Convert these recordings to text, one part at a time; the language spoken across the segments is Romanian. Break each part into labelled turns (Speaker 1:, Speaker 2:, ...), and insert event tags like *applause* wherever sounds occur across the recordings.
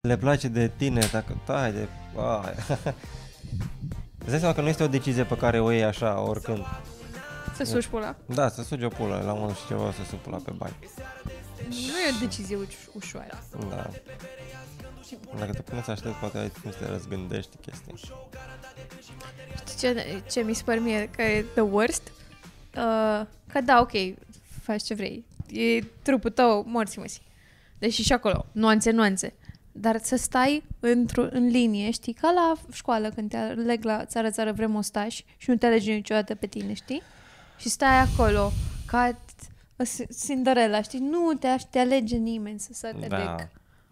Speaker 1: le place de tine, dacă... Da, de... A, *laughs* Îți dai seama că nu este o decizie pe care o iei așa, oricând.
Speaker 2: Să suși pula.
Speaker 1: Da, să sugi o pulă, la unul și ceva să sugi pula pe bani.
Speaker 2: Nu e o decizie uș- ușoară.
Speaker 1: Da. Dacă te pune să aștepți, poate ai timp să te răzgândești chestii.
Speaker 2: Știi ce, ce mi se pare mie că e the worst? Uh, că da, ok, faci ce vrei. E trupul tău, morți măsi. Deși și acolo, nuanțe, nuanțe. Dar să stai într-o, în linie, știi, ca la școală când te aleg la țară, țară, vrem ostaș și nu te alege niciodată pe tine, știi? Și stai acolo, ca t- s- Cinderella, știi? Nu te, aș, te alege nimeni să se cădec.
Speaker 1: Da.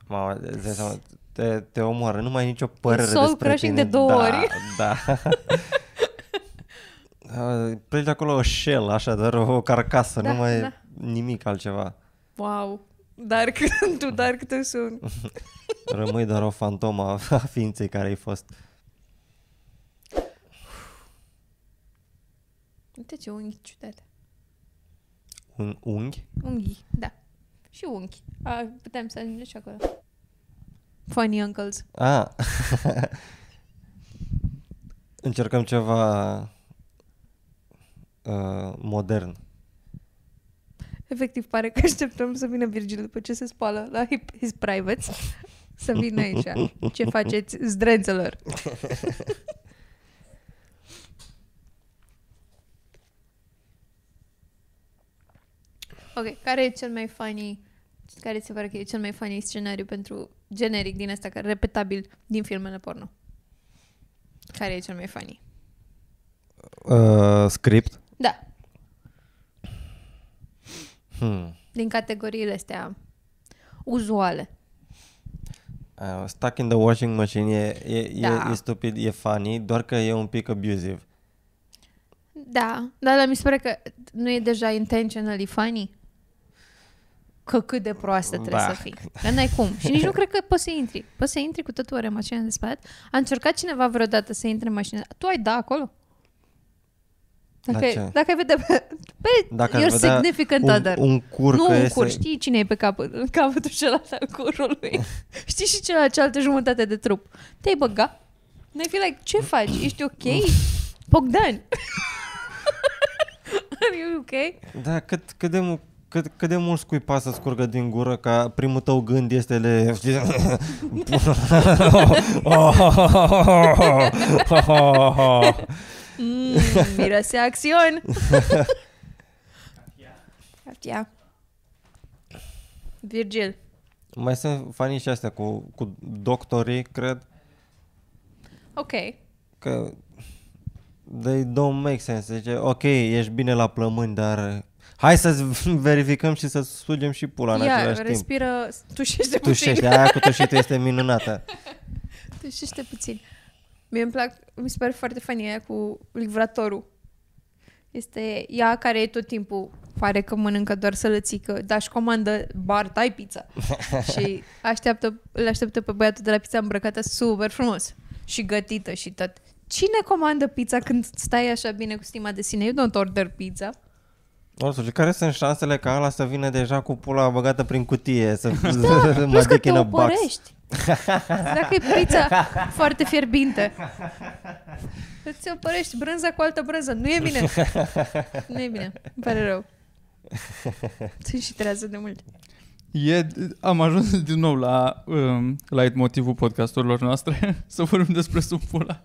Speaker 1: Mama, îți dai seama, te, te omoară, nu mai ai nicio părere
Speaker 2: Soul
Speaker 1: despre
Speaker 2: crushing
Speaker 1: tine.
Speaker 2: de două
Speaker 1: da,
Speaker 2: ori. *laughs*
Speaker 1: Da, *laughs* Uh, Pleci de acolo o shell, așa, doar o carcasă,
Speaker 2: Da,
Speaker 1: nu mai
Speaker 2: da.
Speaker 1: e nimic altceva.
Speaker 2: Wow, dark, *laughs* tu dark te sun.
Speaker 1: Rămâi doar o fantomă a- *laughs* a ființei care ai fost.
Speaker 2: Uite ce unghi ciudate.
Speaker 1: Un unghi?
Speaker 2: Unghii, da. Și unghi. A, putem să ajungem și acolo. Funny uncles.
Speaker 1: Ah. *laughs* Încercăm ceva uh, modern.
Speaker 2: Efectiv, pare că *laughs* așteptăm să vină Virgil după ce se spală la hip, his privates. Să vină aici. Ce faceți zdrențelor? *laughs* ok, care e cel mai funny care ți se pare că e cel mai funny scenariu pentru generic din asta, care repetabil din filmele porno? Care e cel mai funny?
Speaker 1: Uh, script?
Speaker 2: Da,
Speaker 1: Hmm.
Speaker 2: din categoriile astea uzuale.
Speaker 1: Uh, stuck in the washing machine e, e,
Speaker 2: Da.
Speaker 1: e, e stupid, e funny, doar că e un pic abusive.
Speaker 2: Da, dar la mi se pare că nu e deja intentionally funny. Că cât de proastă trebuie
Speaker 1: Da.
Speaker 2: să fii. Dar n-ai cum. Și nici nu cred că poți să intri. Poți să intri cu totul ori în mașina de spălat. A încercat cineva vreodată să intre în mașină. Tu ai da acolo?
Speaker 1: La
Speaker 2: Dacă,
Speaker 1: ce?
Speaker 2: dacă ai vedea pe, pe
Speaker 1: Dacă
Speaker 2: dacă
Speaker 1: ar
Speaker 2: *laughs* your
Speaker 1: vedea
Speaker 2: significant
Speaker 1: un,
Speaker 2: other.
Speaker 1: un cur
Speaker 2: nu
Speaker 1: că
Speaker 2: un
Speaker 1: iese-
Speaker 2: cur, știi cine e pe capăt, în capătul celălalt al
Speaker 1: *laughs*
Speaker 2: curului. știi și celălalt, cealaltă jumătate de trup. Te-ai băga? Ne fi like, ce faci? Ești
Speaker 1: *laughs*
Speaker 2: ok? Bogdan! Are you ok?
Speaker 1: Da, cât, cât, de, mu- cât, cât de mult scuipa să scurgă din gură ca primul tău gând este de...
Speaker 2: Mm, miroase
Speaker 1: *laughs*
Speaker 2: acțiuni! Caftia. Virgil.
Speaker 1: *laughs* Mai sunt fanii și astea cu, cu doctorii, cred,
Speaker 2: Ok.
Speaker 1: că they don't make sense. Zice, ok, ești bine la plămâni, dar hai să verificăm și să sugem și pula în
Speaker 2: Ia,
Speaker 1: același timp.
Speaker 2: respiră, tușește puțin. *laughs*
Speaker 1: Tușește, aia cu tușitul este minunată.
Speaker 2: Tușește puțin. Mie îmi plac, mi se pare foarte funny aia cu livratorul. Este ea care e tot timpul pare că mănâncă doar sălățică, dar și comandă bar, tai pizza. și așteaptă, îl așteaptă pe băiatul de la pizza îmbrăcată super frumos și gătită și tot. Cine comandă pizza când stai așa bine cu stima de sine? Eu don't order pizza.
Speaker 1: Orsul, și care sunt șansele ca ala să vină deja cu pula băgată prin cutie, *laughs* să
Speaker 2: Da,
Speaker 1: mă
Speaker 2: plus că
Speaker 1: dic
Speaker 2: te
Speaker 1: in a box?
Speaker 2: opărești. Dacă e pizza foarte fierbinte. Îți opărești brânza cu altă brânză. Nu e bine. Nu e bine. Îmi pare rău. Sunt și trează de mult.
Speaker 3: E, am ajuns din nou la, um, la motivul podcasturilor noastre *laughs* să vorbim despre sumpula.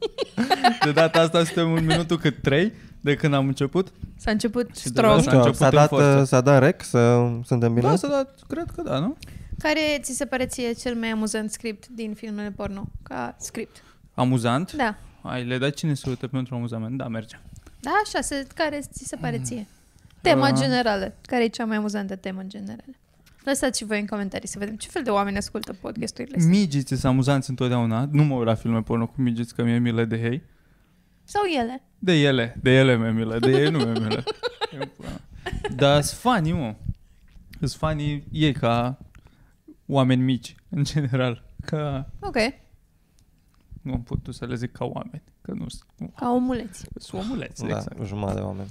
Speaker 3: De data asta suntem în minutul cât 3 de când am început.
Speaker 2: S-a început
Speaker 3: Și de
Speaker 1: Nu
Speaker 2: strong.
Speaker 3: asta- S-a
Speaker 1: știu,
Speaker 3: început
Speaker 1: s-a
Speaker 3: în
Speaker 1: dat,
Speaker 3: forță.
Speaker 1: uh, s-a dat rec, să suntem bine?
Speaker 3: Da, să da, cred că da, nu?
Speaker 2: Care ți se pare ție cel mai amuzant script din filmele porno? Ca script.
Speaker 3: Amuzant.
Speaker 2: Da.
Speaker 3: Ai, le dai cine se uită pentru amuzament? Da, merge.
Speaker 2: Da, așa. Se, care ți se pare ție? Tema
Speaker 3: Ah.
Speaker 2: generală. Care e cea mai amuzantă temă în general? Lăsați și voi în comentarii să vedem ce fel de oameni ascultă podcasturile astea.
Speaker 3: Migiți sunt amuzanți întotdeauna. Nu mă uit la filme porno cu migiți, că mi-e milă de ei.
Speaker 2: Sau ele.
Speaker 3: De ele, de ele mi-e milă, de ei nu mi-e milă. Eu, pula. Dar sunt fanii, mă. Sunt fanii ei ca oameni mici, în general. Ca
Speaker 2: Ok.
Speaker 3: Nu am putut să le zic ca oameni, că nu sunt
Speaker 2: Ca omuleți.
Speaker 3: sunt omuleți,
Speaker 1: da,
Speaker 3: exact. Da.
Speaker 1: jumătate de oameni.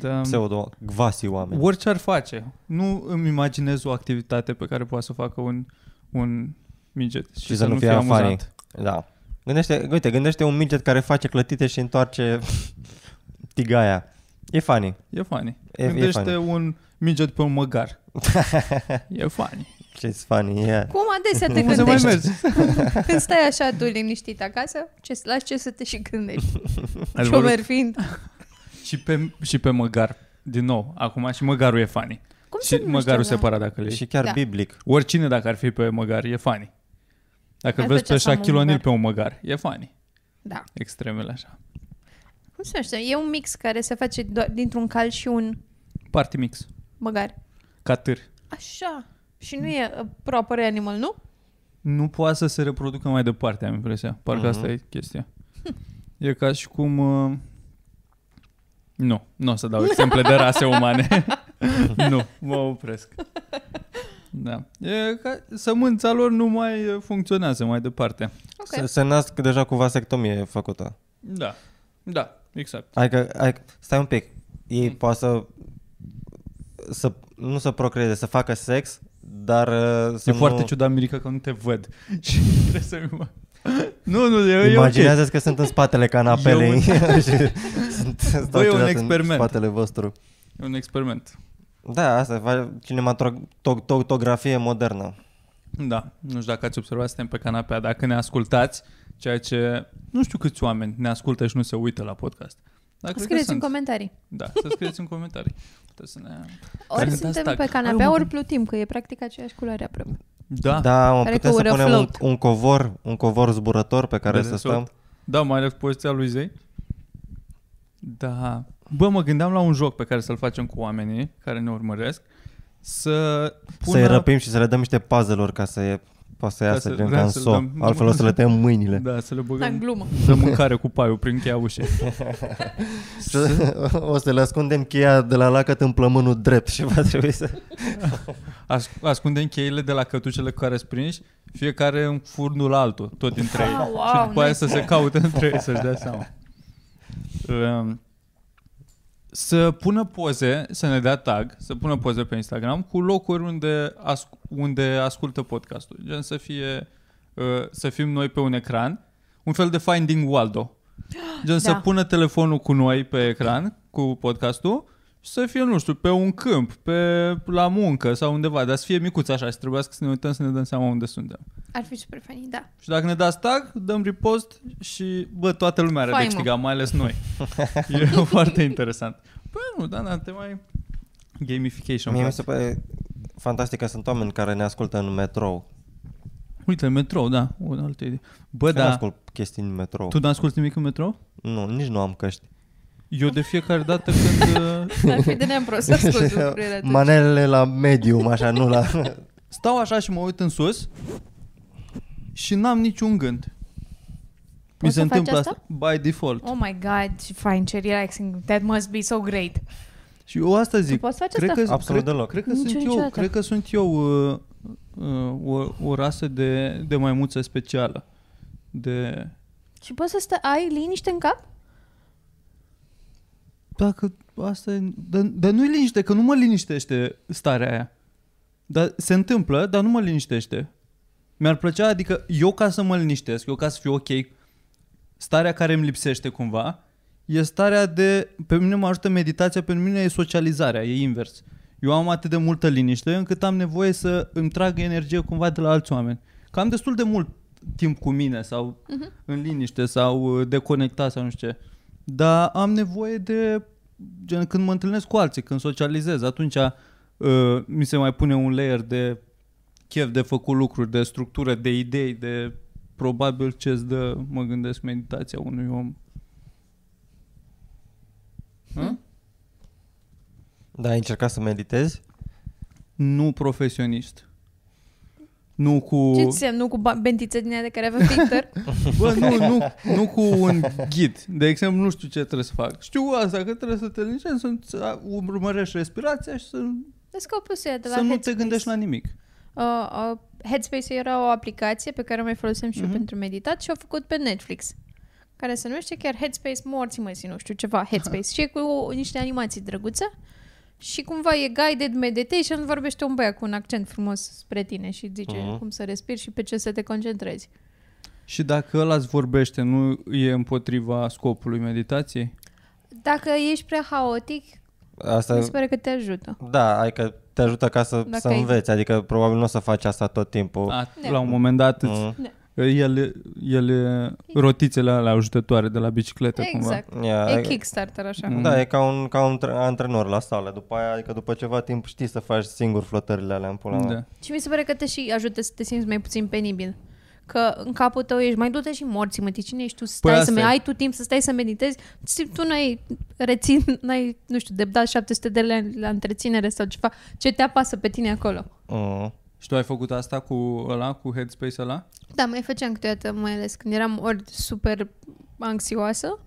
Speaker 3: Dar
Speaker 1: Pseudo, gvasi oameni.
Speaker 3: orice ar face, nu îmi imaginez o activitate pe care poate să o facă un, un midget. Și,
Speaker 1: să nu fie funny.
Speaker 3: amuzant.
Speaker 1: Da. Gândește, uite, gândește un midget care face clătite și întoarce *laughs* tigaia. E funny.
Speaker 3: E funny.
Speaker 1: E- e
Speaker 3: Gândește
Speaker 1: funny.
Speaker 3: un midget pe un măgar. e funny.
Speaker 1: Ce-s funny, yeah.
Speaker 2: Cum adesea te
Speaker 3: Cum se mai
Speaker 2: gândești?
Speaker 3: merge?
Speaker 2: *laughs* Când stai așa tu liniștit acasă, ce lași ce să te și gândești?
Speaker 3: *laughs* Adevărul.
Speaker 2: Șomer fiind.
Speaker 3: Și pe, și pe măgar. Din nou, acum și măgarul e funny.
Speaker 2: Cum
Speaker 3: și
Speaker 2: se numește
Speaker 3: măgarul
Speaker 2: ăla?
Speaker 3: separat dacă le
Speaker 1: Și
Speaker 3: și...
Speaker 1: chiar da.
Speaker 2: Da.
Speaker 1: biblic.
Speaker 3: Oricine dacă ar fi pe măgar, e funny. Dacă
Speaker 2: Ar
Speaker 3: îl vezi
Speaker 2: plăcea
Speaker 3: pe
Speaker 2: să am un
Speaker 3: Shaquille O'Neal
Speaker 2: măgar.
Speaker 3: pe un măgar, e funny.
Speaker 2: Da.
Speaker 3: Extremele așa.
Speaker 2: Cum se numește? E un mix care se face doar dintr-un cal și un
Speaker 3: Party mix.
Speaker 2: măgar.
Speaker 3: Catâr.
Speaker 2: Așa. Și nu e uh, proper animal, nu?
Speaker 3: Nu poate să se reproducă mai departe, am impresia. Parcă
Speaker 1: Mhm.
Speaker 3: mm-hmm. asta e chestia. E ca și cum... Uh... Nu, nu o să dau exemple de rase umane. *laughs* nu, mă opresc. Da. E ca... Sămânța lor nu mai uh, funcționează mai departe.
Speaker 2: Ok.
Speaker 1: Okay. Se nasc deja cu vasectomie făcută.
Speaker 3: Da, da, exact.
Speaker 1: Adică, adică stai un pic. Ei
Speaker 3: Mm.
Speaker 1: mm. poate să, să, nu să procreeze, să facă sex, dar uh, să
Speaker 3: e
Speaker 1: nu...
Speaker 3: foarte ciudat, Mirica, că nu te văd. *laughs* Și trebuie să mă... Nu, nu, e, e ok.
Speaker 1: Imaginează-ți că sunt în spatele canapelei
Speaker 3: *laughs* Eu-
Speaker 1: *laughs* și sunt stau
Speaker 3: Bă, e un
Speaker 1: ciudat în
Speaker 3: experiment.
Speaker 1: spatele vostru.
Speaker 3: E un experiment.
Speaker 1: Da, asta e cinematografie modernă.
Speaker 3: Da, nu știu dacă ați observat, suntem pe canapea. Dacă ne ascultați, ceea ce nu știu câți oameni ne ascultă și nu se uită la podcast. Dar cred că
Speaker 2: Scrieți în
Speaker 3: sunt.
Speaker 2: comentarii.
Speaker 3: Da, să scrieți în comentarii. Puteți să ne...
Speaker 2: Ori
Speaker 3: dați
Speaker 2: suntem
Speaker 3: tag.
Speaker 2: pe
Speaker 3: Ai,
Speaker 2: canapea,
Speaker 3: mă,
Speaker 2: ori plutim, că e practic aceeași culoare aproape.
Speaker 3: Da, da,
Speaker 1: Da, mă,
Speaker 2: Care
Speaker 1: putem
Speaker 2: cu
Speaker 1: să
Speaker 2: ură
Speaker 1: punem un,
Speaker 2: float.
Speaker 1: un, covor, un covor zburător pe care
Speaker 3: Vedeți
Speaker 1: să
Speaker 3: float?
Speaker 1: stăm.
Speaker 3: da mai ales poziția lui Zei. Da. Bă, mă gândeam la un joc pe care să-l facem cu oamenii care ne urmăresc. Să pună...
Speaker 1: Să-i răpim și să le dăm niște puzzle-uri ca să e poate să
Speaker 3: Ca
Speaker 1: iasă
Speaker 3: să-
Speaker 1: gen
Speaker 3: vreau
Speaker 1: ca în
Speaker 3: să-l
Speaker 1: so.
Speaker 3: dăm-
Speaker 1: Altfel o să le tăiem mâinile.
Speaker 3: Da, să le
Speaker 2: Da, în
Speaker 3: băgăm
Speaker 2: glumă.
Speaker 3: de mâncare cu paiul prin cheia ușii.
Speaker 1: Și o- O să le ascundem cheia de la lacăt în plămânul drept și va trebui să...
Speaker 3: As- ascundem cheile de la cătucele cu care sprinși, fiecare în furnul altul, tot dintre ei.
Speaker 2: Ah, wow,
Speaker 3: și după aia
Speaker 2: nice.
Speaker 3: să se caute între ei, să-și dea seama. Um, să pună poze, să ne dea tag, să pună poze pe Instagram cu locuri unde, asc- unde ascultă podcastul. Gen să fie, uh, să fim noi pe un ecran, un fel de Finding Waldo. Gen da. să
Speaker 2: Da.
Speaker 3: pună telefonul cu noi pe ecran, cu podcastul, și să fie, nu știu, pe un câmp, pe la muncă sau undeva, dar să fie micuț așa și trebuiască să ne uităm să ne dăm seama unde suntem.
Speaker 2: Ar fi super funny, da.
Speaker 3: Și dacă ne dați tag, dăm repost și, bă, toată lumea are de
Speaker 2: Faimă.
Speaker 3: câștigat, mai ales
Speaker 1: *laughs*
Speaker 3: noi. e foarte interesant. Bă, nu, da, da, te mai... Gamification.
Speaker 1: Mie mi
Speaker 3: practic.
Speaker 1: se pare fantastic că sunt oameni care ne ascultă în metrou.
Speaker 3: Uite, metrou, da, un alt idee. Bă,
Speaker 1: Eu nu
Speaker 3: da,
Speaker 1: ascult chestii în metrou.
Speaker 3: tu n-asculti nimic în metrou?
Speaker 1: Nu, nici nu am căști.
Speaker 3: Eu de fiecare
Speaker 1: *laughs*
Speaker 3: dată când... uh,
Speaker 2: Ar fi de neam
Speaker 3: *laughs*
Speaker 2: prost să ascult lucrurile atunci.
Speaker 1: Manelele la medium, așa, nu la...
Speaker 3: Stau așa și mă uit în sus și n-am niciun gând. Mi
Speaker 2: Poți
Speaker 3: se
Speaker 2: să faci
Speaker 3: întâmplă
Speaker 2: asta?
Speaker 3: by default.
Speaker 2: Oh my god, ce fain, ce relaxing. That must be so great.
Speaker 3: Și eu asta zic.
Speaker 2: poți face
Speaker 3: cred
Speaker 2: asta?
Speaker 3: Că,
Speaker 1: Absolut
Speaker 3: cred,
Speaker 1: deloc.
Speaker 3: Cred că,
Speaker 2: Nici
Speaker 3: sunt eu,
Speaker 2: niciodată.
Speaker 3: cred că sunt eu uh, uh, o, o rasă de, de maimuță specială. De...
Speaker 2: Și poți să stai, ai liniște în cap?
Speaker 3: Dacă Da, asta e... Dar, dar nu-i liniște, că nu mă liniștește starea aia. Dar se întâmplă, dar nu mă liniștește. Mi-ar plăcea, adică eu ca să mă liniștesc, eu ca să fiu ok, starea care îmi lipsește cumva, e starea de... Pe mine mă ajută meditația, pe mine e socializarea, e invers. Eu am atât de multă liniște încât am nevoie să îmi trag energie cumva de la alți oameni. Că am destul de mult timp cu mine sau uh-huh. în liniște sau uh, deconectat sau nu știu ce. Dar am nevoie de... Gen, când mă întâlnesc cu alții, când socializez, atunci uh, mi se mai pune un layer de chef de făcut lucruri, de structură, de idei, de probabil ce-ți dă, mă gândesc, meditația unui om. Hă?
Speaker 1: Da, ai încercat să meditezi?
Speaker 3: Nu profesionist. Nu cu...
Speaker 2: Ce înseamnă nu cu ba- bentițe din aia de care avea *laughs* Victor?
Speaker 3: Bă, nu, nu, nu cu un ghid. De exemplu, nu știu ce trebuie să fac. Știu asta, că trebuie să te liniștești, să- să urmărești respirația și să,
Speaker 2: Descopul să de la
Speaker 3: să nu te
Speaker 2: Headspace.
Speaker 3: gândești la nimic.
Speaker 2: Uh, uh, Headspace era o aplicație pe care o mai folosim și mm-hmm. eu
Speaker 3: Mhm.
Speaker 2: pentru meditat și o făcut pe Netflix care
Speaker 3: *laughs*
Speaker 2: se numește chiar Headspace morții măsii, nu știu, ceva Headspace și e cu niște animații drăguțe și cumva e guided meditation, vorbește un băiat cu un accent frumos spre tine și zice
Speaker 1: Mhm.
Speaker 2: cum să respiri și pe ce să te concentrezi.
Speaker 3: Și dacă ăla îți vorbește, nu e împotriva scopului meditației?
Speaker 2: Dacă ești prea haotic,
Speaker 1: Asta,
Speaker 2: mi se pare că te ajută.
Speaker 1: da, adică te ajută ca să,
Speaker 2: Dacă
Speaker 1: să
Speaker 2: ai-
Speaker 1: înveți, adică probabil nu o să faci asta tot timpul.
Speaker 3: A,
Speaker 2: Da.
Speaker 3: la un moment dat, îți,
Speaker 1: Mhm.
Speaker 3: ele, ele, rotițele alea ajutătoare de la bicicletă
Speaker 2: Exact.
Speaker 1: Ia,
Speaker 2: E
Speaker 1: ai-
Speaker 2: Kickstarter așa.
Speaker 1: Da, e ca un, ca un tre- antrenor la sală. După aia, adică după ceva timp știi să faci singur flotările alea în pula
Speaker 3: cumva.
Speaker 1: mea.
Speaker 3: Da.
Speaker 2: Și mi se pare că te și ajută să te simți mai puțin penibil. Că în capul tău ești mai du-te și morți, mă, cine ești tu? Stai
Speaker 3: Păi
Speaker 2: să
Speaker 3: asta
Speaker 2: me-
Speaker 3: e.
Speaker 2: ai tu timp să stai să meditezi? Ți- Tu n-ai rețin, *laughs* n-ai, nu știu, debdat 700 de lei la întreținere sau ceva. Ce te apasă pe tine acolo?
Speaker 1: Mhm.
Speaker 3: Și tu ai făcut asta cu ăla, cu Headspace ăla?
Speaker 2: Da, mai făceam câteodată, mai ales când eram ori super anxioasă,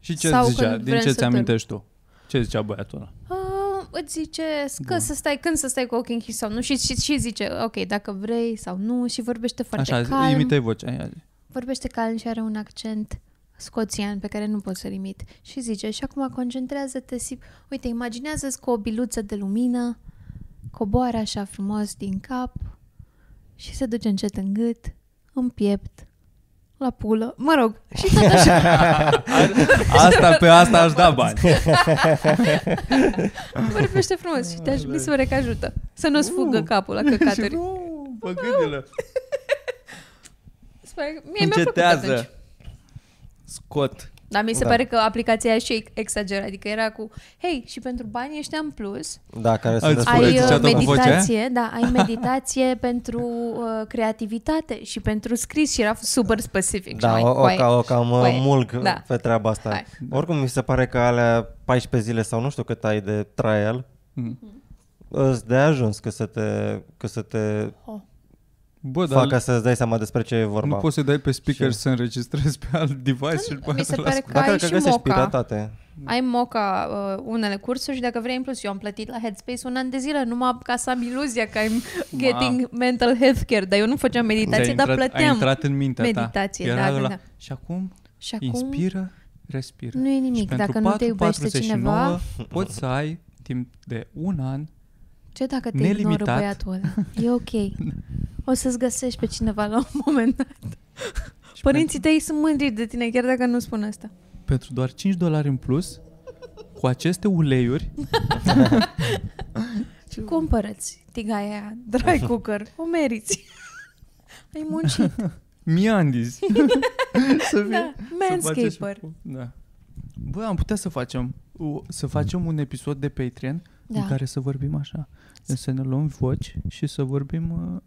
Speaker 3: Și ce
Speaker 2: Sau
Speaker 3: zicea?
Speaker 2: când
Speaker 3: Din
Speaker 2: vrem
Speaker 3: ce
Speaker 2: să
Speaker 3: ți amintești tu? Ce zicea băiatul ăla?
Speaker 2: Ah, îți zice că
Speaker 3: Da.
Speaker 2: să stai, când să stai cu ochii închiși sau nu și, și, și zice, ok, dacă vrei sau nu și vorbește foarte
Speaker 3: Așa,
Speaker 2: calm.
Speaker 3: imitai vocea. Ia
Speaker 2: *laughs*
Speaker 3: zi.
Speaker 2: Vorbește calm și are un accent scoțian pe care nu pot să-l imit. Și zice, și acum concentrează-te și... Uite, imaginează-ți cu o biluță de lumină, coboară așa frumos din cap și se duce încet în gât, în piept, la pulă. Mă rog, și tot așa.
Speaker 3: Asta pe asta aș da bani. *laughs*
Speaker 2: Vorbește frumos și te aj- mi se pare că ajută. Să nu-ți fugă capul la
Speaker 3: *laughs*
Speaker 2: căcaturi.
Speaker 3: Nu, bă, gândile.
Speaker 2: Se pare că- Mie mi-a plăcut atunci.
Speaker 3: Încetează. Scot.
Speaker 2: Dar mi se
Speaker 1: Da.
Speaker 2: pare că aplicația aia și exageră. Adică era cu, hei, și pentru banii ăștia în plus,
Speaker 1: Da, care
Speaker 3: Îți
Speaker 1: sunt
Speaker 3: spune
Speaker 2: ai
Speaker 3: ce
Speaker 2: uh,
Speaker 3: tot cu vocea?
Speaker 2: meditație, da, ai meditație *laughs* pentru uh, creativitate și pentru scris și era super specific.
Speaker 1: Da,
Speaker 2: și mai
Speaker 1: o, o,
Speaker 2: coaie.
Speaker 1: ca, o cam uh,
Speaker 2: coaie.
Speaker 1: mulg
Speaker 2: Da.
Speaker 1: pe treaba asta.
Speaker 2: Hai.
Speaker 1: Oricum, mi se pare că alea 14 zile sau nu știu cât ai de trial,
Speaker 3: Hmm.
Speaker 1: îți de ajuns că să te, că să te
Speaker 2: Oh.
Speaker 3: Bă, dar
Speaker 1: facă să-ți dai seama despre ce e vorba.
Speaker 3: nu poți să dai pe speaker
Speaker 1: Și-
Speaker 3: să înregistrezi pe alt device și după
Speaker 2: Da, Oh, Mi
Speaker 3: aia
Speaker 2: se
Speaker 3: *laughs* să-l
Speaker 2: pare
Speaker 3: asculti.
Speaker 2: că ai
Speaker 1: cred că
Speaker 2: și
Speaker 1: găsești
Speaker 2: moca.
Speaker 1: piratate.
Speaker 2: Ai moca uh, unele cursuri și dacă vrei în plus, eu am plătit la Headspace un an de zile numai ca să am iluzia că I'm getting mental health care, dar eu nu făceam meditație,
Speaker 3: Ți-a
Speaker 2: dar
Speaker 3: intrat, ai
Speaker 2: plăteam.
Speaker 3: intrat în mintea
Speaker 2: meditație,
Speaker 3: ta.
Speaker 2: da,
Speaker 3: Era
Speaker 2: da,
Speaker 3: ăla.
Speaker 2: da.
Speaker 3: Și acum,
Speaker 2: și acum
Speaker 3: inspiră, respiră.
Speaker 2: nu e
Speaker 3: Și
Speaker 2: nimic.
Speaker 3: pentru
Speaker 2: Dacă nu te
Speaker 3: 4,49
Speaker 2: iubește cineva,
Speaker 3: poți să ai timp de un an.
Speaker 2: ce dacă te
Speaker 3: nelimitat.
Speaker 2: ignoră băiatul ăla? E
Speaker 3: *laughs*
Speaker 2: ok. O să-ți găsești pe cineva la un moment dat.
Speaker 3: Și
Speaker 2: Părinții tăi sunt mândri de tine, chiar dacă nu spun asta.
Speaker 3: pentru, pentru doar 5 dolari în plus, cu aceste uleiuri,
Speaker 2: Și cumpărăți tigaia aia, dry
Speaker 3: *laughs*
Speaker 2: cooker, o meriți. Ai muncit, *laughs*
Speaker 3: miandis. să fie-
Speaker 2: da,
Speaker 3: Să facem și
Speaker 2: manscaper.
Speaker 3: cu- Da. Bă, am putea să facem u- să facem un episod de Patreon da.
Speaker 2: Da,
Speaker 3: în care să vorbim așa. Să ne luăm voci și să vorbim uh,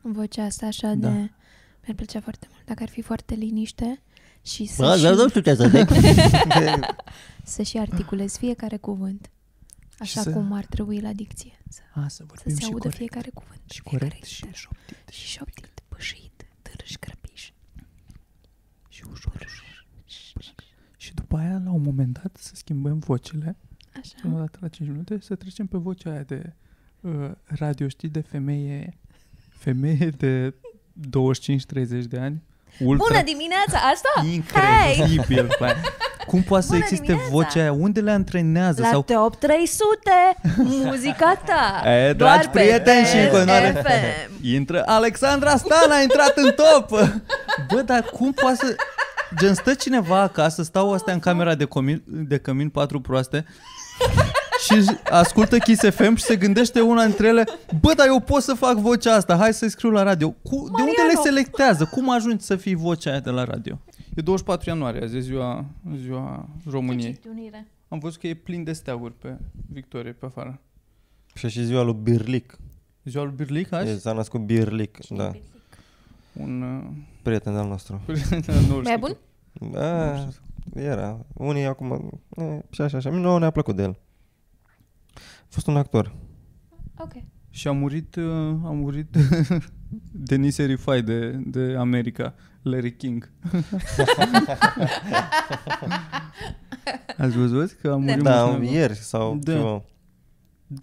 Speaker 2: vocea asta așa de...
Speaker 3: Da.
Speaker 2: Mi-ar plăcea foarte mult, dacă ar fi foarte liniște și să,
Speaker 1: Bă,
Speaker 2: și,
Speaker 1: dar
Speaker 3: da,
Speaker 1: nu știu ce să zic.
Speaker 2: să și articulezi fiecare cuvânt. Așa
Speaker 3: să-
Speaker 2: cum ar trebui la dicție. Să,
Speaker 3: a, să
Speaker 2: să
Speaker 3: vorbim
Speaker 2: se
Speaker 3: și
Speaker 2: audă
Speaker 3: corect.
Speaker 2: fiecare cuvânt.
Speaker 3: Și
Speaker 2: fiecare
Speaker 3: corect și
Speaker 2: litere.
Speaker 3: șoptit.
Speaker 2: Și șoptit, pâșit, târâș, crăpiș.
Speaker 3: Și ușor. Și după aia, la un moment dat, să schimbăm
Speaker 2: Da.
Speaker 3: vocile.
Speaker 2: Așa.
Speaker 3: Prima dată la 5 minute, să trecem pe vocea aia de uh, radio, știi, de femeie, femeie de 25-30 de ani. Ultra
Speaker 2: Bună dimineața, asta?
Speaker 3: Incredibil, bă. Cum poate să
Speaker 2: Bună
Speaker 3: existe
Speaker 2: dimineața!
Speaker 3: vocea aia? Unde le antrenează?
Speaker 2: La
Speaker 3: sau...
Speaker 2: Top 300, muzica ta.
Speaker 3: E,
Speaker 2: Doar
Speaker 3: Eh, dragi
Speaker 2: pe
Speaker 3: prieteni și în continuare.
Speaker 2: FM.
Speaker 3: Intră Alexandra Stan a intrat în top! Bă, dar cum poate să... Gen, stă cineva acasă, stau astea în camera de, comin, de cămin, patru proaste, și ascultă Kiss FM și se gândește una dintre ele Bă, dar eu pot să fac vocea asta, hai să-i scriu la radio Cu, De unde le
Speaker 2: Mariano!
Speaker 3: selectează? Cum ajungi să fii vocea aia de la radio? E 24 ianuarie, azi e ziua, ziua
Speaker 2: Deci-
Speaker 3: României
Speaker 2: Unire.
Speaker 3: Am văzut că e plin de steaguri pe Victorie, pe afară
Speaker 1: și și ziua lui Birlic.
Speaker 3: Ziua lui Birlic azi?
Speaker 1: El S-a născut Birlic, da.
Speaker 3: Un... uh, *laughs*
Speaker 1: Prieten al nostru.
Speaker 3: nu
Speaker 2: Mai e bun?
Speaker 1: Da,
Speaker 3: Nu
Speaker 1: era. Unii acum... E, și așa, așa. Mie nu ne-a plăcut de el. A fost un actor.
Speaker 2: Ok.
Speaker 3: Și a murit, uh, a murit *laughs* Denis Erifai de, de America,
Speaker 2: *laughs*
Speaker 3: Larry King. Ați văzut că a murit
Speaker 1: Da,
Speaker 3: mult mai-
Speaker 1: ieri sau
Speaker 3: Da.
Speaker 1: ceva.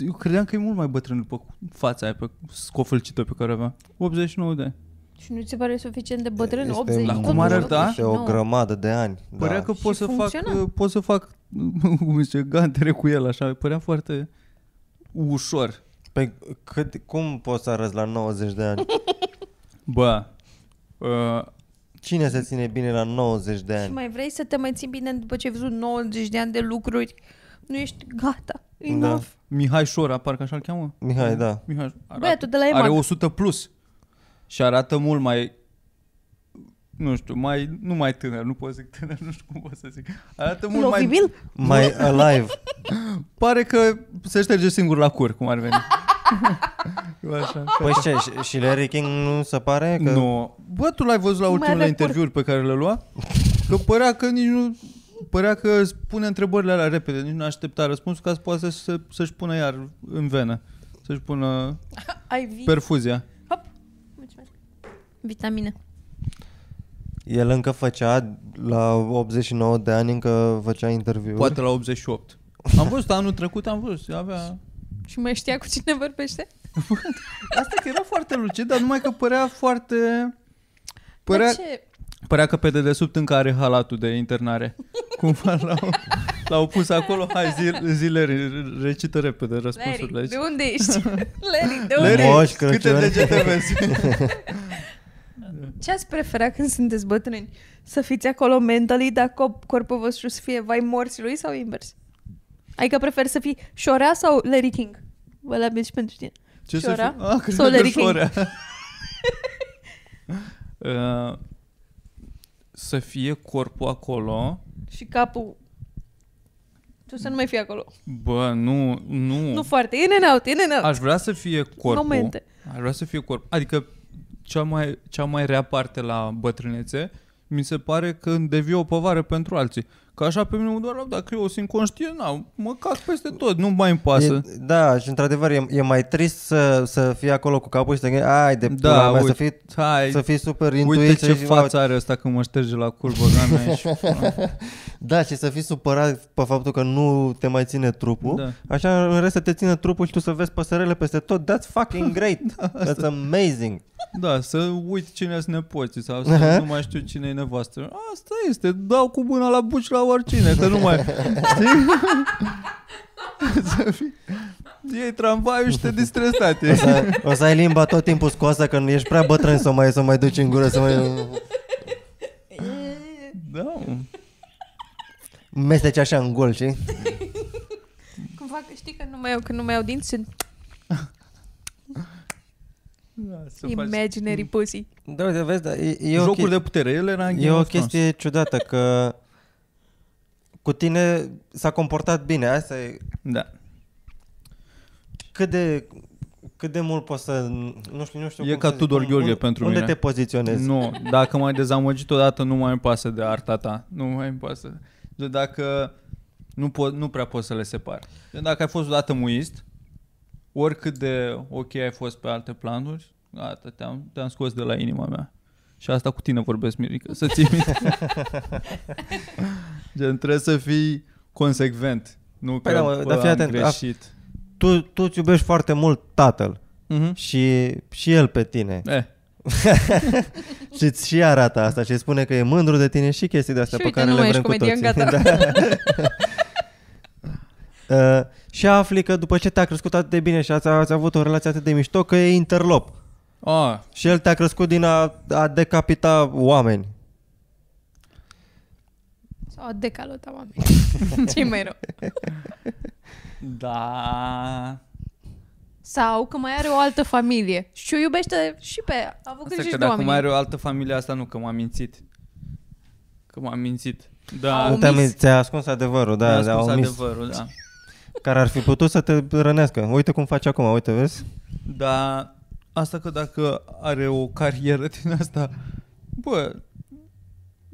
Speaker 3: Eu credeam că e mult mai bătrân după fața aia, pe scofâlcită pe care o avea. 89 de ani.
Speaker 2: Și nu ți se pare suficient de bătrân?
Speaker 1: Este
Speaker 2: 80?
Speaker 1: mult,
Speaker 3: Dar cum ar
Speaker 1: mult,
Speaker 3: arăta?
Speaker 1: este o grămadă de ani.
Speaker 3: Da? Părea
Speaker 1: da.
Speaker 3: că pot
Speaker 2: Și
Speaker 3: să, fac, *laughs*
Speaker 2: funcționa.
Speaker 3: uh, pot să fac, cum zice, gantere cu el, așa. Părea foarte ușor.
Speaker 1: Pe cât, cum poți să arăți la 90 de ani?
Speaker 3: Bă, uh,
Speaker 1: Cine se ține bine la 90 de
Speaker 2: Și
Speaker 1: ani?
Speaker 2: mai vrei să te mai ții bine după ce ai văzut 90 de ani de lucruri? Nu ești gata.
Speaker 1: Da.
Speaker 2: Enough.
Speaker 3: Mihai Șora, parcă așa-l cheamă?
Speaker 1: Mihai, da.
Speaker 3: Mihai, arată,
Speaker 2: Băiatul de la
Speaker 3: are
Speaker 2: EMAG.
Speaker 3: 100 plus și arată mult mai nu știu, mai, nu mai tânăr, nu pot să zic tânăr, nu știu cum pot să zic. Arată mult mai...
Speaker 2: Lovibil?
Speaker 1: Mai alive.
Speaker 3: Pare că se șterge singur la cur, cum ar
Speaker 2: *laughs*
Speaker 3: veni. Așa.
Speaker 1: Păi ce, și- și Larry King nu se pare că...
Speaker 3: Nu. Bă, tu l-ai văzut la
Speaker 2: Mai
Speaker 3: ultimele
Speaker 2: avea
Speaker 3: interviuri pe care le lua? Că părea că nici nu... Părea că îți pune întrebările alea repede, nici nu aștepta răspunsul ca să poată să, să-și pună iar în venă. Să-și pună
Speaker 2: Ai vi...
Speaker 3: perfuzia.
Speaker 2: Mulțumesc. Vitamine.
Speaker 1: El încă făcea, la 89 de ani, încă făcea interviuri.
Speaker 3: Poate la 88. Am văzut anul trecut, am văzut, avea...
Speaker 2: Și mai știa cu cine vorbește?
Speaker 3: Asta că era foarte lucid, dar numai că părea foarte... Părea,
Speaker 2: Părea... Ce?
Speaker 3: părea că pe dedesubt încă are halatul de internare. Cumva l-au, l-au pus acolo, hai zi, zile, re- recită repede răspunsurile.
Speaker 2: Larry,
Speaker 3: aici.
Speaker 2: de unde *laughs* ești? Larry, de unde?
Speaker 1: Larry,
Speaker 2: Larry.
Speaker 1: Moș Crăciun.
Speaker 3: câte degete vezi?
Speaker 2: Ce ați prefera când sunteți bătrâni? Să fiți acolo mentally, dar cop, corpul vostru să fie vai morții lui sau invers? Adică prefer să fii Șorea sau Larry King? Vă la și pentru tine.
Speaker 3: Ce
Speaker 2: Șora?
Speaker 3: să fiu? Ah, cred
Speaker 2: Sau
Speaker 3: că
Speaker 2: Larry King?
Speaker 3: șorea.
Speaker 2: *laughs*
Speaker 3: Uh, să fie corpul acolo.
Speaker 2: Și capul... Tu să nu mai fii acolo.
Speaker 3: Bă, nu, nu.
Speaker 2: Nu foarte. In and out, in and out.
Speaker 3: Aș vrea să fie corpul.
Speaker 2: Momente.
Speaker 3: Aș vrea să fie corp. Adică cea mai, cea mai rea parte la bătrânețe mi se pare că îmi devii o povară pentru alții. Că așa pe mine mă doar, dacă eu sunt conștient, na, mă cac peste tot, nu mai îmi pasă.
Speaker 1: E, da, și într-adevăr e, e mai trist să, să fii acolo cu capul și să te gândești, ai de
Speaker 3: Da,
Speaker 1: pula mea, să
Speaker 3: uite,
Speaker 1: fii,
Speaker 3: Hai,
Speaker 1: să fii super
Speaker 3: uite
Speaker 1: intuiție
Speaker 3: ce
Speaker 1: și,
Speaker 3: față are ăsta când mă șterge la curbă,
Speaker 1: *laughs*
Speaker 3: la mea și
Speaker 1: Da, și să fii supărat pe faptul că nu te mai ține trupul.
Speaker 3: Da.
Speaker 1: Așa, în rest să te ține trupul și tu să vezi păsărele peste tot. That's fucking
Speaker 3: *laughs*
Speaker 1: great. That's amazing.
Speaker 3: Da, să uit cine sunt nepoții sau să
Speaker 1: Aha.
Speaker 3: nu mai știu cine e nevastă. Asta este, dau cu mâna la buci la oricine, că nu mai... Știi? să fii... Iei tramvaiul și te distrezi,
Speaker 1: *laughs*
Speaker 3: tati.
Speaker 1: O să, o să ai limba tot timpul scoasă că nu ești prea bătrân să o mai, să o mai duci în gură, să mai
Speaker 3: Da, mă.
Speaker 1: mesteci așa în gol, știi?
Speaker 2: Cumva, că știi că nu mai au, când nu mai au dinți, sunt
Speaker 3: da să faci...
Speaker 2: imaginary pussy.
Speaker 1: Da, uite, vezi, da, e, e, o
Speaker 3: Jocuri
Speaker 1: chesti-
Speaker 3: de putere, el era în
Speaker 1: e
Speaker 3: Game
Speaker 1: o
Speaker 3: of Thrones.
Speaker 1: chestie ciudată că cu tine s-a comportat bine. Asta e
Speaker 3: Da.
Speaker 1: cât de cât de mult poți să nu știu, nu știu
Speaker 3: E
Speaker 1: cum
Speaker 3: ca
Speaker 1: să zic,
Speaker 3: Tudor
Speaker 1: un-
Speaker 3: Gheorghe
Speaker 1: un-
Speaker 3: pentru
Speaker 1: unde
Speaker 3: mine.
Speaker 1: te poziționezi?
Speaker 3: Nu, dacă m-ai dezamăgit odată, nu mai îmi pasă de arta ta. Nu mai îmi pasă. De dacă nu, pot, nu prea pot să le separ. De dacă ai fost odată muist, oricât de ok ai fost pe alte planuri, gata, te-am, te-am scos de la inima mea. Și asta cu tine vorbesc, Mirica, să ții minte.
Speaker 1: *laughs*
Speaker 3: Gen, trebuie să fii consecvent. Nu
Speaker 1: Păi
Speaker 3: că
Speaker 1: da, mă,
Speaker 3: bă,
Speaker 1: dar fii
Speaker 3: am
Speaker 1: atent, a-
Speaker 3: greșit.
Speaker 1: Tu tu îți iubești foarte mult tatăl
Speaker 3: Mhm.
Speaker 1: și și el pe tine.
Speaker 2: Da.
Speaker 3: Eh,
Speaker 1: *laughs* Și îți și arată asta și îți spune că e mândru de tine și chestii de astea
Speaker 2: Și
Speaker 1: pe
Speaker 2: uite,
Speaker 1: care
Speaker 2: nu
Speaker 1: le
Speaker 2: mai
Speaker 1: vrem
Speaker 2: ești
Speaker 1: cu toții.
Speaker 2: comedian,
Speaker 1: Da. *laughs* uh, și afli că după ce te-a crescut atât de bine și ați, ați avut o relație atât de mișto că e interlop.
Speaker 3: ah,
Speaker 1: Și el te-a crescut din a, a decapita oameni.
Speaker 2: Sau a decalota oameni. *laughs* ce mai rău.
Speaker 3: da.
Speaker 2: Sau că mai are o altă familie și o iubește și pe... A avut
Speaker 3: Asta
Speaker 2: grijă
Speaker 3: că
Speaker 2: și de
Speaker 3: dacă
Speaker 2: oameni.
Speaker 3: mai are o altă familie, asta nu, că m-am mințit. Că m-am mințit. Da,
Speaker 2: A
Speaker 1: Nu
Speaker 2: Au-
Speaker 1: te-a
Speaker 2: omis.
Speaker 1: min- Ți-a ascuns adevărul, da,
Speaker 3: mi-a
Speaker 1: da,
Speaker 3: spus
Speaker 1: omis.
Speaker 3: adevărul, da.
Speaker 1: Care ar fi putut să te rănească. Uite cum faci acum, uite, vezi?
Speaker 3: Dar asta că dacă are o carieră din asta, bă,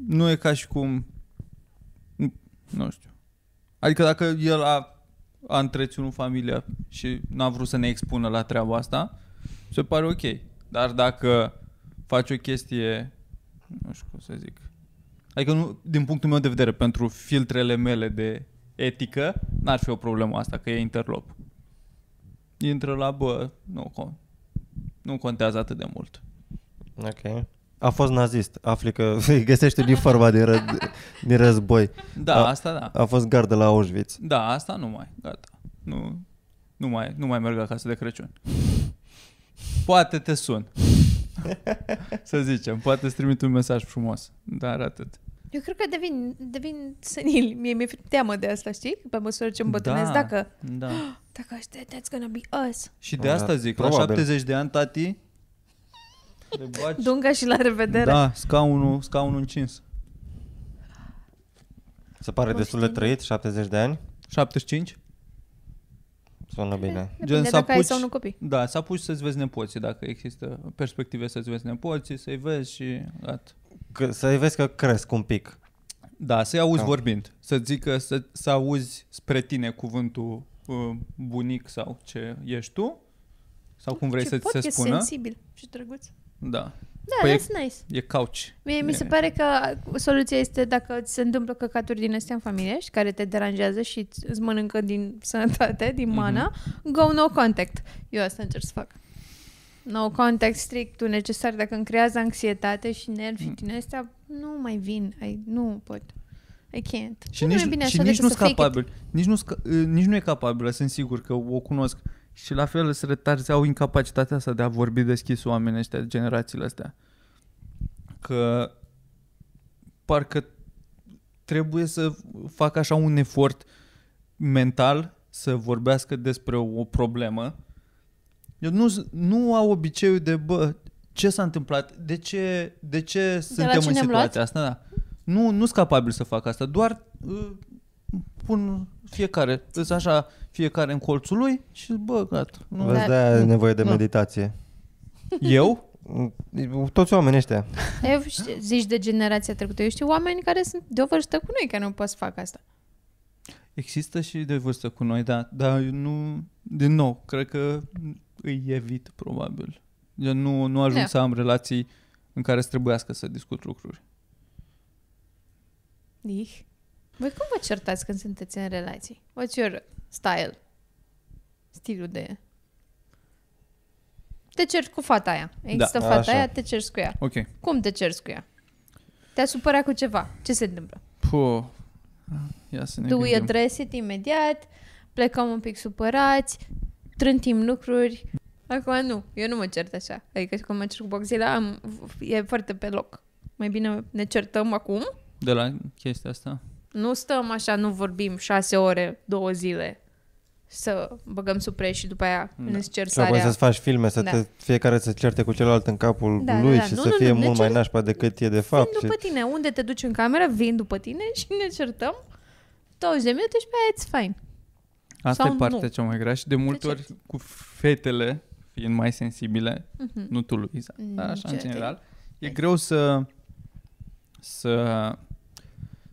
Speaker 3: nu e ca și cum, nu știu. Adică dacă el a, a întreținut familia și n-a vrut să ne expună la treaba asta, se pare ok. Dar dacă faci o chestie, nu știu cum să zic, adică nu, din punctul meu de vedere, pentru filtrele mele de etică, n-ar fi o problemă asta, că e interlop intră la bă, nu, con- nu contează atât de mult.
Speaker 1: Ok. A fost nazist. Afli că *laughs* îi găsește uniforma din, ră- din război.
Speaker 3: Da,
Speaker 1: A-
Speaker 3: asta da.
Speaker 1: A fost gardă la Auschwitz.
Speaker 3: Da, asta nu mai, gata. Nu. Nu mai, nu mai merg acasă de Crăciun. Poate te sun. să zicem, poate îți trimit un mesaj frumos, dar atât.
Speaker 2: Eu cred că devin, devin senil. Mie mi-e fri- teamă de asta, știi? Pe măsură ce îmbătrânesc,
Speaker 3: Da.
Speaker 2: dacă... *gasps*
Speaker 3: Da.
Speaker 2: Dacă ăștia, that's gonna be us.
Speaker 3: Și de
Speaker 1: Da,
Speaker 3: asta zic, la
Speaker 1: probabil.
Speaker 3: 70 de ani, tati, le baci-
Speaker 2: Dunga și la revedere.
Speaker 3: da, scaunul, scaunul încins.
Speaker 1: Se pare
Speaker 2: Nu
Speaker 1: destul de
Speaker 2: știu.
Speaker 1: trăit, 70 de ani.
Speaker 3: 75?
Speaker 1: Sună bine.
Speaker 2: Depinde
Speaker 3: Gen,
Speaker 2: Gen,
Speaker 3: s-a
Speaker 2: dacă ai
Speaker 3: puci-
Speaker 2: sau nu copii.
Speaker 3: Da, s-a pus să-ți vezi nepoții, dacă există perspective să-ți vezi nepoții, să-i vezi și gata.
Speaker 1: Că, să vezi că cresc un pic.
Speaker 3: Da, să-i auzi
Speaker 1: Da.
Speaker 3: vorbind, să zică, să, să auzi spre tine cuvântul uh, bunic sau ce ești tu, sau cum vrei
Speaker 2: Păi, Ce
Speaker 3: să-ți se
Speaker 2: podcast
Speaker 3: spună.
Speaker 2: sensibil și drăguț.
Speaker 3: Da,
Speaker 2: Da,
Speaker 3: Păi e-
Speaker 2: that's nice.
Speaker 3: e couch.
Speaker 2: Mie mi se
Speaker 3: E-
Speaker 2: pare că soluția este dacă ți se întâmplă căcaturi din astea în familie și care te deranjează și îți- îți mănâncă din sănătate,
Speaker 3: Mhm.
Speaker 2: din mana, go no contact. Eu asta încerc să fac. No contact strictul necesar dacă îmi creează anxietate și nervi
Speaker 3: Mhm.
Speaker 2: și din astea, nu mai vin. I, nu pot. I can't.
Speaker 3: Și
Speaker 2: nu
Speaker 3: nici,
Speaker 2: e bine
Speaker 3: și
Speaker 2: așa
Speaker 3: nici
Speaker 2: decât
Speaker 3: nu
Speaker 2: să
Speaker 3: sunt
Speaker 2: fake it.
Speaker 3: capabil. Nici nu, sc- uh, nici nu e capabilă, sunt sigur că o cunosc. Și la fel se retarzi, au incapacitatea asta de a vorbi deschis oamenii ăștia, generațiile astea. Că parcă trebuie să fac așa un efort mental să vorbească despre o problemă. Eu nu, s- nu au obiceiul de, bă, ce s-a întâmplat? De ce, de ce suntem
Speaker 2: ce
Speaker 3: în
Speaker 2: ne-am
Speaker 3: situația
Speaker 2: luat?
Speaker 3: asta? Da. Nu, nu sunt capabil să fac asta, doar uh, pun fiecare, îs așa, fiecare în colțul lui și bă, gata.
Speaker 1: Nu,
Speaker 3: Nu.
Speaker 1: Vezi,
Speaker 2: Da.
Speaker 1: de-aia e nevoie de
Speaker 3: Da.
Speaker 1: meditație. Mm,
Speaker 3: Eu?
Speaker 1: Toți oamenii ăștia.
Speaker 2: Eu știu, zici de generația trecută. Eu știu oameni care sunt de o vârstă cu noi care nu pot să facă asta.
Speaker 3: Există și de vârstă cu noi, da, dar eu nu, din nou, cred că îi evit probabil. Eu nu, nu ajung
Speaker 2: Da.
Speaker 3: să am relații în care să trebuiască să discut lucruri.
Speaker 2: Ich. Voi cum vă certați când sunteți în relații? What's your style? Stilul de... Te ceri cu fata aia. Există
Speaker 1: Da,
Speaker 2: fata
Speaker 1: așa.
Speaker 2: aia, te ceri cu ea.
Speaker 3: Ok.
Speaker 2: Cum te ceri cu ea? Te-a supărat cu ceva. Ce se întâmplă?
Speaker 3: Puh. Ia să ne
Speaker 2: Tu îi
Speaker 3: gândim.
Speaker 2: address it imediat, plecăm un pic supărați, trântim lucruri. Acum nu, eu nu mă cert așa. Adică când mă cer cu Boxila, am, e foarte pe loc. Mai bine ne certăm acum
Speaker 3: De la chestia asta?
Speaker 2: Nu stăm așa, nu vorbim șase ore, două zile să băgăm supre și după aia
Speaker 3: Da.
Speaker 2: da. ne cer
Speaker 1: Și apoi
Speaker 2: sarea.
Speaker 1: să-ți faci filme, să
Speaker 2: Da.
Speaker 1: te, fiecare să certe cu celălalt în capul
Speaker 2: Da, da,
Speaker 1: lui
Speaker 2: da.
Speaker 1: și
Speaker 2: Nu,
Speaker 1: să
Speaker 2: nu,
Speaker 1: fie
Speaker 2: nu, ne
Speaker 1: mult mai
Speaker 2: cer-
Speaker 1: nașpa decât e de
Speaker 2: Vin
Speaker 1: fapt. *laughs*
Speaker 2: după
Speaker 1: Și
Speaker 2: tine, unde te duci în cameră, vin după tine și ne certăm 20 de minute și pe aia it's fine.
Speaker 3: Asta
Speaker 2: Sau
Speaker 3: e partea
Speaker 2: nu. Exact.
Speaker 3: cea mai grea și de multe
Speaker 2: ce?
Speaker 3: ori cu fetele, fiind mai sensibile,
Speaker 2: Mhm.
Speaker 3: nu tu, Luisa,
Speaker 2: Mm, Exact.
Speaker 3: dar așa în
Speaker 2: ce-
Speaker 3: general, e
Speaker 2: Hai.
Speaker 3: greu să să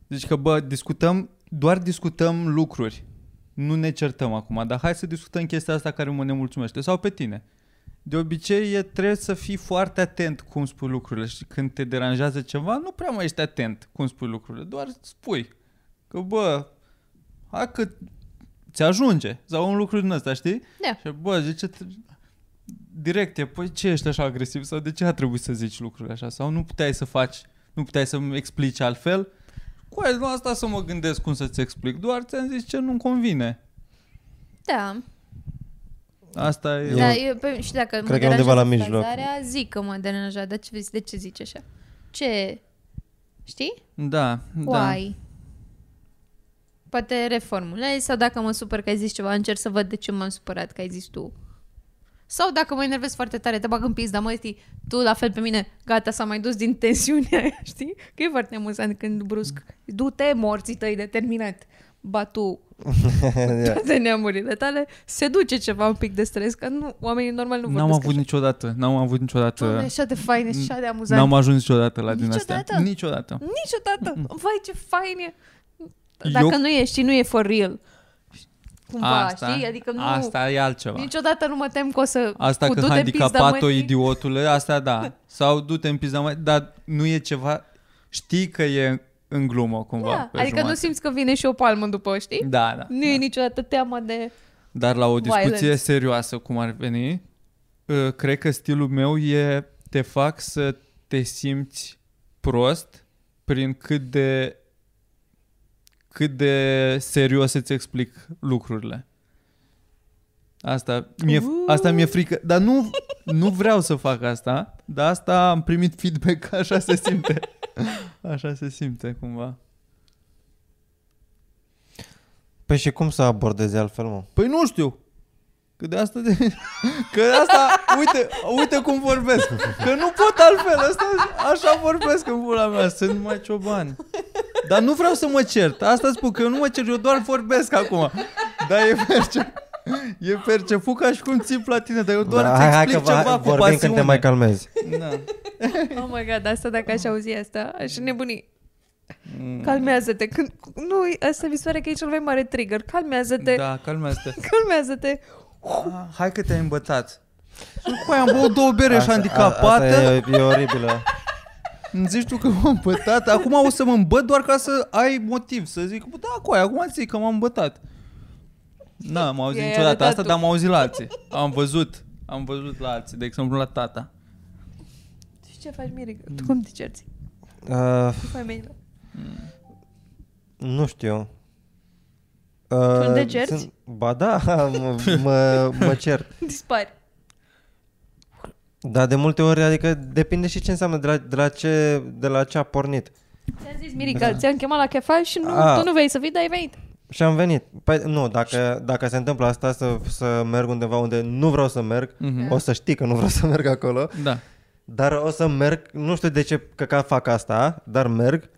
Speaker 3: deci că bă, discutăm, doar discutăm lucruri. Nu ne certăm acum, dar hai să discutăm chestia asta care mă nemulțumește sau pe tine. De obicei e, trebuie să fii foarte atent cum spui lucrurile și când te deranjează ceva, nu prea mai ești atent cum spui lucrurile, doar spui. Că bă, hai că ți ajunge sau un lucru din ăsta, știi?
Speaker 2: Da.
Speaker 3: Și bă, de ce tre- direct e, păi ce ești așa agresiv sau de ce a trebuit să zici lucrurile așa sau nu puteai să faci, nu puteai să-mi explici altfel? Cu aia, nu asta să mă gândesc cum să-ți explic, doar ți-am zis ce nu-mi convine.
Speaker 2: Da,
Speaker 3: Asta e...
Speaker 1: Eu-
Speaker 2: da eu, pe, și dacă mă
Speaker 1: cred că e undeva la
Speaker 2: deranjează
Speaker 1: mijloc.
Speaker 2: stazarea, zic că mă deranja, dar ce, de ce zici așa? Ce? Știi?
Speaker 3: Da, da.
Speaker 2: Why? Poate reformulez sau dacă mă supăr că ai zis ceva, încerc să văd de ce m-am supărat că ai zis tu. Sau dacă mă enervez foarte tare, te bag în pizda, mă, știi, tu la fel pe mine, gata, s-a mai dus din tensiunea aia, *laughs* știi? Că e foarte amuzant când brusc, du-te morții tăi determinat, batu
Speaker 1: Da.
Speaker 3: Da.
Speaker 2: toate neamurile tale, se duce ceva un pic de stres, că nu, oamenii normal nu
Speaker 3: N-am
Speaker 2: vorbesc
Speaker 3: avut niciodată, n-am avut
Speaker 2: așa. Doamne,
Speaker 3: niciodată,
Speaker 2: așa de fain, așa de amuzant.
Speaker 3: n-am ajuns niciodată la din
Speaker 2: Niciodată?
Speaker 3: astea. Niciodată.
Speaker 2: Niciodată. Vai, ce fain e.
Speaker 3: Mm-hmm. Eu-
Speaker 2: Dacă nu e, știi, nu e for real. Cumva,
Speaker 3: asta,
Speaker 2: știi? Adică nu...
Speaker 3: asta e altceva.
Speaker 2: Niciodată nu mă tem că o să...
Speaker 3: Asta
Speaker 2: cu
Speaker 3: că
Speaker 2: du-te în pizda
Speaker 3: handicapat-o,
Speaker 2: mătii.
Speaker 3: idiotule, asta da.
Speaker 2: *laughs*
Speaker 3: Sau du-te în pizda mai, dar nu e ceva, știi că e în glumă cumva.
Speaker 2: Da,
Speaker 3: pe
Speaker 2: adică nu
Speaker 3: jumătate.
Speaker 2: simți că vine și o palmă după, știi?
Speaker 3: Da, da.
Speaker 2: Nu e niciodată teama
Speaker 3: *laughs*
Speaker 2: de...
Speaker 3: Dar la o discuție
Speaker 2: Violence.
Speaker 3: serioasă, cum ar veni, uh, cred că stilul meu e te fac să te simți prost prin cât de cât de serios îți explic lucrurile. Asta mi-e,
Speaker 2: Uh.
Speaker 3: asta mi-e frică. Dar nu, nu vreau să fac asta, dar asta am primit feedback, că așa se
Speaker 2: *laughs*
Speaker 3: simte. Așa se simte cumva.
Speaker 1: Păi și cum să abordezi altfel, mă?
Speaker 3: Păi nu știu. Că de asta... De... *laughs* Că de asta... Uite, uite cum vorbesc. Că nu pot altfel. Asta, așa vorbesc în pula mea. Sunt mai cioban. Dar nu vreau să mă cert. Asta spun că eu nu mă cert. Eu doar vorbesc acum. Dar e perce... E perceput ca și cum țip la tine, dar eu doar da,
Speaker 1: hai,
Speaker 3: îți
Speaker 1: hai că
Speaker 3: explic
Speaker 1: va-
Speaker 3: ceva cu
Speaker 1: vorbim
Speaker 3: pasiune.
Speaker 1: când te mai calmezi.
Speaker 3: da.
Speaker 2: Oh my god, asta dacă aș auzi asta, aș nebuni.
Speaker 3: Mm.
Speaker 2: Calmează-te. Când, nu, asta mi se pare că e cel mai mare trigger. Calmează-te.
Speaker 3: Da, calmează-te.
Speaker 2: *laughs* Calmează-te.
Speaker 3: Ah, Hai că te-ai îmbătat. Și după aia am băut două bere și
Speaker 1: Asta- a-
Speaker 3: handicapată.
Speaker 1: Asta e, e oribilă.
Speaker 3: Îmi zici tu că m-am îmbătat, acum o să mă îmbăt doar ca să ai motiv să zic, bă, da, cu aia, acum zic că m-am îmbătat. Na, am auzit
Speaker 2: I-ai
Speaker 3: niciodată
Speaker 2: arătat
Speaker 3: asta,
Speaker 2: tu.
Speaker 3: dar am auzit la alții. Am văzut, am văzut la alții, de exemplu la tata.
Speaker 2: Și ce faci, Miri? Tu
Speaker 3: Mm.
Speaker 2: cum te cerți?
Speaker 1: Uh,
Speaker 2: Cu femeile?
Speaker 1: nu știu.
Speaker 2: Tu
Speaker 1: Uh,
Speaker 2: de cerți?
Speaker 1: sunt- Ba da, *laughs* mă, mă, mă cert.
Speaker 2: *laughs* Dispari.
Speaker 1: Dar de multe ori, adică depinde și ce înseamnă, de la, de la, ce, de la ce a pornit.
Speaker 2: Ți-am zis, Miri,
Speaker 3: Da.
Speaker 2: că ți-am chemat la chefal și nu,
Speaker 1: Ah.
Speaker 2: tu nu vei să vii, dar ai venit.
Speaker 1: Și am venit. Păi nu, dacă, dacă se întâmplă asta, să, să merg undeva unde nu vreau să merg,
Speaker 3: Mhm.
Speaker 1: o să știi că nu vreau să merg acolo,
Speaker 3: Da.
Speaker 1: dar o să merg, nu știu de ce că fac asta, dar merg.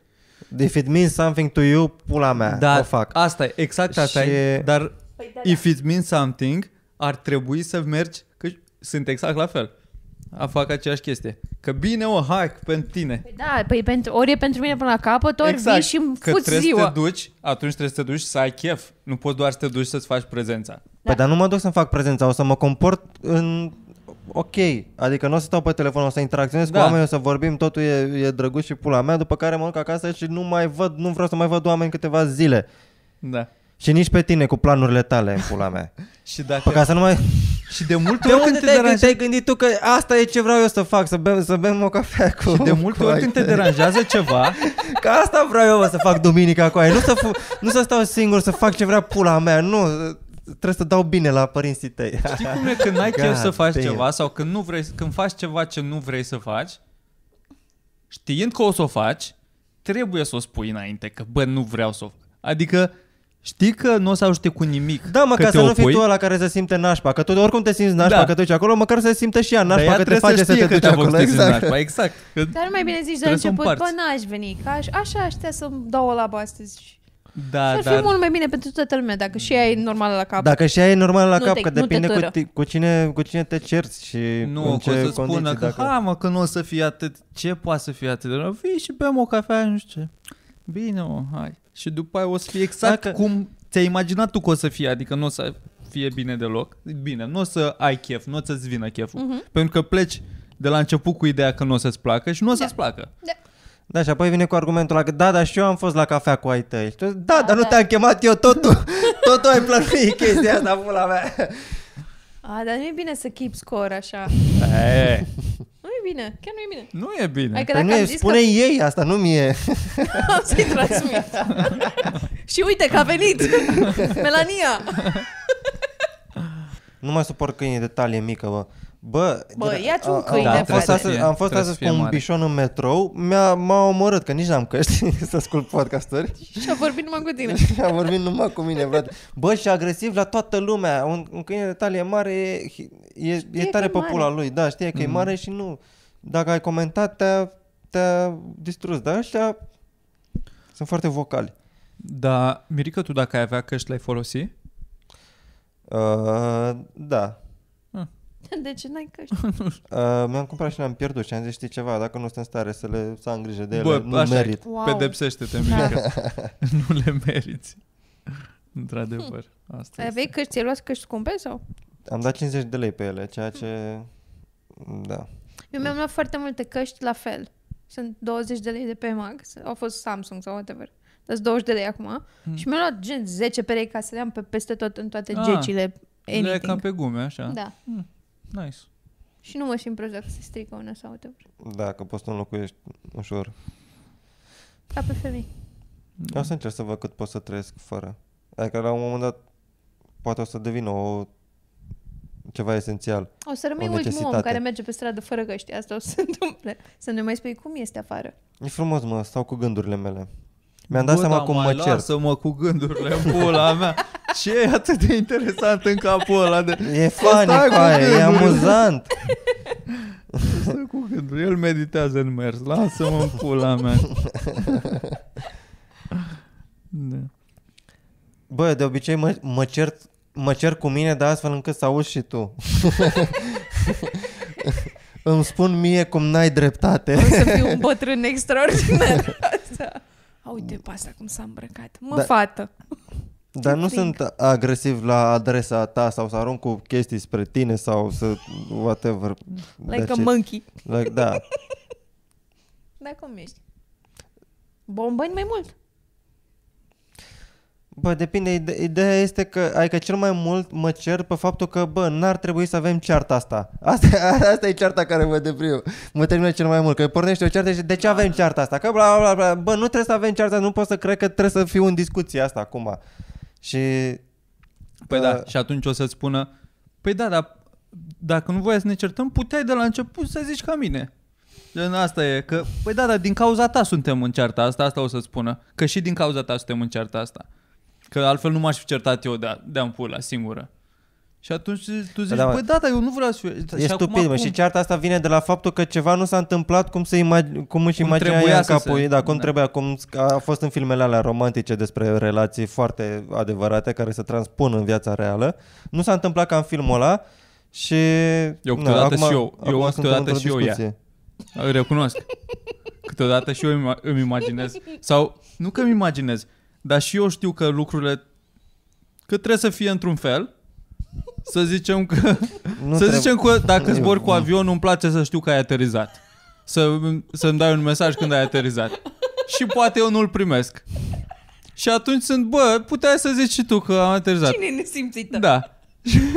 Speaker 1: If it means something to you, pula mea,
Speaker 3: Da,
Speaker 1: o fac.
Speaker 3: asta e, exact asta
Speaker 1: Și-
Speaker 3: e, dar
Speaker 2: Păi da, da.
Speaker 3: if it means something, ar trebui să mergi, că sunt exact la fel. A fac aceeași chestie. Că bine, o hack pentru tine.
Speaker 2: Păi da, păi pentru, ori e pentru mine până la capăt, ori vii și îmi
Speaker 3: Exact, că
Speaker 2: fuți
Speaker 3: trebuie să
Speaker 2: ziua.
Speaker 3: te duci, atunci trebuie să te duci și să ai chef. Nu poți doar să te duci să-ți faci prezența.
Speaker 1: Păi dar nu mă duc să-mi fac prezența, o să mă comport în... Ok, adică nu o să stau pe telefon, o să interacționez
Speaker 3: Da.
Speaker 1: cu oameni, o să vorbim, totul e, e drăguț și pula mea, după care mă duc acasă și nu mai văd, nu vreau să mai văd oameni câteva zile.
Speaker 3: Da.
Speaker 1: Și nici pe tine cu planurile tale, *laughs* în pula mea.
Speaker 3: Și dacă...
Speaker 1: Păi ca să nu mai...
Speaker 3: Și de
Speaker 1: *laughs*
Speaker 3: multe
Speaker 1: De
Speaker 3: ori
Speaker 1: unde
Speaker 3: când te
Speaker 1: te-ai,
Speaker 3: deranjează,
Speaker 1: te-ai gândit tu că asta e ce vreau eu să fac, să bem, să bem o cafea cu...
Speaker 3: și de multe
Speaker 1: cu
Speaker 3: ori
Speaker 1: ai
Speaker 3: când te
Speaker 1: tăi.
Speaker 3: deranjează ceva,
Speaker 1: *laughs* Că asta vreau eu mă, să fac duminica cu aia, nu să, fu, nu să stau singur, să fac ce vrea pula mea, nu, trebuie să dau bine la părinții tăi. *laughs*
Speaker 3: știi cum e când ai chef
Speaker 1: God
Speaker 3: să faci
Speaker 1: damn.
Speaker 3: ceva sau când nu vrei, când faci ceva ce nu vrei să faci, știind că o să o faci, trebuie să o spui înainte că bă, nu vreau să o fac. Adică știi că nu o să ajute cu nimic.
Speaker 1: Da, mă,
Speaker 3: că
Speaker 1: ca
Speaker 3: te
Speaker 1: să nu
Speaker 3: opui,
Speaker 1: fii tu ăla care se simte nașpa, că tu oricum te simți nașpa
Speaker 3: Da.
Speaker 1: da. că te duci acolo, măcar să simte și ea
Speaker 3: dar ea
Speaker 1: nașpa că te
Speaker 3: trebuie
Speaker 1: face să
Speaker 3: știe
Speaker 1: te
Speaker 3: că
Speaker 1: duci
Speaker 3: te-a făcut
Speaker 1: acolo.
Speaker 3: să simți
Speaker 1: Exact.
Speaker 3: nașpa, exact. Că-
Speaker 2: Dar mai bine zici de la
Speaker 3: Trebuie să o
Speaker 2: început, bă,
Speaker 3: împarți.
Speaker 2: n-aș veni, că aș, așa aștia să-mi dau o labă astăzi.
Speaker 3: Da,
Speaker 2: Ar
Speaker 3: dar... Da.
Speaker 2: fi mult mai bine pentru toată lumea, dacă și ea e normală la cap.
Speaker 1: Dacă și ea e normal la
Speaker 2: Nu
Speaker 1: cap,
Speaker 2: te-
Speaker 1: că
Speaker 2: nu te
Speaker 1: depinde cu,
Speaker 2: târă.
Speaker 1: ti- cu, cine, cu cine te cerți și
Speaker 3: Nu,
Speaker 1: în
Speaker 3: că o
Speaker 1: ce
Speaker 3: să spună
Speaker 1: condiții.
Speaker 3: că,
Speaker 1: Dacă...
Speaker 3: ha, mă, că nu o să fie atât, ce poate să fie atât de rău? Vii și bem o cafea, nu știu ce. Bine, mă, hai. Și după aia o să fie exact
Speaker 1: Dacă-
Speaker 3: cum ți-ai imaginat tu că o să fie, adică nu o să fie bine deloc. Bine, nu o să ai chef, nu o să-ți vină cheful. Uh-huh. Pentru că pleci de la început cu ideea că nu o să-ți placă și nu o să-ți placă.
Speaker 1: Da, și apoi vine cu argumentul ăla că da, dar și eu am fost la cafea cu ai tăi. Și tu, da, dar nu
Speaker 2: da.
Speaker 1: te-am chemat eu,
Speaker 2: *laughs*
Speaker 1: totul, totul ai plănuit chestia asta, pula mea.
Speaker 2: A, dar nu e bine să keep score așa.
Speaker 1: *laughs*
Speaker 3: E,
Speaker 2: Nu e bine, chiar nu e bine.
Speaker 3: Eh, nu e bine.
Speaker 2: Adică
Speaker 1: Păi
Speaker 2: dacă
Speaker 1: nu,
Speaker 2: am
Speaker 1: e,
Speaker 2: zis
Speaker 1: spune
Speaker 2: *laughs* că
Speaker 1: ei asta, nu mie.
Speaker 2: am să-i transmit. *laughs* și uite că a venit! *laughs* Melania!
Speaker 1: Nu mai suport câinii de talie mică, bă. Bă,
Speaker 2: Bă,
Speaker 1: de-
Speaker 2: ia-ți un
Speaker 1: a- a-
Speaker 2: câine,
Speaker 1: am fost,
Speaker 2: frate.
Speaker 1: astăzi, am fost
Speaker 3: Trebuie să
Speaker 1: astăzi
Speaker 3: fie
Speaker 1: cu un
Speaker 3: mare.
Speaker 1: bișon în metrou, mi-a, m-a omorât, că nici n-am căști *laughs* să ascult podcasturi.
Speaker 2: *laughs* Și a vorbit numai cu tine.
Speaker 1: Și a vorbit numai cu mine, frate. Bă, și agresiv la toată lumea. Un, un câine de talie mare e, e, e
Speaker 2: că
Speaker 1: tare
Speaker 2: e
Speaker 1: pe
Speaker 2: mare.
Speaker 1: pula lui. Da, știe că mm. e
Speaker 3: Mhm.
Speaker 1: mare și nu. Dacă ai comentat, te-a, te-a distrus. Dar ăștia sunt foarte vocali.
Speaker 3: Dar, Mirica, tu dacă ai avea căști, le-ai folosi?
Speaker 1: Uh, da.
Speaker 2: De ce n-ai căști?
Speaker 1: Uh, mi-am cumpărat și le-am pierdut și am zis, știi ceva, dacă nu sunt în stare să le să am grijă de ele,
Speaker 3: Bă,
Speaker 1: nu
Speaker 3: așa e.
Speaker 1: merit.
Speaker 2: Wow.
Speaker 3: Pedepsește-te, Mirica. nu le meriți. Într-adevăr. Asta
Speaker 2: Ai
Speaker 3: este.
Speaker 2: Aveai căști, ți-ai luat căști scumpe sau?
Speaker 1: Am dat 50 de lei pe ele, ceea ce... Da.
Speaker 2: Eu mi-am luat foarte multe căști la fel. Sunt 20 de lei de pe Mag. Au fost Samsung sau whatever. Sunt 20 de lei acum.
Speaker 3: Hmm.
Speaker 2: Hmm. Și mi-am luat gen 10 perechi ca să le am pe, peste tot în toate ah,
Speaker 3: Ah,
Speaker 2: gecile.
Speaker 3: Le ai cam
Speaker 2: Anything.
Speaker 3: pe gume, așa.
Speaker 2: Da.
Speaker 3: Nice.
Speaker 2: Și nu mă simt prost dacă se strică una sau whatever.
Speaker 1: Da, că poți să înlocuiești ușor.
Speaker 2: Ca pe femei.
Speaker 1: O să încerc să văd cât pot să trăiesc fără. Adică la un moment dat poate o să devină o ceva esențial.
Speaker 2: O să rămâi
Speaker 1: O
Speaker 2: ultimul om
Speaker 1: necesitate.
Speaker 2: care merge pe stradă fără găști. Asta o să *laughs* se întâmple. Să ne mai spui cum este *laughs* afară.
Speaker 1: E frumos, mă, stau cu gândurile mele. Mi-am dat
Speaker 3: Bă,
Speaker 1: seama
Speaker 3: dar
Speaker 1: cum mă
Speaker 3: mai
Speaker 1: cer.
Speaker 3: Lasă-mă cu gândurile în
Speaker 1: *laughs*
Speaker 3: pula mea. Ce e atât de interesant în capul ăla de...
Speaker 1: E funny,
Speaker 3: Stai cu
Speaker 1: coaie, e
Speaker 3: gândurile.
Speaker 1: amuzant.
Speaker 3: Stă cu gândul. El meditează în mers. Lasă-mă în
Speaker 1: *laughs*
Speaker 3: pula mea. da.
Speaker 1: Bă, de obicei mă, mă cer mă cer cu mine, dar astfel încât să auzi și
Speaker 2: *laughs*
Speaker 1: tu. Îmi spun mie cum n-ai dreptate.
Speaker 2: O să fiu un bătrân *laughs* extraordinar. Da. Asta. A, uite pe asta cum s-a îmbrăcat. Mă,
Speaker 1: Da.
Speaker 2: fată.
Speaker 1: *laughs* Dar nu
Speaker 2: Frig.
Speaker 1: sunt agresiv la adresa ta sau să arunc cu chestii spre tine sau să whatever.
Speaker 2: Like a
Speaker 1: That's it.
Speaker 2: monkey.
Speaker 1: Like, da.
Speaker 2: Da, cum ești? Bombăni mai mult.
Speaker 1: Bă, depinde. Ide- Ideea este că, adică cel mai mult mă cer pe faptul că, bă, n-ar trebui să avem cearta asta. *laughs* Asta, asta e cearta care mă deprime. Mă termină cel mai mult. Că pornește o ceartă și de ce avem cearta asta? Că bla, bla, bla. Bă, nu trebuie să avem cearta, nu pot să cred că trebuie să fiu în discuție asta acum. Și...
Speaker 3: Păi
Speaker 1: uh,
Speaker 3: da, și atunci o să spună, păi da, dar dacă nu voia să ne certăm, puteai de la început să zici ca mine. Gen asta e, că, păi da, dar din cauza ta suntem în cearta asta, asta o să spună. Că și din cauza ta suntem în cearta asta. Că altfel nu m-aș fi certat eu de-a, de-am pula singură. Și atunci tu zici,
Speaker 1: Da,
Speaker 3: da,
Speaker 1: mă.
Speaker 3: păi da, dar eu nu vreau să fiu.
Speaker 1: E
Speaker 3: și acum
Speaker 1: stupid, mă,
Speaker 3: cum?
Speaker 1: și cearta asta vine de la faptul că ceva nu s-a întâmplat cum, se imag- cum își
Speaker 3: Cum
Speaker 1: imagina
Speaker 3: trebuia
Speaker 1: ea în
Speaker 3: să se-
Speaker 1: capul ei, da, cum
Speaker 3: da.
Speaker 1: trebuia, cum a fost în filmele alea romantice despre relații foarte adevărate care se transpun în viața reală. Nu s-a întâmplat ca în filmul ăla și... na,
Speaker 3: Eu câteodată
Speaker 1: acum-
Speaker 3: și eu-
Speaker 1: acum
Speaker 3: eu câteodată
Speaker 1: suntem într-o
Speaker 3: și eu ea.
Speaker 1: discuție.
Speaker 3: Îi Recunosc. Câteodată și eu ima- îmi imaginez. Sau, nu că îmi imaginez, dar și eu știu că lucrurile, că trebuie să fie într-un fel. Să zicem că,
Speaker 1: Nu
Speaker 3: să
Speaker 1: trebuie-
Speaker 3: zicem că dacă
Speaker 1: Eu-
Speaker 3: zbor cu avionul îmi place să știu că ai aterizat. Să, să-mi dai un mesaj când ai aterizat. Și poate eu nu-l primesc. Și atunci sunt, bă, puteai să zici și tu că am aterizat.
Speaker 2: Cine e nesimțită?
Speaker 3: Exact. Da. *laughs*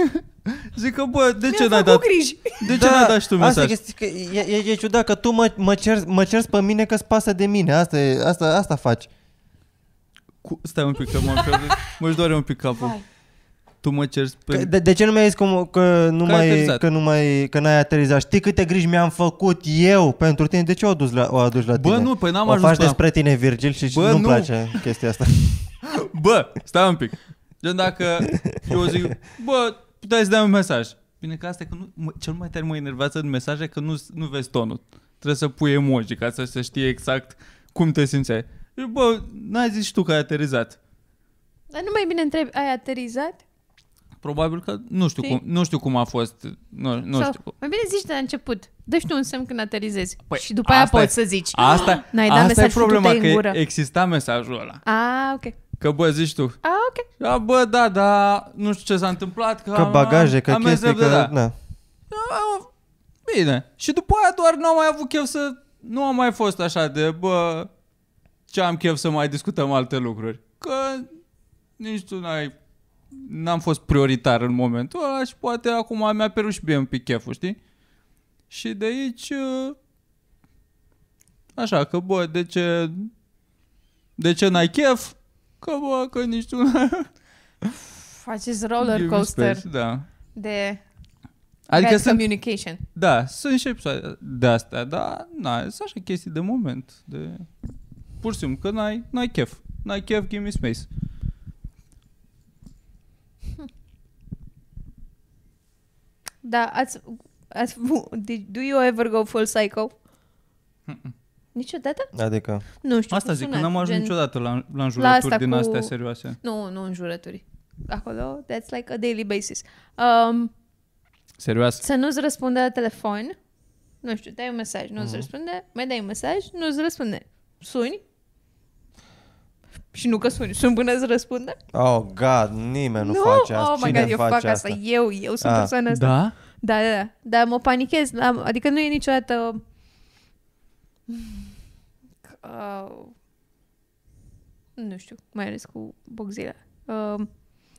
Speaker 3: Zic că, bă, de ce
Speaker 2: Mi-am
Speaker 3: n-ai
Speaker 2: făcut
Speaker 3: dat?
Speaker 2: griji.
Speaker 3: De ce n-ai dat și tu mesaj?
Speaker 1: Da, Asta e, chestia, că e, e, e ciudat că tu mă, mă, cer, mă ceri pe mine că-ți pasă de mine. Asta, e, asta, asta faci.
Speaker 3: Cu... Stai un pic că m-am pierdut.
Speaker 2: *laughs*
Speaker 3: Mă-și doare un pic capul.
Speaker 2: Vai.
Speaker 3: Tu mă ceri
Speaker 1: Că-
Speaker 3: pe...
Speaker 1: De, de ce nu mi-ai zis cum, că, nu
Speaker 3: Păi- Că ai
Speaker 1: mai,
Speaker 3: aterizat.
Speaker 1: că, nu mai, că n-ai aterizat? Știi câte griji mi-am făcut eu pentru tine? De ce o, adus la, o aduci la
Speaker 3: Bă,
Speaker 1: tine?
Speaker 3: nu, păi n-am
Speaker 1: o
Speaker 3: ajuns
Speaker 1: faci
Speaker 3: până
Speaker 1: despre tine, Virgil, și
Speaker 3: Bă,
Speaker 1: nu-mi
Speaker 3: nu.
Speaker 1: place chestia
Speaker 3: *laughs*
Speaker 1: asta.
Speaker 3: Bă, stai un pic. Gen dacă eu zic, bă, puteai să dai un mesaj. Bine că asta e că nu, mă, cel mai tare mă enervează în mesaje că nu, nu vezi tonul. Trebuie să pui emoji ca să se știe exact cum te simțeai. Eu, Bă, n-ai zis și tu că ai aterizat.
Speaker 2: Dar nu mai bine întreb, ai aterizat?
Speaker 3: Probabil că nu știu,
Speaker 2: Știi?
Speaker 3: cum, nu știu cum a fost. Nu, nu
Speaker 2: Sau-
Speaker 3: știu cum.
Speaker 2: Mai bine zici de la început. Dă și tu un semn când aterizezi.
Speaker 3: Păi,
Speaker 2: și după aia
Speaker 3: asta e-
Speaker 2: poți să zici.
Speaker 3: Asta,
Speaker 2: N-ai dat
Speaker 3: asta e
Speaker 2: mesaj,
Speaker 3: problema,
Speaker 2: du-te-i în
Speaker 3: că
Speaker 2: gură.
Speaker 3: exista mesajul ăla.
Speaker 2: A, ok.
Speaker 3: Că bă, zici tu,
Speaker 2: A, ok.
Speaker 3: Da, bă, da, da, nu știu ce s-a întâmplat, că,
Speaker 1: Că
Speaker 3: am,
Speaker 1: bagaje, că
Speaker 3: am
Speaker 1: chestii,
Speaker 3: rezerv
Speaker 1: că...
Speaker 3: de Da.
Speaker 1: Na.
Speaker 3: A, Bine. Și după aia doar nu am mai avut chef să... Nu am mai fost așa de, bă, ce am chef să mai discutăm alte lucruri. Că nici tu n-ai... N-am fost prioritar în momentul ăla și poate acum mi-a perut și bine un pic cheful, știi? Și de aici... uh, Așa că, bă, de ce... De ce n-ai chef? Că, bă, că nici tu n-ai...
Speaker 2: Faceți roller coaster
Speaker 3: Space, Da.
Speaker 2: de
Speaker 3: Adică
Speaker 2: bad
Speaker 3: sunt
Speaker 2: communication.
Speaker 3: Da, sunt și episoade de astea, dar na, sunt așa chestii de moment, de pur și simplu, că n-ai, n-ai chef, n-ai chef, give me space.
Speaker 2: Da, ați, ați, *laughs* did- do you ever go full psycho? Niciodată?
Speaker 1: Adică,
Speaker 2: Nu știu.
Speaker 3: Asta
Speaker 2: cum
Speaker 3: zic, că
Speaker 2: sună,
Speaker 3: n-am ajuns
Speaker 2: gen-
Speaker 3: niciodată la, la
Speaker 2: asta
Speaker 3: înjurături din
Speaker 2: cu-
Speaker 3: astea serioase.
Speaker 2: Nu, nu în jurături. Acolo, that's like a daily basis. Um,
Speaker 3: Serioase?
Speaker 2: să nu-ți răspunde la telefon. Nu știu, dai un mesaj,
Speaker 1: Mhm.
Speaker 2: nu-ți răspunde. Mai dai un mesaj, nu-ți răspunde. Suni. Și nu că suni, sun până îți răspunde.
Speaker 1: oh, God, nimeni nu,
Speaker 2: Nu,
Speaker 1: face asta.
Speaker 2: Oh my
Speaker 1: Cine
Speaker 2: God, eu
Speaker 1: face
Speaker 2: fac
Speaker 1: asta?
Speaker 2: asta. Eu, eu sunt
Speaker 1: Ah,
Speaker 2: persoana asta.
Speaker 3: Da?
Speaker 2: Da, da, da. Dar mă panichez. Am- Adică nu e niciodată... Uh, nu știu, mai ales cu boxile. Uh,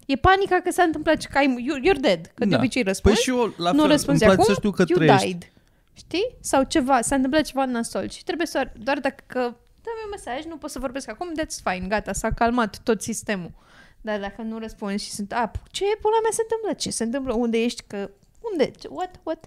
Speaker 2: e panica că s-a întâmplat și că ai, you're, you're dead. Că de
Speaker 3: Da.
Speaker 2: obicei răspunzi.
Speaker 3: Păi și eu, la
Speaker 2: nu
Speaker 3: fel, îmi
Speaker 2: răspunzi
Speaker 3: place
Speaker 2: acum,
Speaker 3: să știu că
Speaker 2: you
Speaker 3: trăiești.
Speaker 2: died. Știi? Sau ceva, s-a întâmplat ceva nasol și trebuie să, doar dacă dă-mi un mesaj, nu pot să vorbesc acum, that's fine, gata, s-a calmat tot sistemul. Dar dacă nu răspunzi și sunt, a, ce pula mea se întâmplă? Ce se întâmplă? Unde ești? Că cum de? ce- What? What?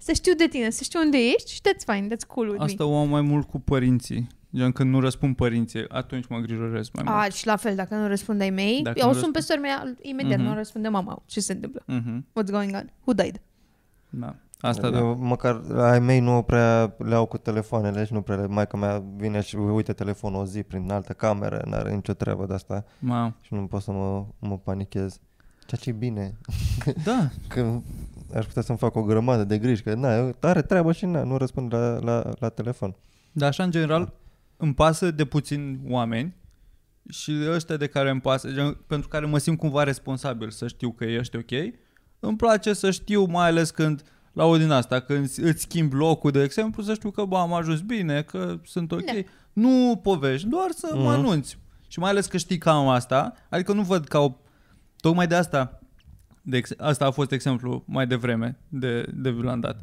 Speaker 2: Să știu de tine, să știu unde ești și that's fine, that's cool with
Speaker 3: Asta o am mai mult cu părinții. Gen, când nu răspund părinții, atunci mă îngrijorez mai
Speaker 2: me.
Speaker 3: mult.
Speaker 2: A, și la fel, dacă nu răspund ai mei,
Speaker 3: Dacă
Speaker 2: eu
Speaker 3: nu
Speaker 2: o sun pe
Speaker 3: răspund.
Speaker 2: sora mea imediat,
Speaker 3: Mhm.
Speaker 2: nu răspunde mama. Ce se întâmplă?
Speaker 3: Mhm,
Speaker 2: What's going on? Who died?
Speaker 3: da. Asta da.
Speaker 1: Eu, măcar ai mei nu prea le au cu telefoanele și nu prea le... Maica mea vine și uite telefonul o zi prin altă cameră, n-are nicio treabă de asta
Speaker 3: Ma,
Speaker 1: și nu pot să mă, mă panichez. Ceea ce e bine,
Speaker 3: da,
Speaker 1: că aș putea să-mi fac o grămadă de griji, că na, are treabă și na, nu răspund la, la, la telefon.
Speaker 3: Dar așa, în general, îmi pasă de puțini oameni și de ăștia de care îmi pasă, gen, pentru care mă simt cumva responsabil să știu că ești ok. Îmi place să știu, mai ales când la o din asta, când îți- îți schimbi locul, de exemplu, să știu că bă, am ajuns bine, că sunt ok.
Speaker 2: Da.
Speaker 3: Nu povești, doar să mă
Speaker 1: Mhm.
Speaker 3: anunți. Și mai ales că știi că am asta, adică nu văd ca o... Tocmai de asta, de ex- asta a fost exemplu mai devreme de, de vi l-am dat.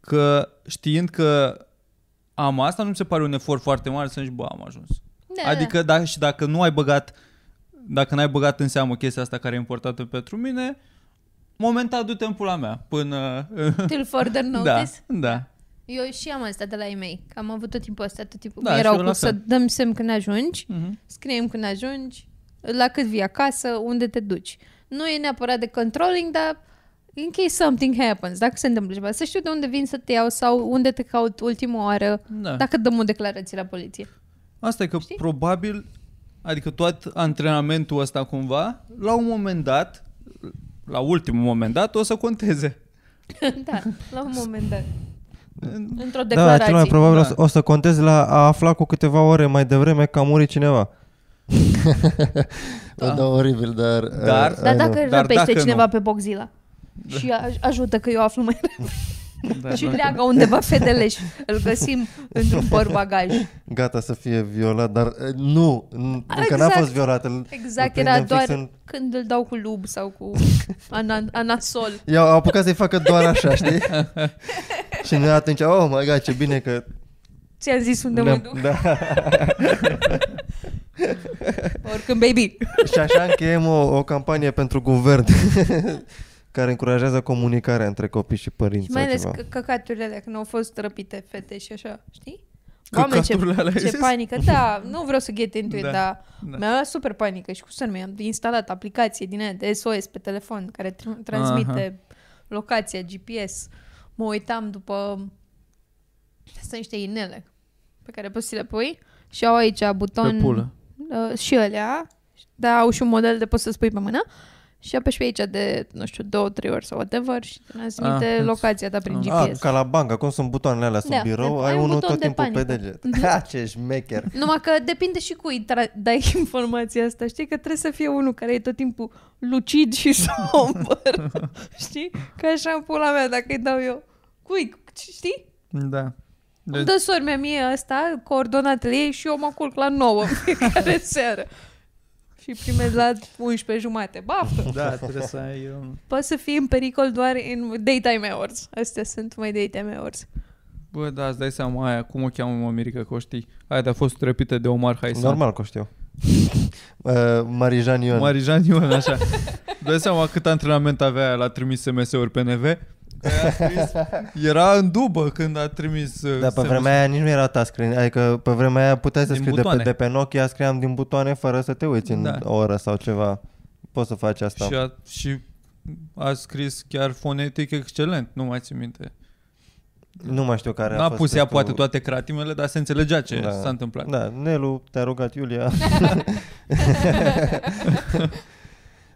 Speaker 3: Că știind că am asta, nu mi se pare un efort foarte mare să zici, bă, am ajuns.
Speaker 2: Da,
Speaker 3: Adică da, și dacă nu ai băgat dacă n-ai băgat în seamă chestia asta care e importantă pentru mine, momentan du-te în pula mea până...
Speaker 2: da. Till further
Speaker 3: *laughs* da,
Speaker 2: notice.
Speaker 3: da.
Speaker 2: Eu și am asta de la ei că am avut tot timpul asta, tot timpul.
Speaker 3: Da,
Speaker 2: Da,
Speaker 3: și
Speaker 2: erau
Speaker 3: eu
Speaker 2: cu
Speaker 3: la
Speaker 2: să
Speaker 3: fel.
Speaker 2: dăm semn când ajungi,
Speaker 3: Mhm.
Speaker 2: scriem când ajungi, la cât vii acasă, unde te duci. Nu e neapărat de controlling, dar in case something happens, dacă se întâmplă ceva, să știu de unde vin să te iau sau unde te caut ultima oară,
Speaker 3: da.
Speaker 2: dacă dăm o declarație la poliție. *laughs*
Speaker 3: Asta e că
Speaker 2: Știi?
Speaker 3: Știi? probabil, adică tot antrenamentul ăsta cumva, la un moment dat, la ultimul moment dat, o să conteze.
Speaker 2: da, la un moment dat. Într-o
Speaker 1: Da, cel mai
Speaker 2: declarație.
Speaker 1: probabil da. o,
Speaker 3: Da.
Speaker 1: să, o să contez la a afla cu câteva ore mai devreme că a murit *laughs* cineva.
Speaker 3: Da.
Speaker 1: da, oribil, dar...
Speaker 3: Dar-
Speaker 1: uh, I
Speaker 2: Dar
Speaker 1: know.
Speaker 2: dacă
Speaker 3: Dar
Speaker 2: răpește
Speaker 3: dacă
Speaker 2: cineva
Speaker 3: nu.
Speaker 2: pe Boxila și aj- ajută că eu aflu mai
Speaker 3: Da,
Speaker 2: și leagă undeva fedeleș, îl găsim într-un porbagaj.
Speaker 1: Gata să fie violat, dar uh, nu, n- încă n-a
Speaker 2: Exact.
Speaker 1: fost violat. Îl, îl
Speaker 2: Exact,
Speaker 1: prindem
Speaker 2: era
Speaker 1: fix
Speaker 2: doar
Speaker 1: În...
Speaker 2: când îl dau cu lub sau cu ana- anasol.
Speaker 1: I-au apucat să-i facă doar așa, știi? și noi atunci, oh my god, ce bine că...
Speaker 2: Ți-am zis unde mă
Speaker 1: ne-am-
Speaker 2: duc.
Speaker 1: Da.
Speaker 2: *laughs* Oricând, baby.
Speaker 1: și așa încheiem o, o campanie pentru guvern *laughs* care încurajează comunicarea între copii și părinți.
Speaker 2: Și mai
Speaker 1: sau
Speaker 2: ales
Speaker 1: ceva.
Speaker 2: că- căcaturile alea, când au fost răpite fete și așa, știi? Doamne, ce,
Speaker 3: Căcaturile alea, ai
Speaker 2: ce
Speaker 3: zis?
Speaker 2: panică. Da, nu vreau să get into it,
Speaker 3: Da,
Speaker 2: dar
Speaker 3: da.
Speaker 2: mi-a dat super panică și cu să mi-am instalat aplicație din aia de SOS pe telefon care tr- transmite locația, GPS. Mă uitam după... Sunt niște inele pe care poți să le pui și au aici buton...
Speaker 3: Pe pulă.
Speaker 2: uh, și alea, dar au și un model de poți să spui pe mână și apeși pe aici de, nu știu, două, trei ori sau whatever și te transmite
Speaker 3: Ah,
Speaker 2: locația ta prin
Speaker 3: am-
Speaker 1: A,
Speaker 2: GPS.
Speaker 1: Ah, ca la bancă, acum sunt butoanele alea sub
Speaker 2: Da,
Speaker 1: birou,
Speaker 2: de-
Speaker 1: ai
Speaker 2: ai un
Speaker 1: unul
Speaker 2: buton
Speaker 1: tot
Speaker 2: de
Speaker 1: timpul pe
Speaker 2: panică. Mhm.
Speaker 1: deget. Ha, ce șmecher!
Speaker 2: Numai că depinde și cui tra- dai *laughs* informația asta, știi? Că trebuie să fie unul care e tot timpul lucid și *laughs*
Speaker 3: *laughs*
Speaker 2: somber, știi? Că așa în pula mea, dacă îi dau eu, cui, știi?
Speaker 3: Da.
Speaker 2: Îmi dă sormea mie asta, coordonatele ei și eu mă culc la 9
Speaker 3: *laughs*
Speaker 2: fiecare seară. Și primez la 11 jumate. Baftă!
Speaker 3: da, trebuie să ai... Um...
Speaker 2: Poți să fii în pericol doar în daytime hours. Astea sunt mai daytime hours.
Speaker 3: Bă, da, îți dai seama aia, cum o cheamă mă Mirica, că o știi. Aia de-a fost trepită de Omar Haisan.
Speaker 1: Normal că o știu. *laughs* Uh, Marijan Ion. Mari...
Speaker 3: Marijan Ion, așa. Dai seama cât antrenament avea aia la trimis SMS-uri pe NV? Că aia a scris- Era în dubă când a trimis
Speaker 1: Dar
Speaker 3: uh,
Speaker 1: Da, pe
Speaker 3: SMS.
Speaker 1: vremea aia nici nu era touchscreen, adică pe vremea aia puteai să
Speaker 3: Din
Speaker 1: scrii de pe,
Speaker 3: butoane.
Speaker 1: de pe Nokia, scriam din butoane fără să te uiți în
Speaker 3: Da.
Speaker 1: o oră sau ceva. Poți să faci asta.
Speaker 3: și a, și a scris chiar fonetic excelent, nu mai țin minte.
Speaker 1: Nu mai știu care a
Speaker 3: N-a
Speaker 1: fost
Speaker 3: pus ea
Speaker 1: testul.
Speaker 3: poate toate cratimele, dar se înțelegea ce
Speaker 1: Da.
Speaker 3: s-a întâmplat.
Speaker 1: Da, Nelu, te-a rugat
Speaker 3: *laughs*
Speaker 1: Iulia.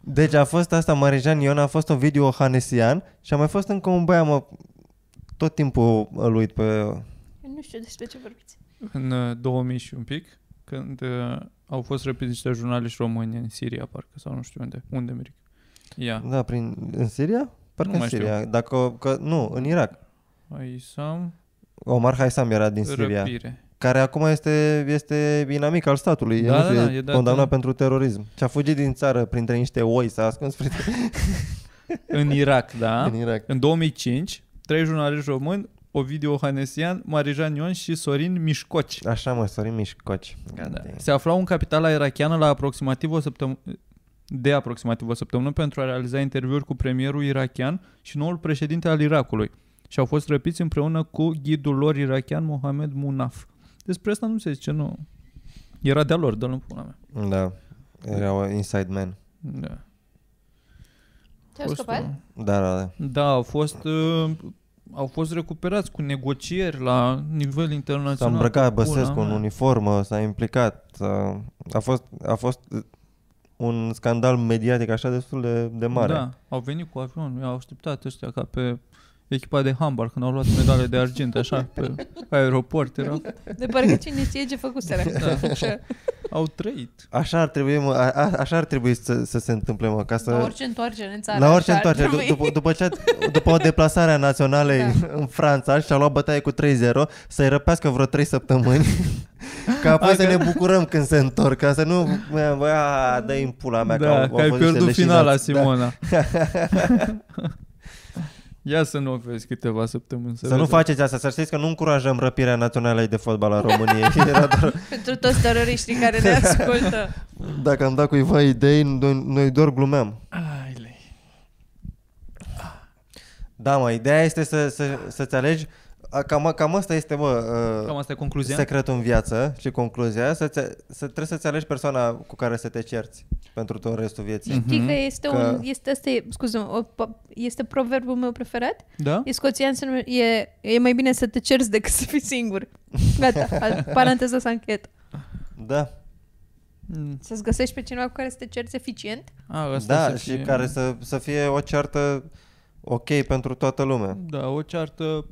Speaker 1: deci a fost asta, Marijan Ion, a fost un video hanesian și a mai fost încă un băiat, mă, tot timpul îl uit pe...
Speaker 2: Eu nu știu despre ce vorbiți.
Speaker 3: În uh, 2000 și un pic, când uh, au fost răpiți niște jurnaliști români în Siria, parcă, sau nu știu unde. Unde, Mirica? Ia.
Speaker 1: Da, prin, în Siria? Parcă
Speaker 3: Nu
Speaker 1: în
Speaker 3: mai
Speaker 1: Siria. Dacă, că, nu, în Irak.
Speaker 3: Aisam,
Speaker 1: Omar Haisam era din Siria,
Speaker 3: răpire.
Speaker 1: care acum este, este inamic al statului. El
Speaker 3: Da,
Speaker 1: nu
Speaker 3: da,
Speaker 1: știu,
Speaker 3: da,
Speaker 1: e
Speaker 3: e dat-
Speaker 1: condamnat pentru terorism. Și a fugit din țară printre niște oi, s-a ascuns printre,
Speaker 3: În Irak, da.
Speaker 1: în Irak.
Speaker 3: În 2005, trei jurnaliști români, Ovidiu Hanesian, Marijan Ion și Sorin Mișcoci.
Speaker 1: Așa mă, Sorin Mișcoci. Deci-
Speaker 3: Da. Se aflau în capitala irachiană la aproximativ o săptămână de aproximativ o săptămână pentru a realiza interviuri cu premierul irachian și noul președinte al Irakului și au fost răpiți împreună cu ghidul lor irachian Mohamed Munaf. Despre asta nu se zice, nu. Era de-a lor, dă-l în pula mea.
Speaker 1: Da. Era un inside man.
Speaker 3: Da.
Speaker 2: Te-au
Speaker 3: Fost,
Speaker 2: scăpat?
Speaker 3: uh,
Speaker 1: Da, da, da.
Speaker 3: Da, au fost, uh, au fost recuperați cu negocieri la nivel internațional.
Speaker 1: S-a îmbrăcat
Speaker 3: Pula
Speaker 1: Băsescu în
Speaker 3: mea.
Speaker 1: uniformă, s-a implicat. A, a fost, a fost uh, un scandal mediatic așa destul de, de mare.
Speaker 3: Da, au venit cu avionul, i-au așteptat ăștia ca pe echipa de handbal când au luat medale de argint așa pe aeroport. Era,
Speaker 2: De parcă cine știe ce făcut
Speaker 3: Da.
Speaker 2: Așa.
Speaker 3: au trăit.
Speaker 1: Așa ar trebui, mă, a, a, așa ar trebui să, să se întâmple, mă, ca să...
Speaker 2: La orice întoarcere în țară.
Speaker 1: La orice
Speaker 2: așa ar
Speaker 1: întoarcere,
Speaker 2: trebui.
Speaker 1: du- după, după, ce, după deplasarea naționalei
Speaker 2: *laughs* Da.
Speaker 1: în Franța și a luat bătaie cu 3-0, să-i răpească vreo 3
Speaker 3: *laughs*
Speaker 1: săptămâni, ca apoi
Speaker 3: Hai
Speaker 1: să
Speaker 3: că-
Speaker 1: ne bucurăm când se întorc, ca să nu, bă, bă, a, dă-i în pula mea, că,
Speaker 3: Da,
Speaker 1: au,
Speaker 3: că
Speaker 1: au
Speaker 3: ai
Speaker 1: fost niște
Speaker 3: pierdut
Speaker 1: leșinați. Da.
Speaker 3: finala, Simona.
Speaker 1: *laughs*
Speaker 3: Ia să nu o vezi câteva săptămâni.
Speaker 1: Da. Să nu
Speaker 3: vezi.
Speaker 1: faceți asta, să știți că nu încurajăm răpirea naționalei de fotbal a României. *laughs* Era doar,
Speaker 2: *laughs* Pentru toți teroriștii
Speaker 1: *laughs*
Speaker 2: care ne ascultă.
Speaker 1: Mhm. dacă am dat cuiva idei, noi, noi doar glumeam.
Speaker 3: Ai lei.
Speaker 1: Da, mă, ideea este să, să, să-ți alegi, a, cam, cam asta este, mă, uh,
Speaker 3: Cam asta e concluzia?
Speaker 1: secretul în viață și concluzia, să, ți, să trebuie să-ți alegi persoana cu care să te cerți pentru tot restul vieții. Mm.
Speaker 2: Știi că este
Speaker 1: Că-
Speaker 2: un... Este, asta e, scuze o, po- este proverbul meu preferat.
Speaker 3: Da?
Speaker 2: E scoțian se numește... E, e mai bine să te cerți decât să fii singur. Gata. a- Paranteza s-a încheiat.
Speaker 1: Da,
Speaker 3: Mm.
Speaker 2: Să-ți găsești pe cineva cu care să te cerți eficient.
Speaker 3: A, asta
Speaker 1: da
Speaker 3: să
Speaker 1: și
Speaker 3: fie-
Speaker 1: care să, să fie o ceartă ok pentru toată lumea.
Speaker 3: Da, o ceartă...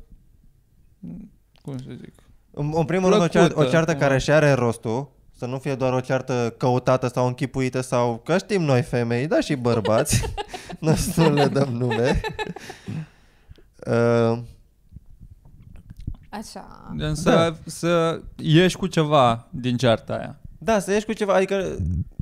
Speaker 3: Cum să zic?
Speaker 1: În, în primul rând, o
Speaker 3: Plăcută, Mm.
Speaker 1: ceartă, o ceartă
Speaker 3: cumva.
Speaker 1: care și are rostul, să nu fie doar o ceartă căutată sau închipuită sau, că știm noi femei, dar și bărbați,
Speaker 3: *laughs*
Speaker 1: nu, nu le dăm nume. Uh,
Speaker 2: Așa.
Speaker 3: Însă
Speaker 1: Da.
Speaker 3: da. să ieși cu ceva din cearta aia.
Speaker 1: Da, să ieși cu ceva, adică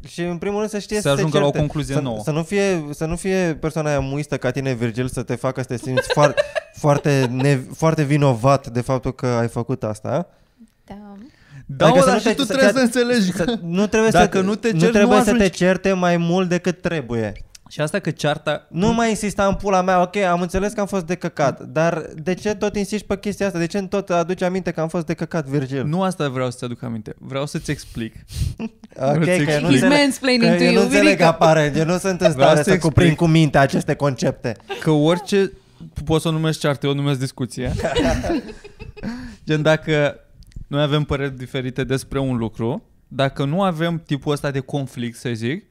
Speaker 1: și în primul rând să știe
Speaker 3: Să
Speaker 1: te
Speaker 3: ajungă la o
Speaker 1: certe.
Speaker 3: concluzie
Speaker 1: să,
Speaker 3: nouă.
Speaker 1: Să nu, fie, să nu fie persoana aia muistă ca tine, Virgil, să te facă să te simți
Speaker 3: *laughs*
Speaker 1: foarte, foarte, ne, foarte vinovat de faptul că ai făcut asta.
Speaker 2: Da.
Speaker 3: Da,
Speaker 1: Adică să
Speaker 3: mă, dar
Speaker 1: nu
Speaker 3: și
Speaker 1: te-
Speaker 3: tu
Speaker 1: să
Speaker 3: trebuie
Speaker 1: te-
Speaker 3: să înțelegi că...
Speaker 1: Să, nu trebuie
Speaker 3: Dacă
Speaker 1: să,
Speaker 3: nu te ceri, nu
Speaker 1: trebuie să te
Speaker 3: ajungi.
Speaker 1: certe mai mult decât trebuie.
Speaker 3: Și asta că cearta...
Speaker 1: Nu mai insista în pula mea, ok, am înțeles că am fost de căcat, dar de ce tot insisti pe chestia asta? De ce tot aduci aminte că am fost de căcat, Virgil?
Speaker 3: Nu asta vreau să-ți aduc aminte. Vreau să-ți explic.
Speaker 1: ok, că
Speaker 3: He's
Speaker 1: eu nu
Speaker 2: He's
Speaker 1: înțeleg, că
Speaker 2: mansplaining to
Speaker 1: eu nu
Speaker 2: you,
Speaker 1: înțeleg
Speaker 2: Virica.
Speaker 1: aparent, eu nu sunt în
Speaker 3: Vreau
Speaker 1: stare
Speaker 3: să
Speaker 1: să cuprind
Speaker 3: explic.
Speaker 1: cu minte aceste concepte.
Speaker 3: Că orice... tu Poți să o numești ceartă, eu o numesc discuție. Gen, dacă noi avem păreri diferite despre un lucru, dacă nu avem tipul ăsta de conflict, să zic,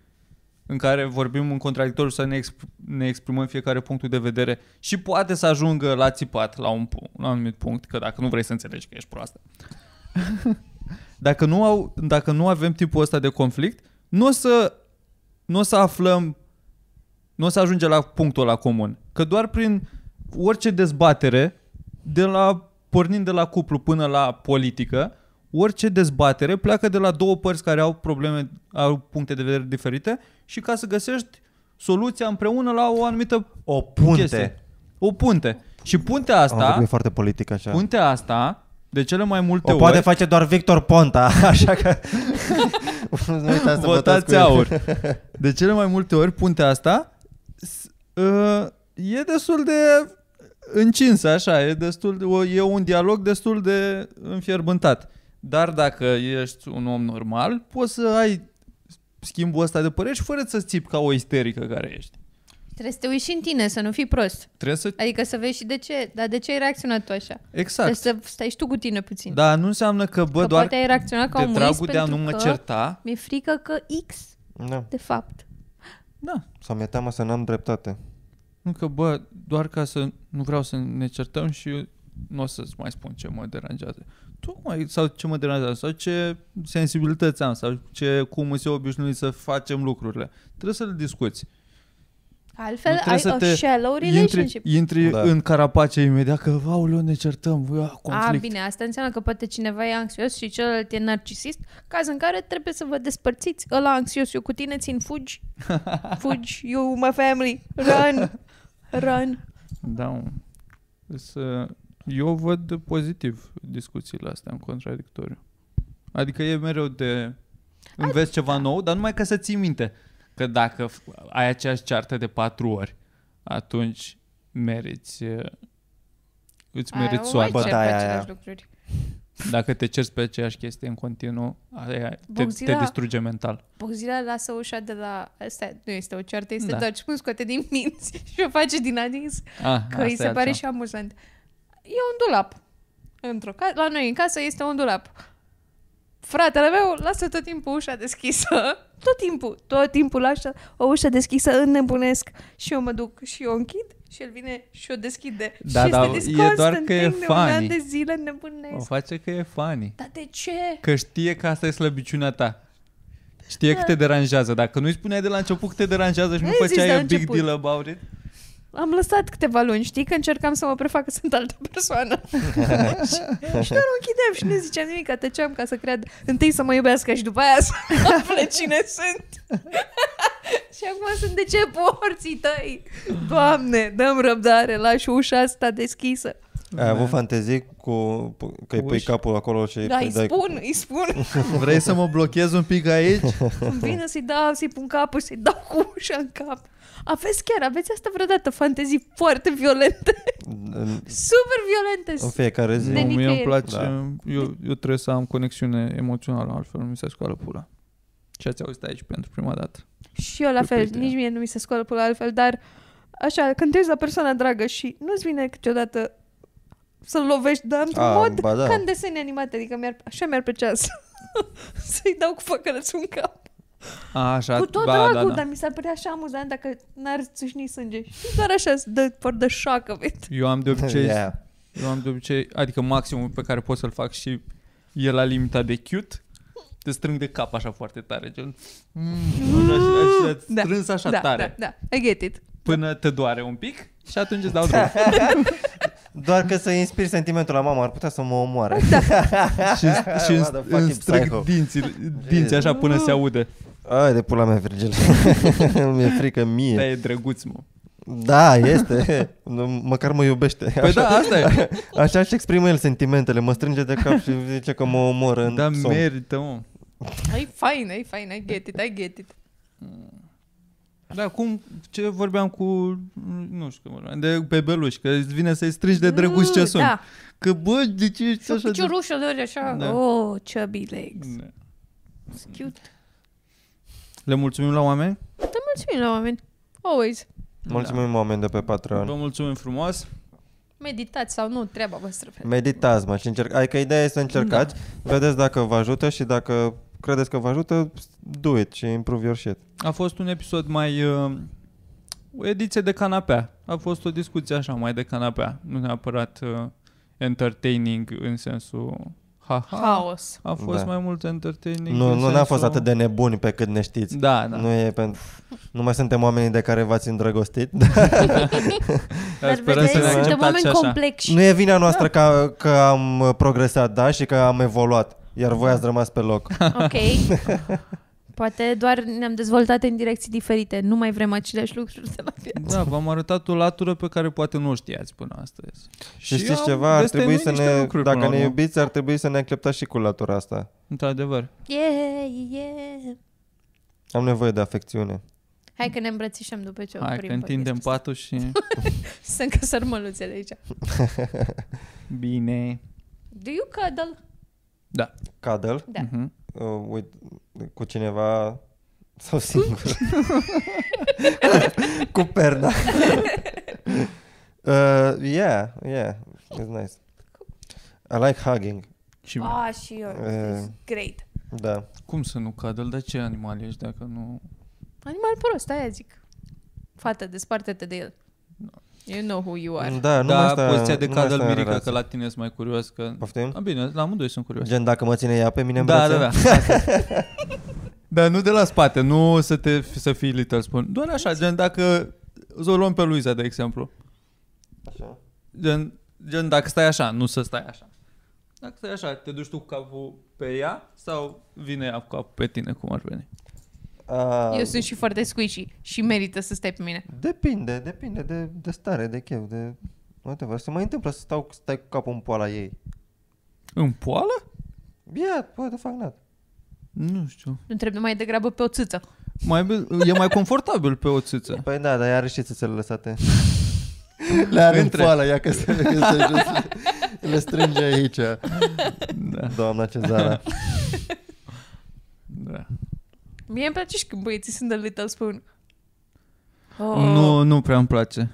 Speaker 3: în care vorbim în contradictoriu să ne, exp- ne exprimăm fiecare punctul de vedere și poate să ajungă la țipat la un, punct, la un anumit punct, că dacă nu vrei să înțelegi că ești proastă. dacă, nu au, dacă nu avem tipul ăsta de conflict, nu o să, nu o să aflăm, nu o să ajungem la punctul la comun. Că doar prin orice dezbatere, de la, pornind de la cuplu până la politică, orice dezbatere pleacă de la două părți care au probleme, au puncte de vedere diferite și ca să găsești soluția împreună la o anumită
Speaker 1: O punte.
Speaker 3: chestie. O punte. Și puntea
Speaker 2: Da?
Speaker 1: Am
Speaker 3: asta,
Speaker 1: vorbit foarte politic așa.
Speaker 3: puntea asta, de cele mai
Speaker 1: o
Speaker 3: multe ori,
Speaker 1: poate face doar Victor Ponta, *laughs* așa
Speaker 3: *laughs*
Speaker 1: că nu uitați să votați cu
Speaker 3: votați
Speaker 1: el.
Speaker 3: aur. De cele mai multe ori, puntea asta s- uh, e destul de încinsă, așa, e, destul de, o- e un dialog destul de înfierbântat. Dar dacă ești un om normal, poți să ai schimbul ăsta de păreri și fără să țipi ca o isterică care ești.
Speaker 2: Trebuie să te uiți și în tine, să nu fii prost.
Speaker 3: Trebuie să...
Speaker 2: Adică să vezi și de ce. Dar de ce ai reacționat tu așa?
Speaker 3: Exact.
Speaker 2: Trebuie să stai și tu cu tine puțin.
Speaker 3: Dar nu înseamnă că, bă,
Speaker 2: că
Speaker 3: doar
Speaker 2: poate ai reacționat ca
Speaker 3: de
Speaker 2: un muis
Speaker 3: dragul de a
Speaker 2: pentru
Speaker 3: nu mă
Speaker 2: că
Speaker 3: certa,
Speaker 2: mi-e frică că X,
Speaker 1: Da.
Speaker 2: de fapt.
Speaker 3: da,
Speaker 1: Sau mi-e teamă să n-am dreptate.
Speaker 3: Nu că, bă, doar ca să nu vreau să ne certăm și eu nu o să-ți mai spun ce mă deranjează. Tocmai, sau ce mă deranjează, sau ce sensibilități am, sau ce, cum se obișnui să facem lucrurile. Trebuie să le discuți.
Speaker 2: Altfel
Speaker 3: Nu
Speaker 2: ai
Speaker 3: trebuie să
Speaker 2: a
Speaker 3: te
Speaker 2: shallow
Speaker 3: Intri,
Speaker 2: relationship.
Speaker 3: intri
Speaker 1: Da.
Speaker 3: da. în carapace imediat că, aoleu, ne certăm, ua, conflict.
Speaker 2: A, bine, asta înseamnă că poate cineva e anxios și celălalt e narcisist, caz în care trebuie să vă despărțiți. Ăla anxios, eu cu tine țin,
Speaker 3: *laughs*
Speaker 2: fugi, fugi, you, my family, run, run.
Speaker 3: Da, mă. să... Eu văd pozitiv discuțiile astea în contradictoriu. Adică e mereu de... Înveți ceva nou, dar numai ca să ții minte. Că dacă f- ai aceeași ceartă de patru ori, atunci meriți, uh, îți meriți
Speaker 2: Aia, o mai
Speaker 3: soarta.
Speaker 2: cer
Speaker 1: Bătaia
Speaker 2: pe
Speaker 1: da, aia.
Speaker 2: aceleași lucruri.
Speaker 3: Dacă te ceri pe aceeași chestie în continuu, aia te, te
Speaker 2: Boxila-
Speaker 3: distruge mental.
Speaker 2: Boxila lasă ușa de la... Asta nu este o ceartă, este
Speaker 3: Da.
Speaker 2: doar ce cum scoate din minți *laughs* și o face din adins.
Speaker 3: Ah,
Speaker 2: Că îi se pare și amuzant. E un dulap. Într-o ca- la noi în casă este un dulap. Fratele meu lasă tot timpul ușa deschisă. *laughs* Tot timpul. Tot timpul lasă o ușă deschisă, înnebunesc. Și eu mă duc și eu închid și el vine și o deschide.
Speaker 3: Da,
Speaker 2: și
Speaker 3: dar e
Speaker 2: este
Speaker 3: doar că
Speaker 2: disconstantin
Speaker 3: e
Speaker 2: de un an
Speaker 3: funny.
Speaker 2: de zile
Speaker 3: O
Speaker 2: înnebunesc.
Speaker 3: face că e funny.
Speaker 2: Dar de ce?
Speaker 3: Că știe că asta e slăbiciunea ta. Știe că te deranjează. Dacă nu-i spuneai de la început că te deranjează și nu
Speaker 2: Ai zis de
Speaker 3: făceai
Speaker 2: la
Speaker 3: a big
Speaker 2: început.
Speaker 3: deal about it,
Speaker 2: Am lăsat câteva luni, știi, că încercam să mă prefac că sunt altă
Speaker 1: *laughs*
Speaker 2: persoană. și, și doar o închideam și nu ziceam nimic, tăceam ca să cred întâi să mă iubească și după aia să *laughs* afle cine sunt. *laughs* și acum sunt de ce porții tăi. Doamne, dăm răbdare, lași ușa asta deschisă.
Speaker 1: Ai avut fantezii cu, că îi pui
Speaker 3: Da. Uși.
Speaker 1: capul acolo și
Speaker 2: Da, îi
Speaker 1: îi dai-
Speaker 2: spun, îi spun.
Speaker 4: *laughs*
Speaker 1: *laughs*
Speaker 4: Vrei să mă blochez un pic aici?
Speaker 2: Îmi vine să-i dau, să-i pun capul, să-i dau cu ușa în cap. Aveți chiar, aveți asta vreodată, fantezii foarte violente,
Speaker 1: în,
Speaker 2: super
Speaker 1: în
Speaker 2: violente.
Speaker 1: fiecare zi. Ah,
Speaker 2: De
Speaker 3: Nu, mie îmi
Speaker 2: nicăieri.
Speaker 3: place.
Speaker 1: Da.
Speaker 3: Eu, eu trebuie să am conexiune emoțională, altfel nu mi se scoală pula. Ce ați auzit aici pentru prima dată?
Speaker 2: Și eu la
Speaker 3: Pe
Speaker 2: fel,
Speaker 3: prieteni.
Speaker 2: nici mie nu mi se scoală pula altfel, dar așa, când te uiți la persoana dragă și nu-ți vine câteodată să-l lovești, dar într-un
Speaker 3: Ah,
Speaker 1: A,
Speaker 2: mod
Speaker 1: ba da.
Speaker 2: ca în desene animate, adică mi-ar, așa mi-ar plăcea *laughs* să, să-i dau cu făcălățul în cap.
Speaker 3: A, așa,
Speaker 2: cu tot
Speaker 3: ba,
Speaker 2: dragul,
Speaker 3: da, da.
Speaker 2: dar mi s-ar părea așa amuzant dacă n-ar țâșni sânge. Și doar așa, the, for the shock of it.
Speaker 3: Eu am de obicei,
Speaker 1: Yeah.
Speaker 3: eu am de obicei, adică maximul pe care pot să-l fac și e la limita de cute, te strâng de cap așa foarte tare, gen... Mm, așa, așa, așa,
Speaker 2: Da,
Speaker 3: strâns așa
Speaker 2: da,
Speaker 3: tare,
Speaker 2: da, da, I get it.
Speaker 3: până te doare un pic *laughs* și atunci îți dau drumul.
Speaker 1: Doar că să inspiri sentimentul la mama, ar putea să mă omoare.
Speaker 2: Da.
Speaker 3: și și îmi,
Speaker 1: What the fuck,
Speaker 3: îmi
Speaker 1: e
Speaker 3: strâng
Speaker 1: psycho.
Speaker 3: dinții, dinții așa până se aude.
Speaker 1: Ai de pula mea, *laughs* Virgil. Mi-e frică
Speaker 3: Da,
Speaker 1: mie.
Speaker 3: e drăguț, mă.
Speaker 1: Da, este. Nu, Măcar mă iubește.
Speaker 3: Păi
Speaker 1: Așa-
Speaker 3: da,
Speaker 1: *laughs*
Speaker 3: asta e.
Speaker 1: Așa își exprimă el sentimentele, mă strânge de cap și zice că mă omoră în
Speaker 3: Da,
Speaker 1: somn.
Speaker 3: merită, mă.
Speaker 2: Ai fine, ai fine, I get it, I get it.
Speaker 3: Da, cum, ce vorbeam cu, nu știu cum vorbeam, de bebeluși, că îți vine să-i strângi de drăguț ce
Speaker 2: Mm,
Speaker 3: sunt.
Speaker 2: Da,
Speaker 3: Că bă, de ce ești
Speaker 2: și un
Speaker 3: așa de...
Speaker 2: piciorul de ori așa,
Speaker 3: Da. Mm.
Speaker 2: oh, chubby legs,
Speaker 3: Ne.
Speaker 2: cute.
Speaker 3: Le mulțumim la oameni.
Speaker 2: Mulțumim la oameni, always.
Speaker 1: Mulțumim oameni de pe
Speaker 3: Da.
Speaker 1: Patreon.
Speaker 3: Vă mulțumim frumos.
Speaker 2: Meditați sau nu, treaba voastră.
Speaker 1: Meditați, mă, și încerc... Adică ideea este să încercați, vedeți dacă vă ajută și dacă credeți că vă ajută, do it și improve your shit.
Speaker 3: A fost un episod mai... Uh, o ediție de canapea. A fost o discuție așa, mai de canapea. Nu neapărat uh, entertaining în sensul... Ha-ha.
Speaker 2: Haos.
Speaker 3: A
Speaker 1: Da.
Speaker 3: fost mai mult entertaining
Speaker 1: Nu,
Speaker 3: în
Speaker 1: nu
Speaker 3: sensul...
Speaker 1: ne-a fost atât de nebuni pe cât ne știți.
Speaker 3: Da, da.
Speaker 1: Nu e pentru... Nu mai suntem oamenii de care v-ați îndrăgostit.
Speaker 3: Dar Sperăm să ne
Speaker 1: suntem
Speaker 3: acceptați și așa.
Speaker 1: *laughs*
Speaker 2: complexi.
Speaker 1: nu e vina
Speaker 3: Da.
Speaker 1: noastră că, că am uh, progresat, da, și că am evoluat. Iar voi ați rămas pe
Speaker 3: *laughs*
Speaker 1: loc.
Speaker 2: Ok. Poate doar ne-am dezvoltat în direcții diferite. Nu mai vrem aceleași lucruri de la viață.
Speaker 3: Da, v-am arătat o latură pe care poate nu o știați până astăzi.
Speaker 1: Și
Speaker 3: am
Speaker 1: știți ceva, ar trebui
Speaker 3: destăinuit
Speaker 1: să
Speaker 3: niște
Speaker 1: ne,
Speaker 3: lucruri
Speaker 1: dacă
Speaker 3: până la
Speaker 1: ne
Speaker 3: urmă.
Speaker 1: iubiți, ar trebui să ne acceptați și cu latura asta.
Speaker 3: Într-adevăr.
Speaker 2: Yeah, yeah.
Speaker 1: Am nevoie de afecțiune.
Speaker 2: Hai că ne îmbrățișăm după ce
Speaker 3: Hai
Speaker 2: oprim
Speaker 3: că întindem
Speaker 2: podcastul
Speaker 3: patul
Speaker 2: *laughs*
Speaker 3: și...
Speaker 2: ăsta. Sunt ca sărmăluțele aici.
Speaker 3: Bine.
Speaker 2: Do you cuddle?
Speaker 1: Cuddle
Speaker 2: Da.
Speaker 3: Mhm.
Speaker 1: uh, with, cu cineva sau singur.
Speaker 3: *laughs*
Speaker 1: cu perna. uh, yeah, yeah, it's nice. I like hugging.
Speaker 3: Și
Speaker 2: Ah, și eu.
Speaker 1: Eh.
Speaker 2: It's Great.
Speaker 1: Da.
Speaker 3: Cum să nu cadă? Dar ce animal ești dacă nu...
Speaker 2: Animal prost, aia zic. Fată, desparte-te de el. You know who you are.
Speaker 1: Da, nu
Speaker 3: da,
Speaker 1: mai stă,
Speaker 3: poziția de
Speaker 1: nu mai
Speaker 3: cadă
Speaker 1: stă în
Speaker 3: Mirica,
Speaker 1: relație.
Speaker 3: că la tine ești mai curios că...
Speaker 1: Poftim?
Speaker 3: A, bine, la amândoi sunt curios.
Speaker 1: Gen, dacă mă ține ea pe mine,
Speaker 3: Da, da,
Speaker 1: îmbrățe?
Speaker 3: da.
Speaker 1: *laughs*
Speaker 3: asta. Dar nu de la spate, nu să te să fii little spun. Doar așa, gen dacă să o luăm pe Luiza, de exemplu.
Speaker 1: Așa.
Speaker 3: Gen, gen dacă stai așa, nu să stai așa. Dacă stai așa, te duci tu cu capul pe ea sau vine ea cu capul pe tine, cum ar veni?
Speaker 1: A,
Speaker 2: Eu
Speaker 1: Ah,
Speaker 2: sunt și foarte squishy și merită să stai pe mine.
Speaker 1: Depinde, depinde de, de stare, de chef, de... Whatever. Se mai întâmplă să stau, stai cu capul în poala ei.
Speaker 3: În poală?
Speaker 1: Yeah, what the fuck not.
Speaker 3: Nu știu.
Speaker 2: Nu trebuie mai degrabă pe o țâță.
Speaker 3: Mai, bine- e mai confortabil pe o țâță.
Speaker 1: Păi da, dar are și țâțele *laughs* lăsate. Le are
Speaker 3: Între.
Speaker 1: în poală, ia că se, că se jos, le strânge aici.
Speaker 5: Da.
Speaker 1: Doamna *laughs* Cezara.
Speaker 5: da.
Speaker 2: Mie îmi place și când băieții sunt de little spoon. Oh.
Speaker 3: Nu, nu prea îmi place.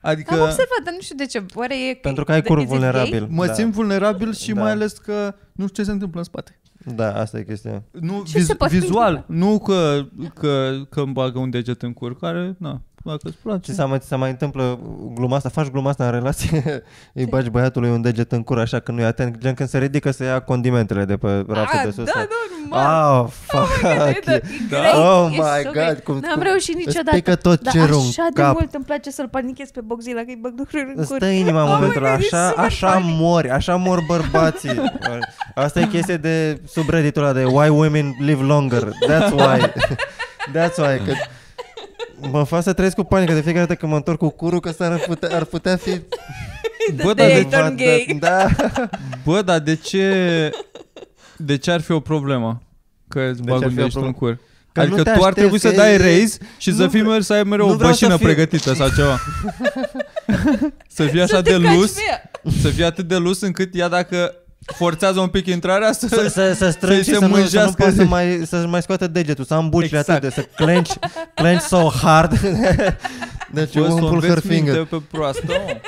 Speaker 3: Adică...
Speaker 2: Am observat, dar nu știu de ce. Oare e...
Speaker 1: Pentru că ai
Speaker 2: de-
Speaker 1: cur
Speaker 2: is it gay?
Speaker 1: vulnerabil.
Speaker 3: Mă
Speaker 1: da.
Speaker 3: da. simt vulnerabil și
Speaker 1: Da.
Speaker 3: da. mai ales că nu știu ce se întâmplă în spate.
Speaker 1: Da, asta e chestia.
Speaker 3: Nu,
Speaker 2: Ce se
Speaker 3: viz-
Speaker 2: poate
Speaker 3: vizual, nu că, că, că îmi bagă un deget în cur, care, na, dacă îți place.
Speaker 1: Ce s-a mai, s-a mai întâmplă gluma asta? Faci gluma asta în relație? *laughs* Îi bagi băiatului un deget în cur așa că nu e atent, gen când se ridică să ia condimentele de pe raftul
Speaker 2: Ah,
Speaker 1: de sus.
Speaker 2: Da,
Speaker 1: sau-
Speaker 2: normal.
Speaker 1: Ah, fuck.
Speaker 2: da.
Speaker 1: Oh my God, cum-
Speaker 2: N-am
Speaker 1: cum-
Speaker 2: reușit
Speaker 1: îți
Speaker 2: niciodată.
Speaker 1: Deci, pică tot
Speaker 2: Dar
Speaker 1: cerul în
Speaker 2: așa de
Speaker 1: cap.
Speaker 2: mult îmi place să-l panichez pe Boxila că îi băg lucruri în
Speaker 1: Îți
Speaker 2: cur.
Speaker 1: stă inima în
Speaker 2: Oh my
Speaker 1: momentul ăla,
Speaker 2: God, e
Speaker 1: așa,
Speaker 2: super
Speaker 1: așa
Speaker 2: funny.
Speaker 1: mori, așa mor bărbații. Asta e chestie de subredditul ăla de Why women live longer, that's why.
Speaker 2: *laughs*
Speaker 1: That's why, că mă fac să trăiesc cu panică de fiecare dată când mă întorc cu curul că asta ar putea, ar putea fi...
Speaker 2: Da,
Speaker 3: Bă, dar
Speaker 2: ei
Speaker 3: de,
Speaker 2: turn gay.
Speaker 1: Da,
Speaker 3: bă, dar de ce, de ce ar fi o problemă? Că îți
Speaker 1: De
Speaker 3: bag
Speaker 1: ce ar
Speaker 3: un
Speaker 1: fi o
Speaker 3: deget în
Speaker 1: problemă?
Speaker 3: cur.
Speaker 1: Că nu
Speaker 3: adică
Speaker 1: te
Speaker 3: tu ar
Speaker 1: aștepți,
Speaker 3: trebui să
Speaker 1: că
Speaker 3: dai
Speaker 1: e-
Speaker 3: raise și
Speaker 1: nu
Speaker 3: să fii
Speaker 1: vre-
Speaker 3: mereu să ai mereu
Speaker 1: nu
Speaker 3: o
Speaker 1: vreau să
Speaker 3: bășină
Speaker 1: fiu-
Speaker 3: pregătită sau
Speaker 1: *laughs*
Speaker 3: ceva. să fii așa
Speaker 2: Să te
Speaker 3: de
Speaker 2: caci
Speaker 3: lus,
Speaker 2: pe ea.
Speaker 3: să fii atât de lus încât ea dacă forțează un pic intrarea
Speaker 1: să,
Speaker 3: să...
Speaker 1: să, să strângi
Speaker 3: Să-i
Speaker 1: și să nu,
Speaker 3: se
Speaker 1: să nu
Speaker 3: mânjească
Speaker 1: poți să
Speaker 3: de-
Speaker 1: mai, să mai scoată degetul, să am bucile
Speaker 3: Exact.
Speaker 1: atât de, să clench, clench so hard. Deci
Speaker 3: Bă,
Speaker 1: eu
Speaker 3: să o
Speaker 1: umplu her
Speaker 3: înveți
Speaker 1: finger.
Speaker 3: minte pe proastă, mă.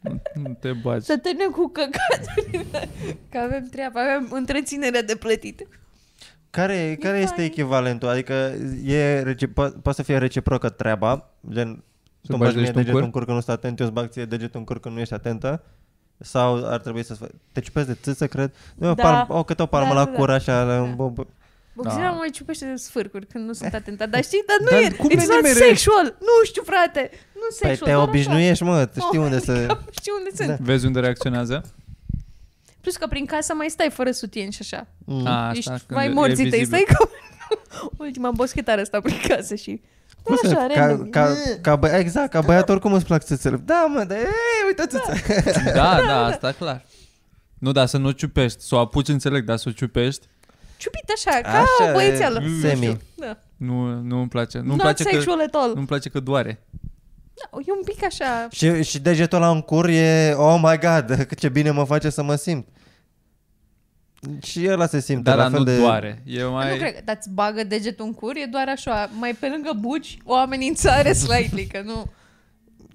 Speaker 3: Nu- Nu te baci.
Speaker 2: Să terminăm cu căcaturile. *laughs* Că avem treabă, avem întreținerea de plătit.
Speaker 1: Care, care este
Speaker 2: fain.
Speaker 1: echivalentul? Adică e reci, po- poate să fie reciprocă treaba, gen tu îmi
Speaker 3: bagi
Speaker 1: bagi mie
Speaker 3: degetul în
Speaker 1: degetul
Speaker 3: cur?
Speaker 1: în cur că nu sunt atent, eu îți bag ție degetul în cur că nu ești atentă? Sau ar trebui să te ciupesc de țâță, cred? Nu, o
Speaker 2: Da.
Speaker 1: palm, o, câte o palmă
Speaker 2: Da,
Speaker 1: la
Speaker 2: da, da.
Speaker 1: cur așa. la-
Speaker 2: Da.
Speaker 1: bă, bă.
Speaker 2: Boxila
Speaker 3: Da.
Speaker 2: mă mai ciupește de sfârcuri când nu sunt atentă.
Speaker 3: *laughs*
Speaker 2: Dar știi, dar nu
Speaker 3: Dar
Speaker 2: e.
Speaker 3: cum
Speaker 2: It's
Speaker 3: le
Speaker 2: not
Speaker 3: nimerești?
Speaker 2: sexual. Nu știu, frate. Nu
Speaker 1: Păi
Speaker 2: sexual.
Speaker 1: te
Speaker 2: doar așa.
Speaker 1: obișnuiești,
Speaker 2: *laughs*
Speaker 1: mă, tu știi
Speaker 2: Oh,
Speaker 1: unde să...
Speaker 2: că Știu unde sunt.
Speaker 3: Vezi unde reacționează?
Speaker 2: Plus că prin casa mai stai fără sutien și așa.
Speaker 1: Mm.
Speaker 3: A,
Speaker 2: Ești
Speaker 3: asta, când
Speaker 2: mai
Speaker 3: e
Speaker 2: morții tăi,
Speaker 3: vizibil.
Speaker 2: stai ca *laughs* ultima boschetară asta prin casă și... Da,
Speaker 1: Cum să-
Speaker 2: Așa,
Speaker 1: ca,
Speaker 2: random.
Speaker 1: ca, ca bă, exact, ca băiat oricum îți plac țâțele. Da, mă, dar ei, uite țâța.
Speaker 3: Da, da, asta clar. Nu, dar să nu ciupești, să o apuci, înțeleg, dar să o ciupești.
Speaker 2: Ciupit așa, ca o băiețeală.
Speaker 1: Semi.
Speaker 2: Da.
Speaker 3: Nu, nu îmi place. Nu-mi
Speaker 2: Not
Speaker 3: place, că,
Speaker 2: sexual at all.
Speaker 3: nu-mi place că doare.
Speaker 2: Da, e un pic așa...
Speaker 1: Și, și degetul ăla în cur e, oh my god, *laughs* ce bine mă face să mă simt. Și ăla se simte
Speaker 3: Dar
Speaker 1: la
Speaker 3: da,
Speaker 1: fel
Speaker 3: nu
Speaker 1: de...
Speaker 3: doare. E
Speaker 2: Nu
Speaker 3: mai...
Speaker 2: cred că dar-ți bagă degetul în cur, e doar așa, mai pe lângă buci, o
Speaker 1: *laughs*
Speaker 2: amenințare slightly, că nu...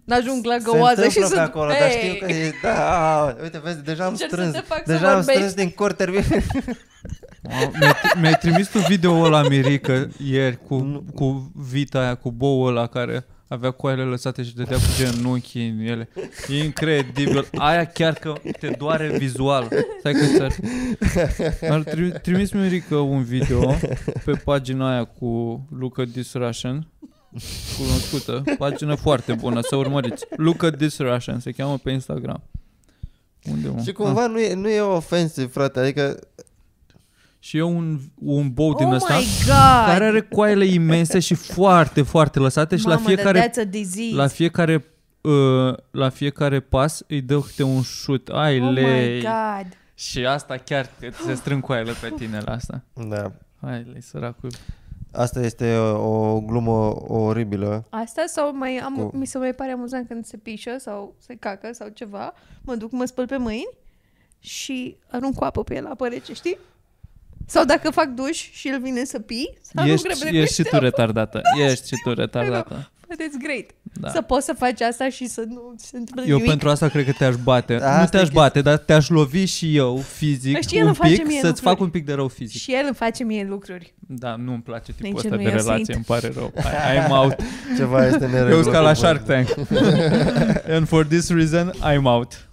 Speaker 2: N-ajung la găoază
Speaker 1: se
Speaker 2: și
Speaker 1: întâmplă
Speaker 2: sunt...
Speaker 1: pe acolo, dar știu că e, da, uite, vezi, deja am
Speaker 2: Încerc să
Speaker 1: strâns,
Speaker 2: te fac să
Speaker 1: deja am
Speaker 2: vorbești.
Speaker 1: strâns din cur,
Speaker 3: *laughs*
Speaker 1: termin.
Speaker 3: Wow, Mi-ai, mi-ai trimis tu video ăla, Mirica, ieri, cu, cu vita aia, cu boul ăla care avea coaile lăsate și dădea cu genunchii în ele. E incredibil. Aia chiar că te doare vizual. Stai că ți-ar... Ar tri- trimis Mirica un video pe pagina aia cu Luca This Russian cunoscută, pagină foarte bună, să urmăriți. Luca This Russian se cheamă pe Instagram. Unde mă?
Speaker 1: Și cumva nu e, nu e ofensiv, frate, adică
Speaker 3: Și e un, un bou din
Speaker 2: Oh
Speaker 3: ăsta
Speaker 2: my God!
Speaker 3: care are coaile imense și foarte, foarte lăsate și
Speaker 2: Mamă,
Speaker 3: la fiecare,
Speaker 2: that's a disease.
Speaker 3: la fiecare uh, la fiecare pas îi dă câte un șut. Ai
Speaker 2: Oh my
Speaker 3: lei.
Speaker 2: God!
Speaker 3: Și asta chiar că ți se strâng coaile pe tine la asta.
Speaker 1: da.
Speaker 3: Ai lei, săracul.
Speaker 1: Asta este o, o glumă oribilă.
Speaker 2: Asta sau mai am,
Speaker 1: Cu-
Speaker 2: mi se mai pare amuzant când se pișă sau se cacă sau ceva, mă duc, mă spăl pe mâini și arunc cu apă pe el, apă rece, știi? Sau dacă fac duș și el vine să pii, să arunc
Speaker 3: Ești,
Speaker 2: repede cu
Speaker 3: ești și tu
Speaker 2: niște apă.
Speaker 3: retardată. Ești și tu retardată.
Speaker 2: Păi But it's great. Da.
Speaker 3: Da.
Speaker 2: Să poți să faci asta și să Păi nu se întâmple
Speaker 3: Eu
Speaker 2: nimic.
Speaker 3: pentru asta cred că te-aș bate.
Speaker 1: Da,
Speaker 3: nu
Speaker 1: asta e
Speaker 3: te-aș
Speaker 1: chestia.
Speaker 3: bate, dar te-aș lovi și eu fizic
Speaker 2: Știi, el
Speaker 3: un
Speaker 2: îmi Păi face
Speaker 3: pic,
Speaker 2: mie
Speaker 3: să-ți fac
Speaker 2: lucruri.
Speaker 3: un pic de rău fizic.
Speaker 2: Și el îmi face mie lucruri.
Speaker 3: Da, nu îmi place tipul
Speaker 2: Nici
Speaker 3: ăsta
Speaker 2: nu
Speaker 3: de
Speaker 2: e
Speaker 3: relație,
Speaker 2: saint.
Speaker 3: îmi pare
Speaker 1: *laughs*
Speaker 3: rău. I, I'm out.
Speaker 1: Ceva este neregulă.
Speaker 3: Eu sunt ca la
Speaker 1: cumva.
Speaker 3: Shark
Speaker 1: *laughs*
Speaker 3: Tank. And for this reason, I'm out.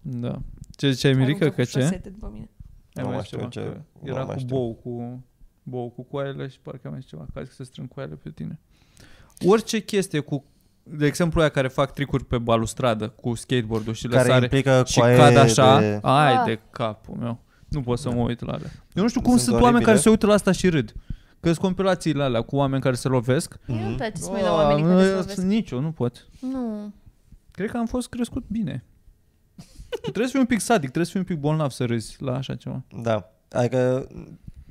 Speaker 3: Da. Ce ziceai, Mirica,
Speaker 2: Aruncă
Speaker 3: că
Speaker 2: cu
Speaker 3: ce?
Speaker 2: șosete după mine.
Speaker 3: Ai
Speaker 1: Nu mai
Speaker 3: zis
Speaker 1: știu
Speaker 3: ceva?
Speaker 1: ce-
Speaker 3: Că
Speaker 1: nu
Speaker 3: Era
Speaker 1: mai
Speaker 3: cu
Speaker 1: știu.
Speaker 3: bou, cu bou cu coaiele și parcă am zis ceva, că a zis că se strâng coaiele pe tine. Orice chestie cu de exemplu, aia care fac tricuri pe balustradă cu skateboardul și le
Speaker 1: Care
Speaker 3: sare
Speaker 1: implică
Speaker 3: și
Speaker 1: coaie
Speaker 3: cad așa,
Speaker 1: de- Da.
Speaker 3: ai
Speaker 2: Ah.
Speaker 3: de capul meu. Nu pot să mă uit la alea. Eu nu știu cum
Speaker 1: Sunt
Speaker 3: sunt, oameni
Speaker 1: oribile.
Speaker 3: care se uită la asta și râd. Că sunt compilațiile alea cu oameni care se lovesc.
Speaker 2: Mie nu-mi place să mă uit la
Speaker 3: Oh,
Speaker 2: oamenii care se
Speaker 3: eu
Speaker 2: lovesc.
Speaker 3: sunt Nici eu, nu pot.
Speaker 2: Nu.
Speaker 3: Cred că am fost crescut bine. Tu trebuie să fii un pic sadic, trebuie să fii un pic bolnav să râzi la așa ceva.
Speaker 1: Da. Adică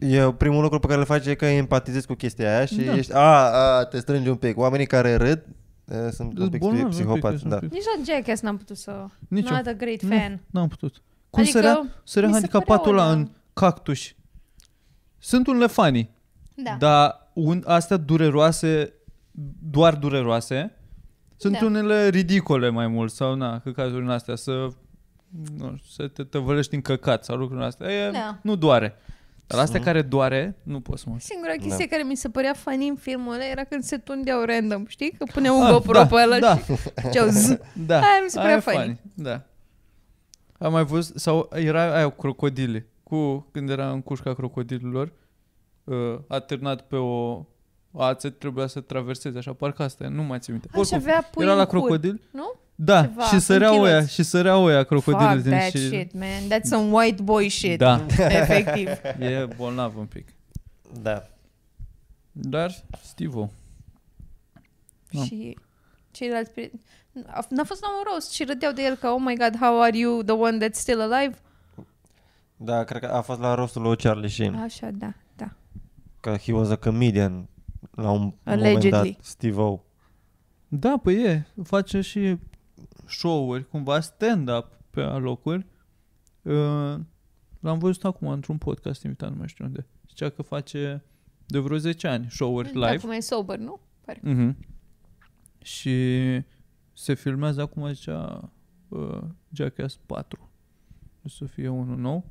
Speaker 1: Eu, primul lucru pe care îl faci e că empatizezi cu chestia aia și
Speaker 3: Da.
Speaker 1: da. ești, a, a, te strângi un pic. Oamenii care râd uh, sunt un
Speaker 3: Sunt
Speaker 1: pic
Speaker 3: bolnavi un pic,
Speaker 1: psihopați.
Speaker 3: sunt
Speaker 1: Da.
Speaker 3: un pic.
Speaker 2: Nici la Jackass n-am putut să...
Speaker 3: Nici eu.
Speaker 2: Not a great
Speaker 3: Nu.
Speaker 2: fan.
Speaker 3: N-am putut. Cum
Speaker 2: Adică,
Speaker 3: adică, sărea, sărea
Speaker 2: mi se
Speaker 3: handicapatul
Speaker 2: părea
Speaker 3: ăla
Speaker 2: o-
Speaker 3: în cactus? Sunt unele fanii,
Speaker 2: Da.
Speaker 3: dar un, astea dureroase, doar dureroase, sunt
Speaker 2: Da.
Speaker 3: unele ridicole mai mult sau na, că cazuri în astea să nu știu, să te tăvălești în căcat sau lucruri în astea. E,
Speaker 2: Da.
Speaker 3: Nu doare. Dar astea
Speaker 1: Mhm.
Speaker 3: care doare, nu poți
Speaker 2: *laughs*
Speaker 3: să mă
Speaker 2: Singura
Speaker 1: Da.
Speaker 2: chestie care mi se părea funny în filmul ăla era când se tundeau random, știi? Că puneau un
Speaker 3: Ah,
Speaker 2: GoPro
Speaker 3: da,
Speaker 2: pe ăla
Speaker 3: da.
Speaker 2: și făceau zzz.
Speaker 3: *laughs* Da.
Speaker 2: Aia mi se părea
Speaker 3: e
Speaker 2: funny.
Speaker 3: Da.
Speaker 5: Am mai văzut, sau era aia cu crocodile, cu, când era în cușca crocodililor, uh, a târnat pe o ață, trebuia să traverseze, așa, parcă asta e, nu mai țin minte.
Speaker 2: Aș avea pui
Speaker 5: era
Speaker 2: în
Speaker 5: la
Speaker 2: cur,
Speaker 5: crocodil,
Speaker 2: nu?
Speaker 3: Da,
Speaker 2: Ceva,
Speaker 3: și săreau
Speaker 2: un
Speaker 3: oia,
Speaker 2: chiloț.
Speaker 3: și săreau oia crocodilele
Speaker 2: Fuck that
Speaker 3: și...
Speaker 2: shit, man. That's some white boy shit.
Speaker 3: Da, *laughs*
Speaker 2: Efectiv.
Speaker 3: e bolnav un pic.
Speaker 1: da.
Speaker 3: Dar, Stivo, Da.
Speaker 2: Și ceilalți prieteni... A f- N-a fost nomoros și râdeau de el că, oh my god, how are you the one that's still alive?
Speaker 1: Da, cred că a fost la rostul lui Charlie Sheen.
Speaker 2: Așa, da, da.
Speaker 1: Că he was a comedian la un
Speaker 2: Allegedly.
Speaker 1: moment dat. Steve-O.
Speaker 3: da, păi e, face și show-uri, cumva stand-up pe locuri. Uh, L-am văzut acum într-un podcast invitat, nu mai știu unde. Zicea că face de vreo 10 ani show-uri live.
Speaker 2: Da, Acum e sober, nu? Pare.
Speaker 3: Mhm. Și se filmează acum zicea uh, Jackass 4. O să fie unul nou.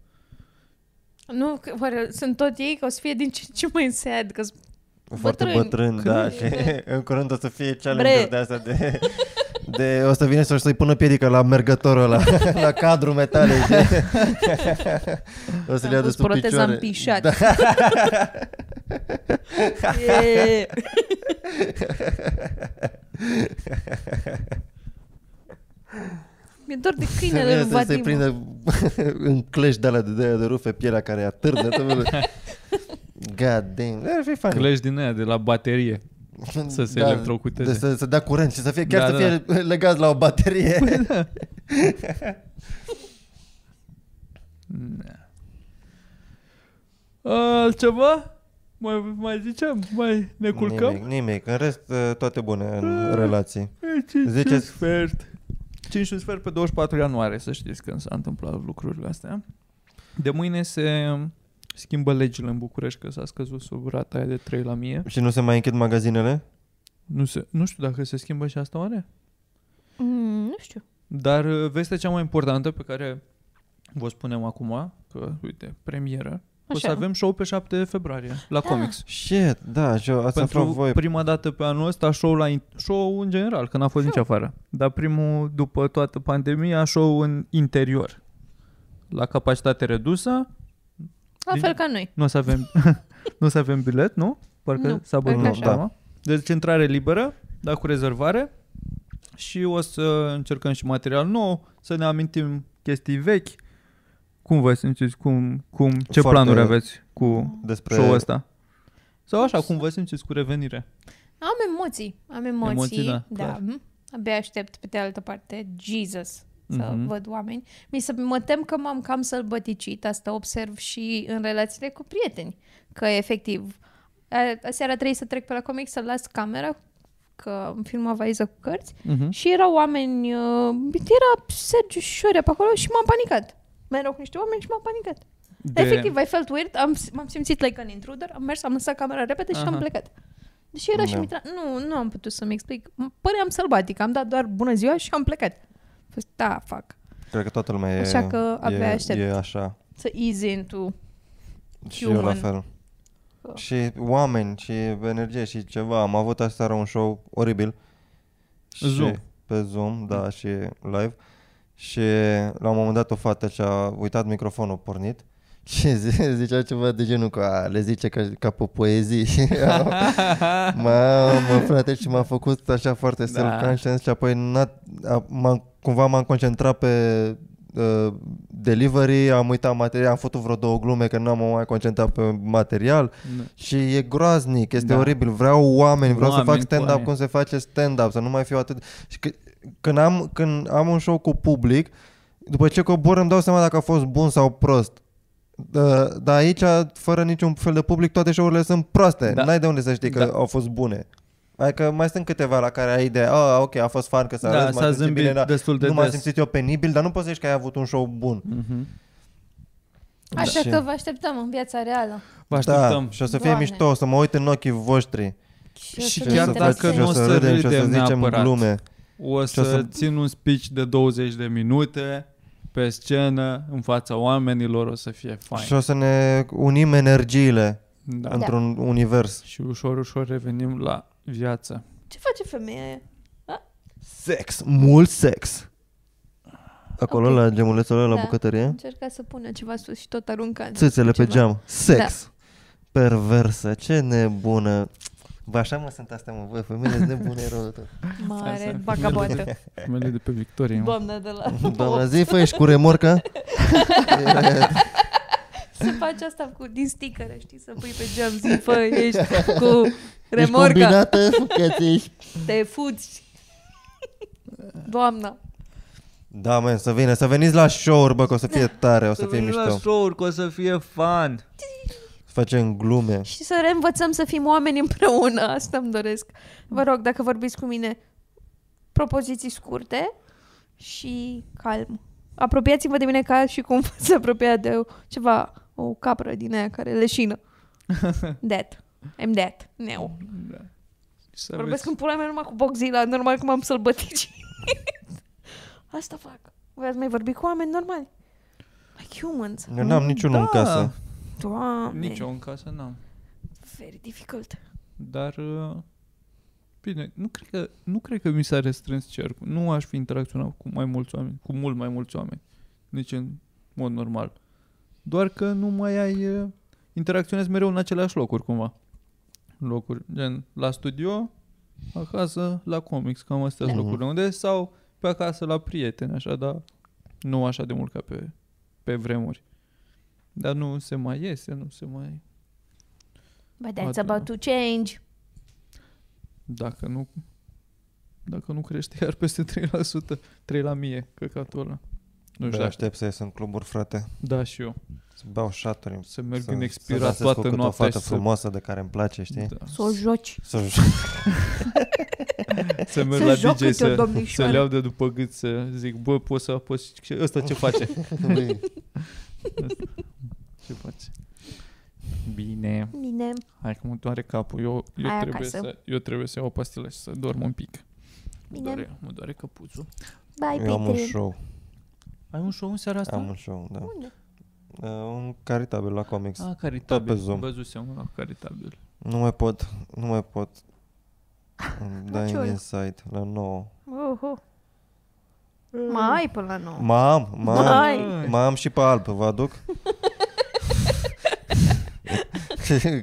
Speaker 2: Nu, că, oare, sunt tot ei, că o să fie din ce, în ce mai sad, că
Speaker 1: Foarte
Speaker 2: Bătrân.
Speaker 1: bătrân, da.
Speaker 2: Când-
Speaker 1: Și *laughs* în curând o să fie challenge
Speaker 2: Bre.
Speaker 1: de asta de... De, o să vine să- să-i pună piedică la mergătorul ăla, *laughs* la cadru metalic. o să le
Speaker 2: Am
Speaker 1: ia de
Speaker 2: pus
Speaker 1: sub
Speaker 2: proteza
Speaker 1: picioare.
Speaker 2: în pișat.
Speaker 1: Da.
Speaker 2: e... Mi-e dor de câinele lui
Speaker 1: Să- să- Să-i
Speaker 2: Vadim.
Speaker 1: prindă *laughs* în cleș de alea de, de, de rufe pielea care atârnă. tot
Speaker 2: *laughs*
Speaker 1: felul. God damn. Ar fi fain.
Speaker 5: clești din aia de la baterie, să se electrocuteze.
Speaker 1: De, să, să dea curent și să fie chiar
Speaker 5: Da,
Speaker 1: da, să
Speaker 5: da, Păi
Speaker 1: fie da. legat la o baterie.
Speaker 5: Ne. Altceva? Mai, mai ziceam? Mai ne culcăm?
Speaker 1: Nimic, nimic. În rest, uh, toate bune în relații.
Speaker 5: E, Cinci
Speaker 1: Ziceți-
Speaker 5: și un sfert. 5 și un sfert pe 24 ianuarie, să știți când s-a întâmplat lucrurile astea. De mâine se schimbă legile în București, că s-a scăzut sub rata aia de 3 la 1000.
Speaker 1: Și nu se mai închid magazinele?
Speaker 5: Nu, se, nu știu dacă se schimbă și asta oare?
Speaker 2: Mm, nu știu.
Speaker 5: Dar uh, vestea cea mai importantă pe care vă spunem acum, că uite, premieră, o să
Speaker 2: Așa.
Speaker 5: avem show pe 7 februarie la
Speaker 2: Da.
Speaker 5: Comics.
Speaker 1: Shit, da, și eu ați aflat
Speaker 5: Pentru
Speaker 1: voi.
Speaker 5: prima dată pe anul ăsta show la in- show în general, că n-a fost nici afară. Dar primul după toată pandemia show în interior. La capacitate redusă,
Speaker 2: La
Speaker 5: Din-
Speaker 2: fel ca noi.
Speaker 5: nu o să avem *laughs* nu o să avem bilet, nu? Parcă
Speaker 2: Nu,
Speaker 5: s-a
Speaker 2: parcă
Speaker 5: bătut
Speaker 1: așa.
Speaker 5: problema. Deci intrare liberă, dar cu rezervare. Și o să încercăm și material nou, să ne amintim chestii vechi. Cum vă simțiți? Cum, cum, ce
Speaker 1: Foarte-
Speaker 5: planuri aveți cu
Speaker 1: Despre
Speaker 5: show-ul ăsta? Sau așa, cum vă simțiți cu revenirea?
Speaker 2: Am emoții. Am emoții.
Speaker 5: Emoții, da,
Speaker 2: da.
Speaker 5: clar.
Speaker 2: mhm. Abia aștept pe de altă parte. Jesus. Să
Speaker 5: Mhm.
Speaker 2: văd oameni. Mi se, mă tem că m-am cam sălbăticit. Asta observ și în relațiile cu prieteni. Că efectiv, a- aseară trebuie să trec pe la comic să las camera că îmi film o vaiză cu cărți
Speaker 5: Mhm.
Speaker 2: și erau oameni, uh, era Sergiu și Șorea pe acolo și m-am panicat. Mai erau niște oameni și m-am panicat. De... Efectiv, I felt weird, am, m-am simțit like an intruder, am mers, am lăsat camera repede și
Speaker 5: Aha.
Speaker 2: am plecat. Deși era și
Speaker 1: Da.
Speaker 2: Mitra, nu, nu am putut să-mi explic. M- Păream sălbatic, am dat doar bună ziua și am plecat. A fost, da, fac.
Speaker 1: Cred că toată lumea e,
Speaker 2: Așa că abia
Speaker 1: e,
Speaker 2: aștept.
Speaker 1: e așa.
Speaker 2: Să ease into.
Speaker 1: Și eu la
Speaker 2: Human.
Speaker 1: fel.
Speaker 2: Oh.
Speaker 1: Și oameni, și energie, și ceva. Am avut aseară un show oribil. Și
Speaker 5: Zoom. Mm.
Speaker 1: Pe Zoom, da, și live. Și la un moment dat o fată și-a uitat microfonul pornit *laughs* și zi- zicea ceva de genul că "A, le zice ca, ca pe poezii.
Speaker 5: *laughs*
Speaker 1: Și eu, Mamă, frate, și m-a făcut așa foarte
Speaker 5: Da.
Speaker 1: self-conscious și apoi n-a, a, m-am, cumva m-am concentrat pe uh, delivery, am uitat material, am făcut vreo două glume că n-am mai concentrat pe material
Speaker 5: Da.
Speaker 1: și e groaznic, este
Speaker 5: Da.
Speaker 1: da. oribil, vreau oameni, vreau
Speaker 5: Oameni
Speaker 1: să fac
Speaker 5: cu
Speaker 1: stand-up
Speaker 5: oameni.
Speaker 1: cum se face stand-up, să nu mai fiu atât... Și că, când, am, când am un show cu public, după ce cobor îmi dau seama dacă a fost bun sau prost. Da, dar aici, fără niciun fel de public, toate show-urile sunt proaste.
Speaker 6: Da.
Speaker 1: Da. N-ai de unde să știi că
Speaker 6: Da.
Speaker 1: da. au fost bune. Adică mai sunt câteva la care ai ideea, oh, ok, a fost fan că s-a
Speaker 6: Da,
Speaker 1: râs, m-a
Speaker 6: s-a
Speaker 1: simțit
Speaker 6: zâmbit
Speaker 1: bine, n-a-
Speaker 6: destul de
Speaker 1: nu m-am
Speaker 6: des.
Speaker 1: simțit eu penibil, dar nu poți să zici că ai avut un show bun.
Speaker 6: Mhm.
Speaker 7: Așa
Speaker 1: Da.
Speaker 7: că vă așteptăm în viața reală.
Speaker 3: Vă așteptăm.
Speaker 1: Da, și o să fie
Speaker 7: Doamne.
Speaker 1: mișto, o să mă uit în ochii voștri.
Speaker 7: o
Speaker 3: Și
Speaker 7: să
Speaker 1: o
Speaker 3: chiar
Speaker 1: să
Speaker 7: ne
Speaker 3: dacă
Speaker 1: facem-
Speaker 7: intereseze.
Speaker 1: și
Speaker 3: nu
Speaker 1: o
Speaker 3: o
Speaker 1: să
Speaker 3: să
Speaker 1: râdem și o să
Speaker 3: râdem
Speaker 1: zicem
Speaker 3: neapărat.
Speaker 1: glume.
Speaker 3: O să,
Speaker 1: să-
Speaker 3: țin un speech de 20 de minute pe scenă, în fața oamenilor, o să fie fain.
Speaker 1: Și o să ne unim energiile
Speaker 3: Da.
Speaker 7: Da.
Speaker 1: într-un univers.
Speaker 3: Și ușor, ușor revenim la viață.
Speaker 7: Ce face femeia aia?
Speaker 1: Sex, mult sex. Acolo,
Speaker 7: Ok.
Speaker 1: la gemulețul ăla, la
Speaker 7: Da.
Speaker 1: bucătărie.
Speaker 7: Încerca să pună ceva sus și tot arunca.
Speaker 1: Țâțele pe
Speaker 7: ceva. Da.
Speaker 1: geam. Sex. Perversă. Ce nebună. Bă, așa mă sunt astea, mă. Bă, femeile sunt nebune rău
Speaker 7: *laughs*
Speaker 1: de tot.
Speaker 7: Mare,
Speaker 3: Asta.
Speaker 7: bagaboată.
Speaker 3: Mele de pe Victorie. mă.
Speaker 7: Doamna de la...
Speaker 1: Doamna, zi, fă, ești cu remorca?
Speaker 7: Să faci asta cu, din sticăre, știi? Să pui pe geam, zi, fă, ești cu
Speaker 1: Ești
Speaker 7: remorca,
Speaker 1: combinată? Că ești...
Speaker 7: te fuți. Doamna.
Speaker 1: Da, men, să vină. Să veniți la show-uri, bă, că o să fie tare, o să fie
Speaker 6: venim Da. la
Speaker 1: mișto.
Speaker 6: show că o să fie fun.
Speaker 1: Facem glume.
Speaker 7: Și să reînvățăm să fim oameni împreună, asta îmi doresc. Vă rog, dacă vorbiți cu mine, propoziții scurte și calm. Apropiați-vă de mine ca și cum *laughs* se apropia de o- ceva, o capră din aia care leșină. That. I'm that. Now.
Speaker 3: Da. Și să
Speaker 7: Vorbesc
Speaker 3: aveți-
Speaker 7: în pula mea numai cu Boxila, normal că m-am sălbătici. *laughs* asta fac. Voi ați mai vorbit cu oameni normali? Like humans.
Speaker 1: Eu n-am niciun om în
Speaker 3: Da.
Speaker 1: casă.
Speaker 7: Doamne.
Speaker 3: Nici eu în casă n-am.
Speaker 7: Very difficult.
Speaker 3: Dar uh, bine, nu cred că nu cred că mi s-a restrâns cercul. Nu aș fi interacționat cu mai mulți oameni, cu mult mai mulți oameni, nici în mod normal. Doar că nu mai ai uh, interacționezi mereu în aceleași locuri cumva. În Locuri gen la studio, acasă la comics, cam astea sunt
Speaker 1: Da.
Speaker 3: locurile unde sau pe acasă la prieteni, așa, dar nu așa de mult ca pe, pe vremuri. Dar nu se mai iese, nu se mai...
Speaker 7: But
Speaker 3: that's
Speaker 7: that's
Speaker 3: Adriana. about
Speaker 7: about to change.
Speaker 3: Dacă nu dacă nu crește iar peste 3%, 3 la mie, căcatul ăla. Nu știu
Speaker 1: Bă,
Speaker 3: dacă,
Speaker 1: aștept să ies în cluburi, frate.
Speaker 3: Da, și eu.
Speaker 1: Să beau șaturi.
Speaker 3: Să merg
Speaker 1: să-
Speaker 3: în
Speaker 1: să
Speaker 3: expirat
Speaker 1: dansez cu
Speaker 3: toată
Speaker 1: câte o
Speaker 3: noaptea.
Speaker 1: fată
Speaker 3: și să-
Speaker 1: frumoasă de care îmi place, știi?
Speaker 3: Da.
Speaker 7: Să o joci.
Speaker 1: Să
Speaker 3: Să merg
Speaker 7: Să
Speaker 3: la
Speaker 7: joacă-te-o,
Speaker 3: DJ să, să
Speaker 7: domnișoară.
Speaker 3: le iau de după gât să zic, bă, poți să apăs ce- ăsta ce
Speaker 1: *laughs*
Speaker 3: face? ce face? Bine.
Speaker 7: Bine.
Speaker 3: Hai că mă doare capul. Eu, eu,
Speaker 7: Hai
Speaker 3: trebuie,
Speaker 7: acasă.
Speaker 3: să, eu trebuie să iau o pastilă și să dorm un pic. Mă
Speaker 7: Bine.
Speaker 3: doare, mă doare căpuțul.
Speaker 7: Bye,
Speaker 1: Eu am un
Speaker 7: Petri.
Speaker 1: show.
Speaker 3: Ai un show în seara asta?
Speaker 1: Am un show, da.
Speaker 7: Unde?
Speaker 1: Uh, un caritabil la comics.
Speaker 3: Ah, caritabil.
Speaker 1: Tot pe Zoom.
Speaker 3: Văzusem un la caritabil.
Speaker 1: Nu mai pot, nu mai
Speaker 6: *laughs*
Speaker 1: pot. Îmi dai
Speaker 7: Niciodată.
Speaker 1: în insight la 9.
Speaker 7: Oh, oh. Mai ai până la nouă.
Speaker 1: M-am,
Speaker 6: Da.
Speaker 1: m-am,
Speaker 7: Mai.
Speaker 1: m-am și pe alb, vă
Speaker 7: *laughs*
Speaker 1: aduc?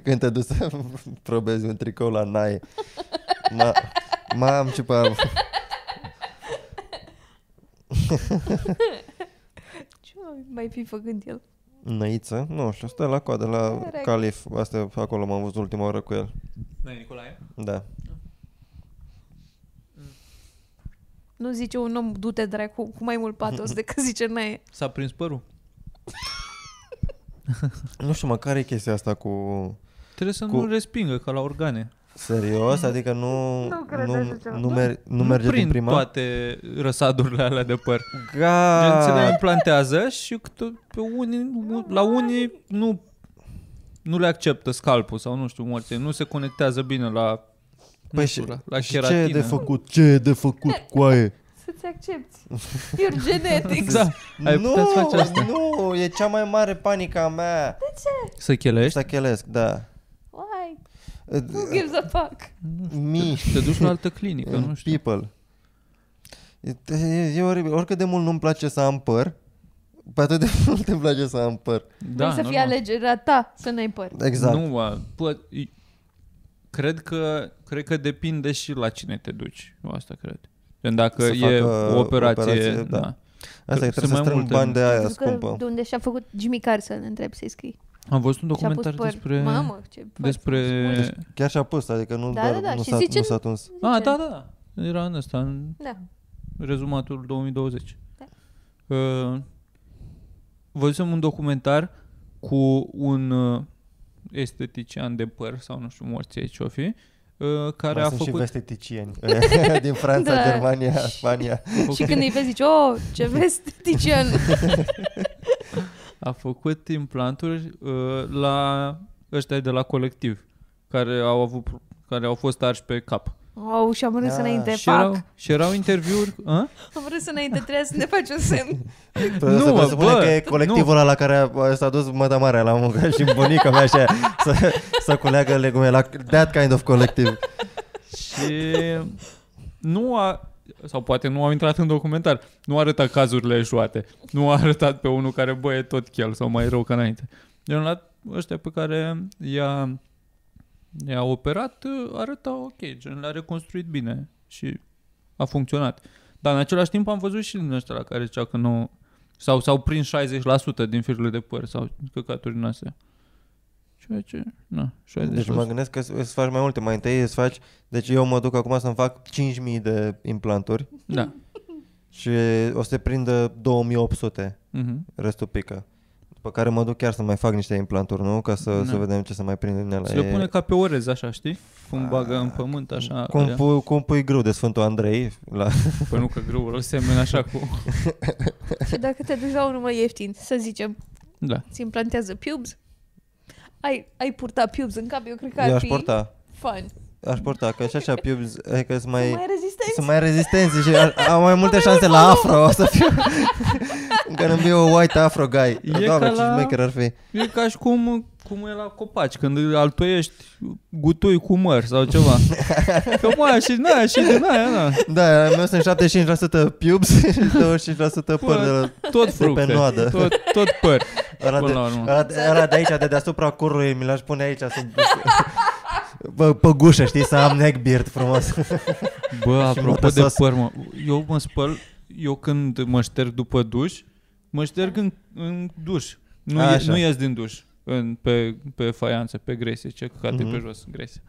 Speaker 1: Când te duci să probezi un tricou la naie. Ma- M-am și pe alb.
Speaker 7: Ce mai fi făcând el?
Speaker 1: Năiță? Nu știu, stă la coadă la
Speaker 7: Corect.
Speaker 1: Calif. Asta acolo m-am văzut ultima oară cu el.
Speaker 3: Da, Nicolae?
Speaker 1: Da.
Speaker 7: Nu zice un om, du-te dracu, cu mai
Speaker 3: *laughs*
Speaker 7: mult patos decât zice naie.
Speaker 3: S-a prins părul?
Speaker 1: Nu știu, mă, care e chestia asta cu...
Speaker 3: Trebuie să
Speaker 1: Cu-
Speaker 3: nu respingă, ca la organe.
Speaker 1: Serios? Adică nu...
Speaker 7: Nu cred
Speaker 1: nu,
Speaker 7: așa ceva.
Speaker 1: nu, mer- nu, merge
Speaker 3: prind
Speaker 1: din prima? Ah.
Speaker 3: toate răsadurile alea de păr. Gen, ți le
Speaker 1: Ga...
Speaker 3: implantează și câte- pe unii, u- la unii nu, nu le acceptă scalpul sau nu știu morții. Nu se conectează bine la, nu
Speaker 1: Păi
Speaker 3: știu,
Speaker 1: și-
Speaker 3: la, la
Speaker 1: Și ce e de
Speaker 3: keratină.
Speaker 1: făcut? Ce e de făcut, coaie?
Speaker 7: Să-ți accepti. You're genetic.
Speaker 3: Exact. Ai
Speaker 1: nu,
Speaker 3: putea să faci asta.
Speaker 1: Nu, e cea mai mare panică a mea.
Speaker 3: Să chelești?
Speaker 1: Să chelesc, da.
Speaker 7: Why? Who gives a fuck?
Speaker 1: Mi,
Speaker 3: Te duci la altă clinică, nu știu.
Speaker 1: people. E, e, e oribil. Oricât de mult nu-mi place să am păr, pe atât de *laughs* mult îmi place să am păr.
Speaker 7: Da, să fie
Speaker 3: normal.
Speaker 7: alegerea ta să n-ai păr.
Speaker 1: Exact. Nu.
Speaker 3: Nu, a, bă, i- cred că, cred că depinde și la cine te duci. Eu asta cred. Gen, Dacă
Speaker 1: Să
Speaker 3: e
Speaker 1: facă
Speaker 3: o operație,
Speaker 1: operație, da.
Speaker 3: da. da.
Speaker 1: Asta e,
Speaker 3: Sunt
Speaker 1: trebuie să
Speaker 3: mai
Speaker 1: strâng
Speaker 3: multe.
Speaker 1: bani de aia
Speaker 7: Pentru că
Speaker 1: scumpă.
Speaker 7: de unde și-a făcut Jimmy Carson, întreb să-i scrii.
Speaker 3: Am văzut un
Speaker 7: Și-a pus
Speaker 3: documentar
Speaker 7: păr.
Speaker 3: despre...
Speaker 7: Mamă, ce faci,
Speaker 3: despre...
Speaker 7: mulți.
Speaker 1: Chiar și-a pus, adică nu,
Speaker 7: Da,
Speaker 1: doar,
Speaker 7: da, da,
Speaker 1: nu,
Speaker 7: și
Speaker 1: s-a,
Speaker 7: zice-
Speaker 1: nu s-a tuns.
Speaker 3: Ah, da, da, da. Era în ăsta, în
Speaker 7: Da.
Speaker 3: rezumatul 2020.
Speaker 7: Da.
Speaker 3: Da. Uh, văzusem un documentar cu un uh, estetician de păr sau nu știu morții ce o fi, uh, care
Speaker 1: Mai
Speaker 3: a
Speaker 1: sunt și
Speaker 3: făcut...
Speaker 1: vesteticieni *laughs* din Franța,
Speaker 2: Da.
Speaker 1: Germania, Spania.
Speaker 2: Și când îi vezi, zici, oh, ce *laughs* vestetician.
Speaker 3: a făcut implanturi uh, la ăștia de la colectiv, care au avut pro- care au fost arși pe cap.
Speaker 2: oh, și am râs
Speaker 1: Da,
Speaker 2: înainte,
Speaker 3: și,
Speaker 2: fac.
Speaker 3: erau, și erau interviuri, a?
Speaker 2: Am râs înainte, trebuia să ne faci un semn.
Speaker 1: Nu,
Speaker 3: mă,
Speaker 1: să presupune
Speaker 3: bă,
Speaker 1: că e colectivul ăla la care a- s-a dus măta mare la muncă și bunica mea așa să, să culeagă legume la that kind of colectiv.
Speaker 3: și nu a sau poate nu au intrat în documentar. Nu arăta cazurile eșuate. Nu a arătat pe unul care, bă, e tot chel sau mai rău ca înainte. Eu la ăștia pe care i-a, i-a operat uh, arăta ok, gen l-a reconstruit bine și a funcționat. Dar în același timp am văzut și din ăștia la care zicea că nu... Sau s-au prins 60% din firul de păr sau căcaturi din astea. Ceea ce... Na, 60%.
Speaker 1: Deci mă gândesc că să faci mai multe. Mai întâi îți faci... Deci eu mă duc acum să-mi fac 5.000 de implanturi
Speaker 3: Da.
Speaker 1: și o să te prindă 2.800,
Speaker 3: Mhm.
Speaker 1: restul pică. După care mă duc chiar să mai fac niște implanturi, nu? Ca să,
Speaker 3: Da.
Speaker 1: să vedem ce să mai prind din ele.
Speaker 3: Se le pune ca pe orez, așa, știi? Cum bagă în pământ, așa.
Speaker 1: cum,
Speaker 3: alea.
Speaker 1: pu, cum pui grâu de Sfântul Andrei la
Speaker 3: Păi nu că greu, o semeni așa cu...
Speaker 2: Și dacă te duci la unul mai ieftin, să zicem,
Speaker 3: Da.
Speaker 2: ți implantează pubes, ai, ai purta pubes în cap, eu cred că
Speaker 1: Eu
Speaker 2: ar
Speaker 1: aș
Speaker 2: fi
Speaker 1: porta,
Speaker 2: fun.
Speaker 1: aș porta, că și așa piubi, adică sunt
Speaker 2: Mai,
Speaker 1: mai,
Speaker 2: mai rezistenți?
Speaker 1: sunt mai rezistenți și ar- am mai multe
Speaker 2: mai
Speaker 1: șanse
Speaker 2: mult
Speaker 1: la
Speaker 2: volum.
Speaker 1: afro, o să fiu, *laughs* încă nu o white afro guy, e
Speaker 3: ca
Speaker 1: doamne, ce
Speaker 3: la-
Speaker 1: șmecher ar fi.
Speaker 3: E ca și cum, cum e la copaci, când altoiești gutui cu măr sau
Speaker 1: *laughs*
Speaker 3: ceva. Că mă, și na, și din aia, na.
Speaker 1: Da, al meu sunt 75% pubes *laughs* și 25% păr de la,
Speaker 3: Tot fructe,
Speaker 1: pe noadă.
Speaker 3: tot, tot păr.
Speaker 1: ăla
Speaker 3: Până
Speaker 1: de,
Speaker 3: la urmă.
Speaker 1: ăla de, ăla de aici, de deasupra curului, mi l-aș pune aici, sub, Bă, pe gușă, știi, să am neckbeard frumos.
Speaker 3: Bă,
Speaker 1: Și
Speaker 3: apropo
Speaker 1: mătă
Speaker 3: de
Speaker 1: sos.
Speaker 3: păr, mă, eu mă spăl, eu când mă șterg după duș, mă șterg în, în duș. Nu,
Speaker 1: A,
Speaker 3: ie,
Speaker 1: așa.
Speaker 3: nu ies din duș în, pe, pe faianță, pe grese, ce căcate
Speaker 1: Mhm.
Speaker 3: pe jos, grese.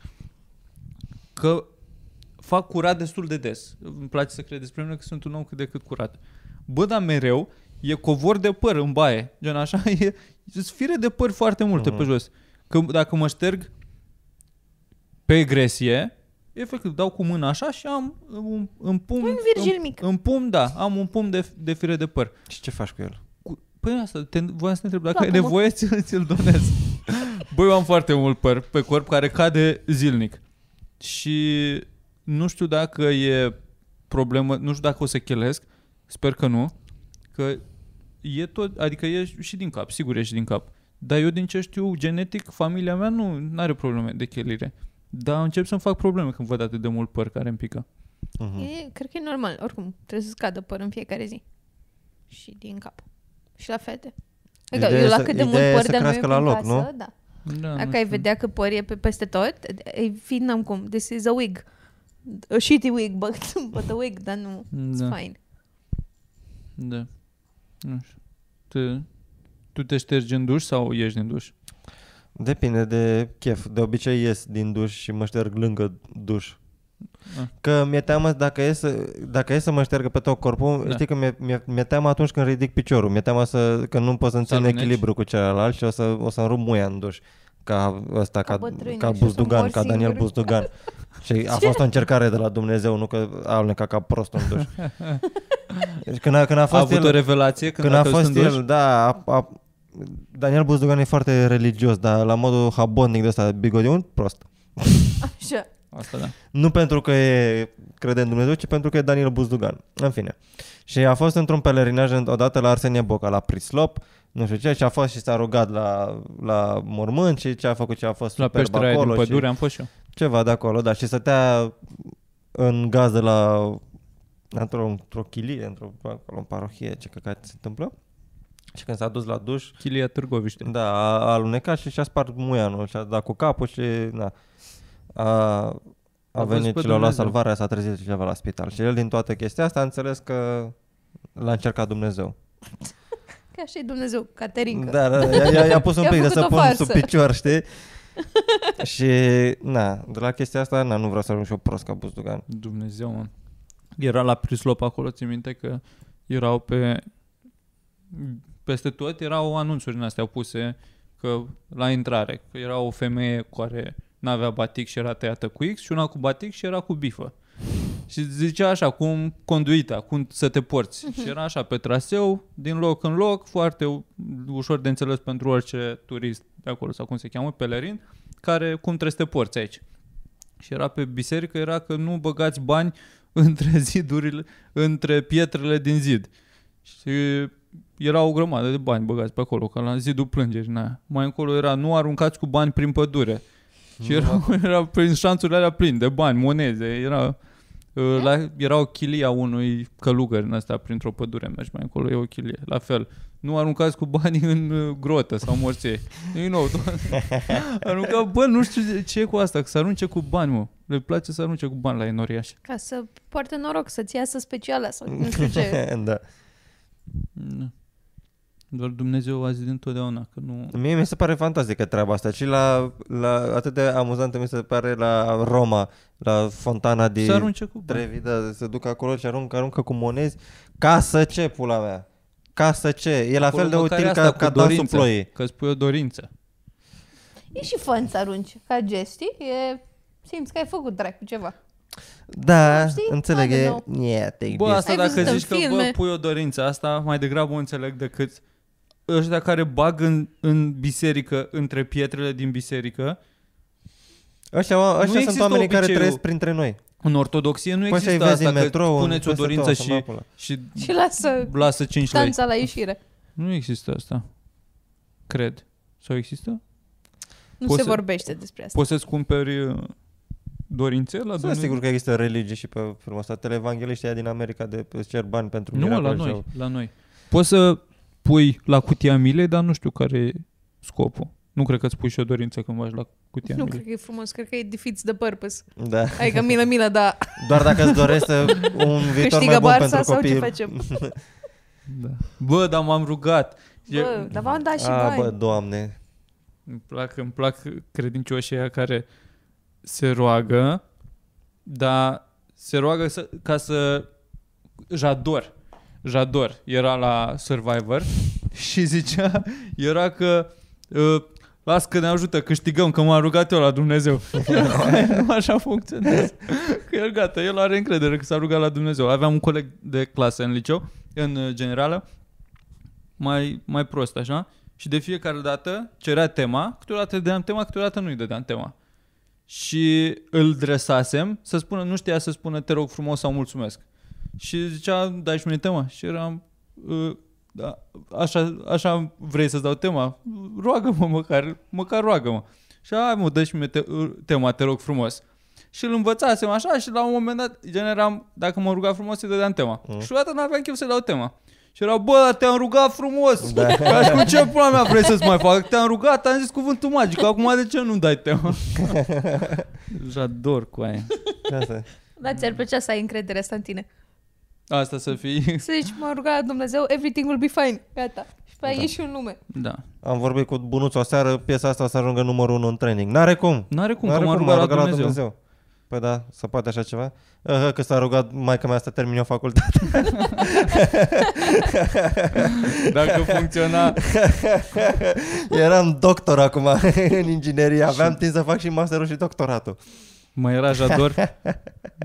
Speaker 3: Că fac curat destul de des. Îmi place să cred despre mine că sunt un om cât de cât curat. Bă, dar mereu e covor de păr în baie. Gen așa, *laughs* e, sunt fire de păr foarte multe
Speaker 1: Mhm.
Speaker 3: pe jos. Că dacă mă șterg pe gresie, efectiv dau cu mâna așa și am un, un pum...
Speaker 2: Un virgil mic.
Speaker 3: Un, un pum, da, am un pum de, de fire de păr.
Speaker 1: Și ce faci cu el?
Speaker 3: Cu, păi asta, te, voiam să te întreb, dacă
Speaker 2: Da,
Speaker 3: ai
Speaker 2: pumul.
Speaker 3: nevoie, ți-l, *laughs* ți-l donez. Băi, eu am foarte mult păr pe corp care cade zilnic. Și nu știu dacă e problemă, nu știu dacă o să chelesc, sper că nu, că e tot, adică e și din cap, sigur e și din cap. Dar eu din ce știu, genetic, familia mea nu are probleme de chelire. Dar încep să-mi fac probleme când văd atât de mult păr care îmi pică.
Speaker 1: Mhm.
Speaker 2: E, cred că e normal, oricum, trebuie să-ți cadă păr în fiecare zi. Și din cap. Și la fete. Adică
Speaker 1: Ideea
Speaker 2: eu
Speaker 1: e
Speaker 2: la
Speaker 1: să-
Speaker 2: cât de mult
Speaker 1: ideea e
Speaker 2: păr
Speaker 1: să
Speaker 2: de
Speaker 1: crească la loc, nu?
Speaker 2: Da.
Speaker 3: Da, nu
Speaker 2: Dacă ai
Speaker 3: știu.
Speaker 2: vedea că păr e pe, peste tot, ei fi n-am cum, this is a wig. A shitty wig, but, *laughs* but a wig, dar nu, it's
Speaker 3: Da.
Speaker 2: fine.
Speaker 3: Da. Nu știu. Te, tu te ștergi în duș sau ieși din duș?
Speaker 1: Depinde de chef. De obicei ies din duș și mă șterg lângă duș.
Speaker 3: Ah.
Speaker 1: Că mi-e teamă dacă e să, dacă e să mă ștergă pe tot corpul,
Speaker 3: Da.
Speaker 1: da. știi că mi-e, mi-e, mi-e teamă atunci când ridic piciorul, mi-e teamă să, că nu pot să-mi
Speaker 3: Să
Speaker 1: țin
Speaker 3: aluneci?
Speaker 1: echilibru cu celălalt și o, să, o să-mi rup muia în duș. Ca ăsta,
Speaker 2: Ca
Speaker 1: ca,
Speaker 2: bătrâne
Speaker 1: ca,
Speaker 2: și o să
Speaker 1: Buzdugan,
Speaker 2: mori
Speaker 1: ca Daniel
Speaker 2: singur. *laughs*
Speaker 1: Buzdugan. și a fost o încercare de la Dumnezeu, nu că a alunecat ca prost în
Speaker 3: *laughs*
Speaker 1: duș. Deci când a, când a
Speaker 3: A,
Speaker 1: fost
Speaker 3: avut
Speaker 1: el,
Speaker 3: o revelație când,
Speaker 1: când a
Speaker 3: te-ai dus
Speaker 1: fost
Speaker 3: în duș?
Speaker 1: el, da, a, a, Daniel Buzdugan e foarte religios, dar la modul habotnic de ăsta, bigodiun, prost.
Speaker 2: Așa.
Speaker 3: Asta da.
Speaker 1: Nu pentru că e crede în Dumnezeu, ci pentru că e Daniel Buzdugan. În fine. Și a fost într-un pelerinaj în- odată la Arsenie Boca, la Prislop, nu știu ce, și a fost și s-a rugat la, la mormânt și ce a făcut, ce a fost
Speaker 3: La
Speaker 1: superb
Speaker 3: peștera aia din
Speaker 1: acolo.
Speaker 3: pădure
Speaker 1: Și
Speaker 3: am fost și eu.
Speaker 1: ceva de acolo, da. Și stătea în gazdă la într-o, într-o chilie, într-o acolo, în parohie, ce căcat se întâmplă. Și când s-a dus la duș,
Speaker 3: Chilia Târgoviște.
Speaker 1: da, a, a alunecat și și-a spart muianul și-a dat cu capul și na. A, a,
Speaker 3: A
Speaker 1: a
Speaker 3: văzut
Speaker 1: venit
Speaker 3: pe
Speaker 1: și l-a luat
Speaker 3: Dumnezeu.
Speaker 1: salvarea, s-a trezit cineva la spital. Și el din toată chestia asta a înțeles că l-a încercat Dumnezeu.
Speaker 2: Că așa e Dumnezeu, Caterinca.
Speaker 1: Da, da, da, i-a- i-a, i-a pus un
Speaker 2: I-a
Speaker 1: pic de
Speaker 2: făcut o
Speaker 1: săpun sub
Speaker 2: farsă.
Speaker 1: picior,
Speaker 2: *laughs*
Speaker 1: știi? și, na, de la chestia asta, na, nu vreau să ajung și eu prost ca Buzdugan.
Speaker 3: Dumnezeu, mă. Era la prislop acolo, ți minte că erau pe... Peste tot erau anunțuri în astea puse că la intrare, că era o femeie care n-avea batic și era tăiată cu X și una cu batic și era cu bifă. Și zicea așa, cum conduita, cum să te porți. Și era așa pe traseu, din loc în loc, foarte u- ușor de înțeles pentru orice turist de acolo sau cum se cheamă, pelerin, care cum trebuie să te porți aici. Și era pe biserică, era că nu băgați bani *laughs* între zidurile, între pietrele din zid. Și era o grămadă de bani băgați pe acolo, ca la zidul plângerii. Na. Mai încolo era, nu aruncați cu bani prin pădure. Și era, *laughs* era prin șanțurile alea plin de bani, monede, era... uh, La, era o chilie a unui călugăr în ăsta printr-o pădure, mergi mai încolo, e o chilie, la fel. Nu aruncați cu banii în uh, grotă sau morței. Din nou, arunca, bă, nu știu ce e cu asta, că să arunce cu bani, mă. Le place să arunce cu bani la enoriaș.
Speaker 2: Ca să poartă noroc, să-ți iasă speciala sau nu știu
Speaker 1: *laughs*
Speaker 2: ce.
Speaker 1: da.
Speaker 3: Nu. Da. Doar Dumnezeu a zis dintotdeauna că nu...
Speaker 1: Mie mi se pare fantastică treaba asta și la, la atât de amuzantă mi se pare la Roma, la fontana
Speaker 3: Să
Speaker 1: de
Speaker 3: arunce cu bani.
Speaker 1: Trevi, da, se duc acolo și aruncă, aruncă cu monezi. Ca să ce, pula mea? Ca să ce? E la
Speaker 3: Acolo
Speaker 1: fel de
Speaker 3: măcar
Speaker 1: util
Speaker 3: asta
Speaker 1: ca,
Speaker 3: cu
Speaker 1: ca dansul
Speaker 3: dorință,
Speaker 1: ploii.
Speaker 3: Că spui o dorință.
Speaker 7: E și fun să arunci, ca gestii, e... Simți că ai făcut drag cu ceva.
Speaker 1: Da,
Speaker 7: Nu știi?
Speaker 1: înțeleg.
Speaker 7: I don't
Speaker 1: e-
Speaker 7: know.
Speaker 1: Yeah, take
Speaker 3: Bă,
Speaker 1: this.
Speaker 3: asta
Speaker 2: Ai
Speaker 3: dacă
Speaker 2: văzut în
Speaker 3: zici că bă,
Speaker 2: filme.
Speaker 3: pui o dorință, asta mai degrabă o înțeleg decât ăștia care bag în, în biserică, între pietrele din biserică.
Speaker 1: Ăștia,
Speaker 3: Nu
Speaker 1: ăștia sunt
Speaker 3: există
Speaker 1: oamenii care
Speaker 3: obiceiul.
Speaker 1: trăiesc printre noi.
Speaker 3: În ortodoxie nu
Speaker 1: Păi să-i
Speaker 3: există
Speaker 1: vezi
Speaker 3: asta,
Speaker 1: în
Speaker 3: că
Speaker 1: metrou, în
Speaker 3: puneți o
Speaker 1: peste tot,
Speaker 3: dorință
Speaker 1: să-mi dau
Speaker 3: și,
Speaker 1: pula.
Speaker 3: și
Speaker 2: Și lasă
Speaker 3: lasă 5 lei.
Speaker 7: Tanța la ieșire.
Speaker 3: Nu există asta. Cred. Sau există?
Speaker 2: Nu
Speaker 3: Poți
Speaker 2: se
Speaker 3: să-
Speaker 2: vorbește despre asta.
Speaker 3: Poți să-ți cumperi uh, dorințe la
Speaker 1: Sunt
Speaker 3: Dumnezeu?
Speaker 1: sigur că există religii și pe frumosatele evangeliști ăia din America de îți cer bani pentru
Speaker 3: Nu, mă, la
Speaker 1: miracole
Speaker 3: noi,
Speaker 1: sau-
Speaker 3: la noi. Poți să pui la cutia milei, dar nu știu care e scopul. Nu cred că îți pui și o dorință când faci la cutia
Speaker 2: Nu
Speaker 3: milei.
Speaker 2: cred că e frumos, cred că e defeats the purpose.
Speaker 1: Da.
Speaker 2: Adică milă, milă, da,
Speaker 1: Doar dacă îți doresc să- un viitor mai
Speaker 2: câștigă
Speaker 1: bun
Speaker 2: Barça
Speaker 1: pentru
Speaker 2: sau ce
Speaker 1: copii.
Speaker 2: facem?
Speaker 3: Da. Bă, dar m-am rugat. E-
Speaker 2: Bă, dar v-am dat și
Speaker 1: A, bă,
Speaker 2: bani.
Speaker 1: doamne.
Speaker 3: Îmi plac, îmi plac credincioșii ăia care se roagă, dar se roagă să, ca să... Jador. Jador era la Survivor *laughs* și zicea, era că... Uh, Las că ne ajută, câștigăm, că m-am rugat eu la Dumnezeu. *laughs* nu așa funcționează. Că el gata, el are încredere că s-a rugat la Dumnezeu. Aveam un coleg de clasă în liceu, în uh, generală, mai, mai prost așa, și de fiecare dată cerea tema, câteodată îi dădeam tema, câteodată nu îi dădeam tema. Și îl dresasem să spună, nu știa să spună te rog frumos sau mulțumesc. Și zicea, dai și mie tema. Și eram, "Uh, da, așa, așa vrei să-ți dau tema? Roagă-mă măcar, măcar roagă-mă. Și hai mă, dă și mie te, uh, tema, te rog frumos. Și îl învățasem așa și la un moment dat, gen eram, dacă mă ruga frumos, îi dădeam tema. Mm. Și odată n-aveam chef să-i dau tema. Și era, bă, te-am rugat frumos! Da. Ca cu ce pula mea vrei să-ți mai fac? Te-am rugat, am zis cuvântul magic, acum de ce nu-mi dai *laughs* tema? Își ador cu aia.
Speaker 1: Asta.
Speaker 2: Da, ți-ar plăcea să ai încredere asta în tine.
Speaker 3: Asta să fii...
Speaker 2: Să zici, mă ruga Dumnezeu, everything will be fine. Gata. Și pe aia da. și un nume.
Speaker 3: Da.
Speaker 1: Am vorbit cu Bunuțu aseară, piesa asta o să ajungă numărul 1 în training. N-are cum.
Speaker 3: N-are cum,
Speaker 1: N-are
Speaker 3: că m-a
Speaker 1: cum,
Speaker 3: rugat la Dumnezeu. Dumnezeu.
Speaker 1: Păi da, să poate așa ceva. Aha, că s-a rugat maica mea să termine o *laughs* facultate.
Speaker 3: Dacă funcționa...
Speaker 1: Eram doctor acum *laughs* în inginerie. Aveam timp să fac și masterul și doctoratul.
Speaker 3: Mai era
Speaker 1: *laughs*
Speaker 3: Jador.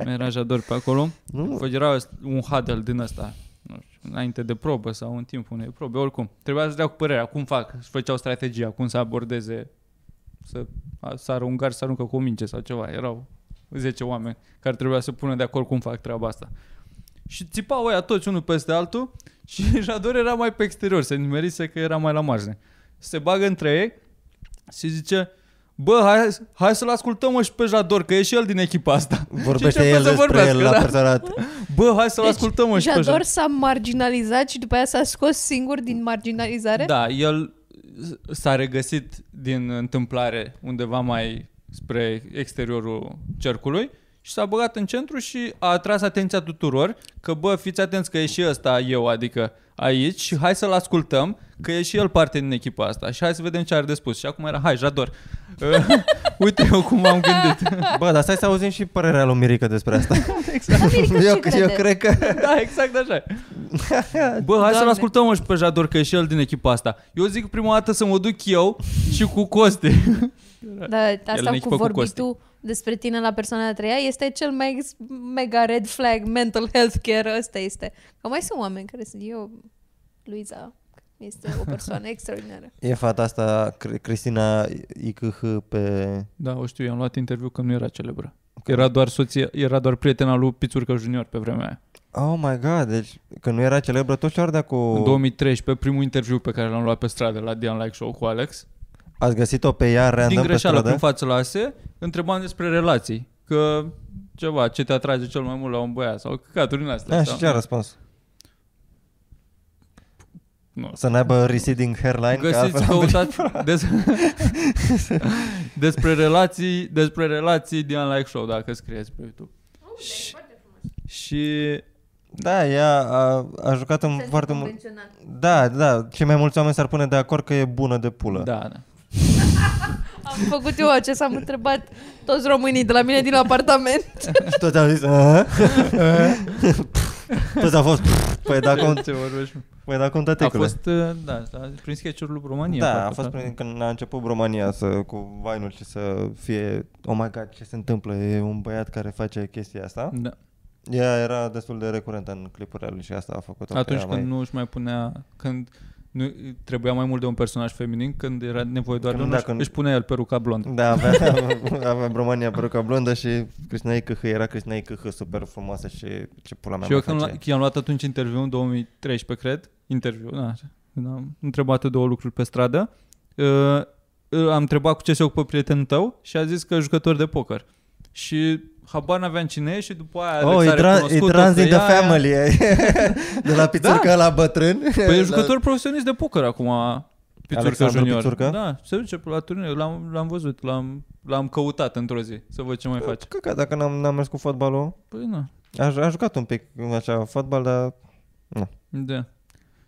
Speaker 3: Mai era Jador pe acolo.
Speaker 1: Nu?
Speaker 3: Păi era un huddle din ăsta. Nu știu, înainte de probă sau în timpul unei probe, oricum. Trebuia să dea cu părerea, cum fac, își făceau strategia, cum să abordeze, să a- sară un gard, să aruncă cu o minge sau ceva. Erau 10 oameni care trebuia să pună de acord cum fac treaba asta. Și țipau ăia toți unul peste altul și *laughs* Jador era mai pe exterior, se nimerise că era mai la margine. Se bagă între ei și zice, bă, hai, hai să-l ascultăm mă, și pe Jador, că e și el din echipa asta. *laughs* Și
Speaker 1: Vorbește
Speaker 3: începe
Speaker 1: el
Speaker 3: să
Speaker 1: despre
Speaker 3: vorbească,
Speaker 1: el la
Speaker 3: da.
Speaker 1: *laughs* personat.
Speaker 3: Bă, hai să-l
Speaker 2: Deci,
Speaker 3: ascultăm mă, și pe Jador.
Speaker 2: Jador s-a marginalizat și după aia s-a scos singur din marginalizare.
Speaker 3: Da, el s- s-a regăsit din întâmplare undeva mai spre exteriorul cercului și s-a băgat în centru și a atras atenția tuturor că, bă, fiți atenți că e și ăsta eu, adică aici și hai să-l ascultăm că e și el parte din echipa asta și hai să vedem ce are de spus. Și acum era, hai, Jador, *laughs* uh, uite eu cum am gândit.
Speaker 1: Bă, dar stai să auzim și părerea lui Mirica despre asta.
Speaker 2: Dar Mirica
Speaker 1: *laughs*
Speaker 2: ce
Speaker 1: eu, eu
Speaker 2: crede?
Speaker 1: cred că...
Speaker 3: *laughs* da, exact așa e. Bă, hai să-l
Speaker 8: Doamne.
Speaker 3: ascultăm mă, și pe Jador că e și el din echipa asta. Eu zic prima dată să mă duc eu și cu Coste.
Speaker 2: Da,
Speaker 3: în
Speaker 2: asta
Speaker 3: echipă
Speaker 2: cu
Speaker 3: cu Costi.
Speaker 2: vorbitul despre tine la persoana a treia este cel mai ex- mega red flag, mental health care ăsta este. Că mai sunt oameni care sunt, eu, Luiza, este o *laughs* persoană extraordinară.
Speaker 1: *laughs* E fata asta, Cr- Cristina IKH pe...
Speaker 3: *laughs* Da, o știu, i-am luat interviu că nu era celebră. Era doar soție, era doar prietena lui Pițurcă Junior pe vremea aia.
Speaker 1: Oh my god, deci că nu era celebră tot șoardea cu...
Speaker 3: În 2013, primul interviu pe care l-am luat pe stradă la Dian Like Show cu Alex,
Speaker 1: Ați găsit-o pe ea random
Speaker 3: din greșeală
Speaker 1: pe
Speaker 3: prin
Speaker 1: stradă?
Speaker 3: față la ASE, întrebam despre relații. Că ceva, ce te atrage cel mai mult la un băiat sau căcaturi din astea.
Speaker 1: Da,
Speaker 3: sau-
Speaker 1: și ce a răspuns?
Speaker 3: Nu.
Speaker 1: Să n-aibă receding hairline? că altfel
Speaker 3: Găsiți,
Speaker 1: am
Speaker 3: căutați *laughs* des... *laughs* despre relații, despre relații Dian Like Show, dacă scrieți pe YouTube. și, și
Speaker 1: Da, ea a, a jucat în foarte mult. Da, da, cei mai mulți oameni s-ar pune de acord că e bună de pulă.
Speaker 3: da,
Speaker 1: *laughs*
Speaker 3: da.
Speaker 2: Am făcut eu acest, am întrebat toți românii de la mine din apartament.
Speaker 1: Și toți au zis, "Aha." toți au fost, păi da, cum,
Speaker 3: *laughs* ce vorbești?
Speaker 1: păi da, cum
Speaker 3: A
Speaker 1: tăticule.
Speaker 3: fost, uh, da, a- prin sketch-ul lui România.
Speaker 1: Da,
Speaker 3: parcă,
Speaker 1: a fost prin, când a început România să, cu vainul și să fie, oh my god, ce se întâmplă, e un băiat care face chestia asta.
Speaker 3: Da.
Speaker 1: Ea era destul de recurentă în clipurile lui și asta a făcut-o. pe
Speaker 3: Atunci
Speaker 1: ea
Speaker 3: când nu își mai punea, când nu trebuia mai mult de un personaj feminin, când era nevoie doar de
Speaker 1: Când-
Speaker 3: unul,
Speaker 1: da,
Speaker 3: își-
Speaker 1: când-
Speaker 3: își punea el peruca blondă.
Speaker 1: Da, avea, *laughs* avea România peruca blondă și Cristina Icăhă era Cristina Icăhă super frumoasă și ce pula mea
Speaker 3: Și eu
Speaker 1: mai
Speaker 3: când
Speaker 1: face.
Speaker 3: la- i-am luat atunci interviu în 2013, cred, interviu, da, așa. Când am întrebat două lucruri pe stradă, uh, uh, am întrebat cu ce se ocupă prietenul tău și a zis că e jucător de poker. Și habar n-aveam cine e și după aia Alex
Speaker 1: Oh, e,
Speaker 3: a
Speaker 1: tran- e
Speaker 3: recunoscut-o
Speaker 1: trans
Speaker 3: că
Speaker 1: in the
Speaker 3: ea-
Speaker 1: family *laughs* De la pițurcă da. la bătrân *laughs*
Speaker 3: Păi e jucător profesionist de poker acum, Pițurcă
Speaker 1: Alexandru
Speaker 3: Junior.
Speaker 1: Pițurcă?
Speaker 3: Da, se duce la turnee, l-am, l-am văzut, l-am, l-am căutat într-o zi, să văd ce mai
Speaker 1: la...
Speaker 3: face.
Speaker 1: Că, că dacă n-am, n-am mers cu fotbalul
Speaker 3: Păi nu,
Speaker 1: a, a jucat un pic așa fotbal, dar
Speaker 3: da.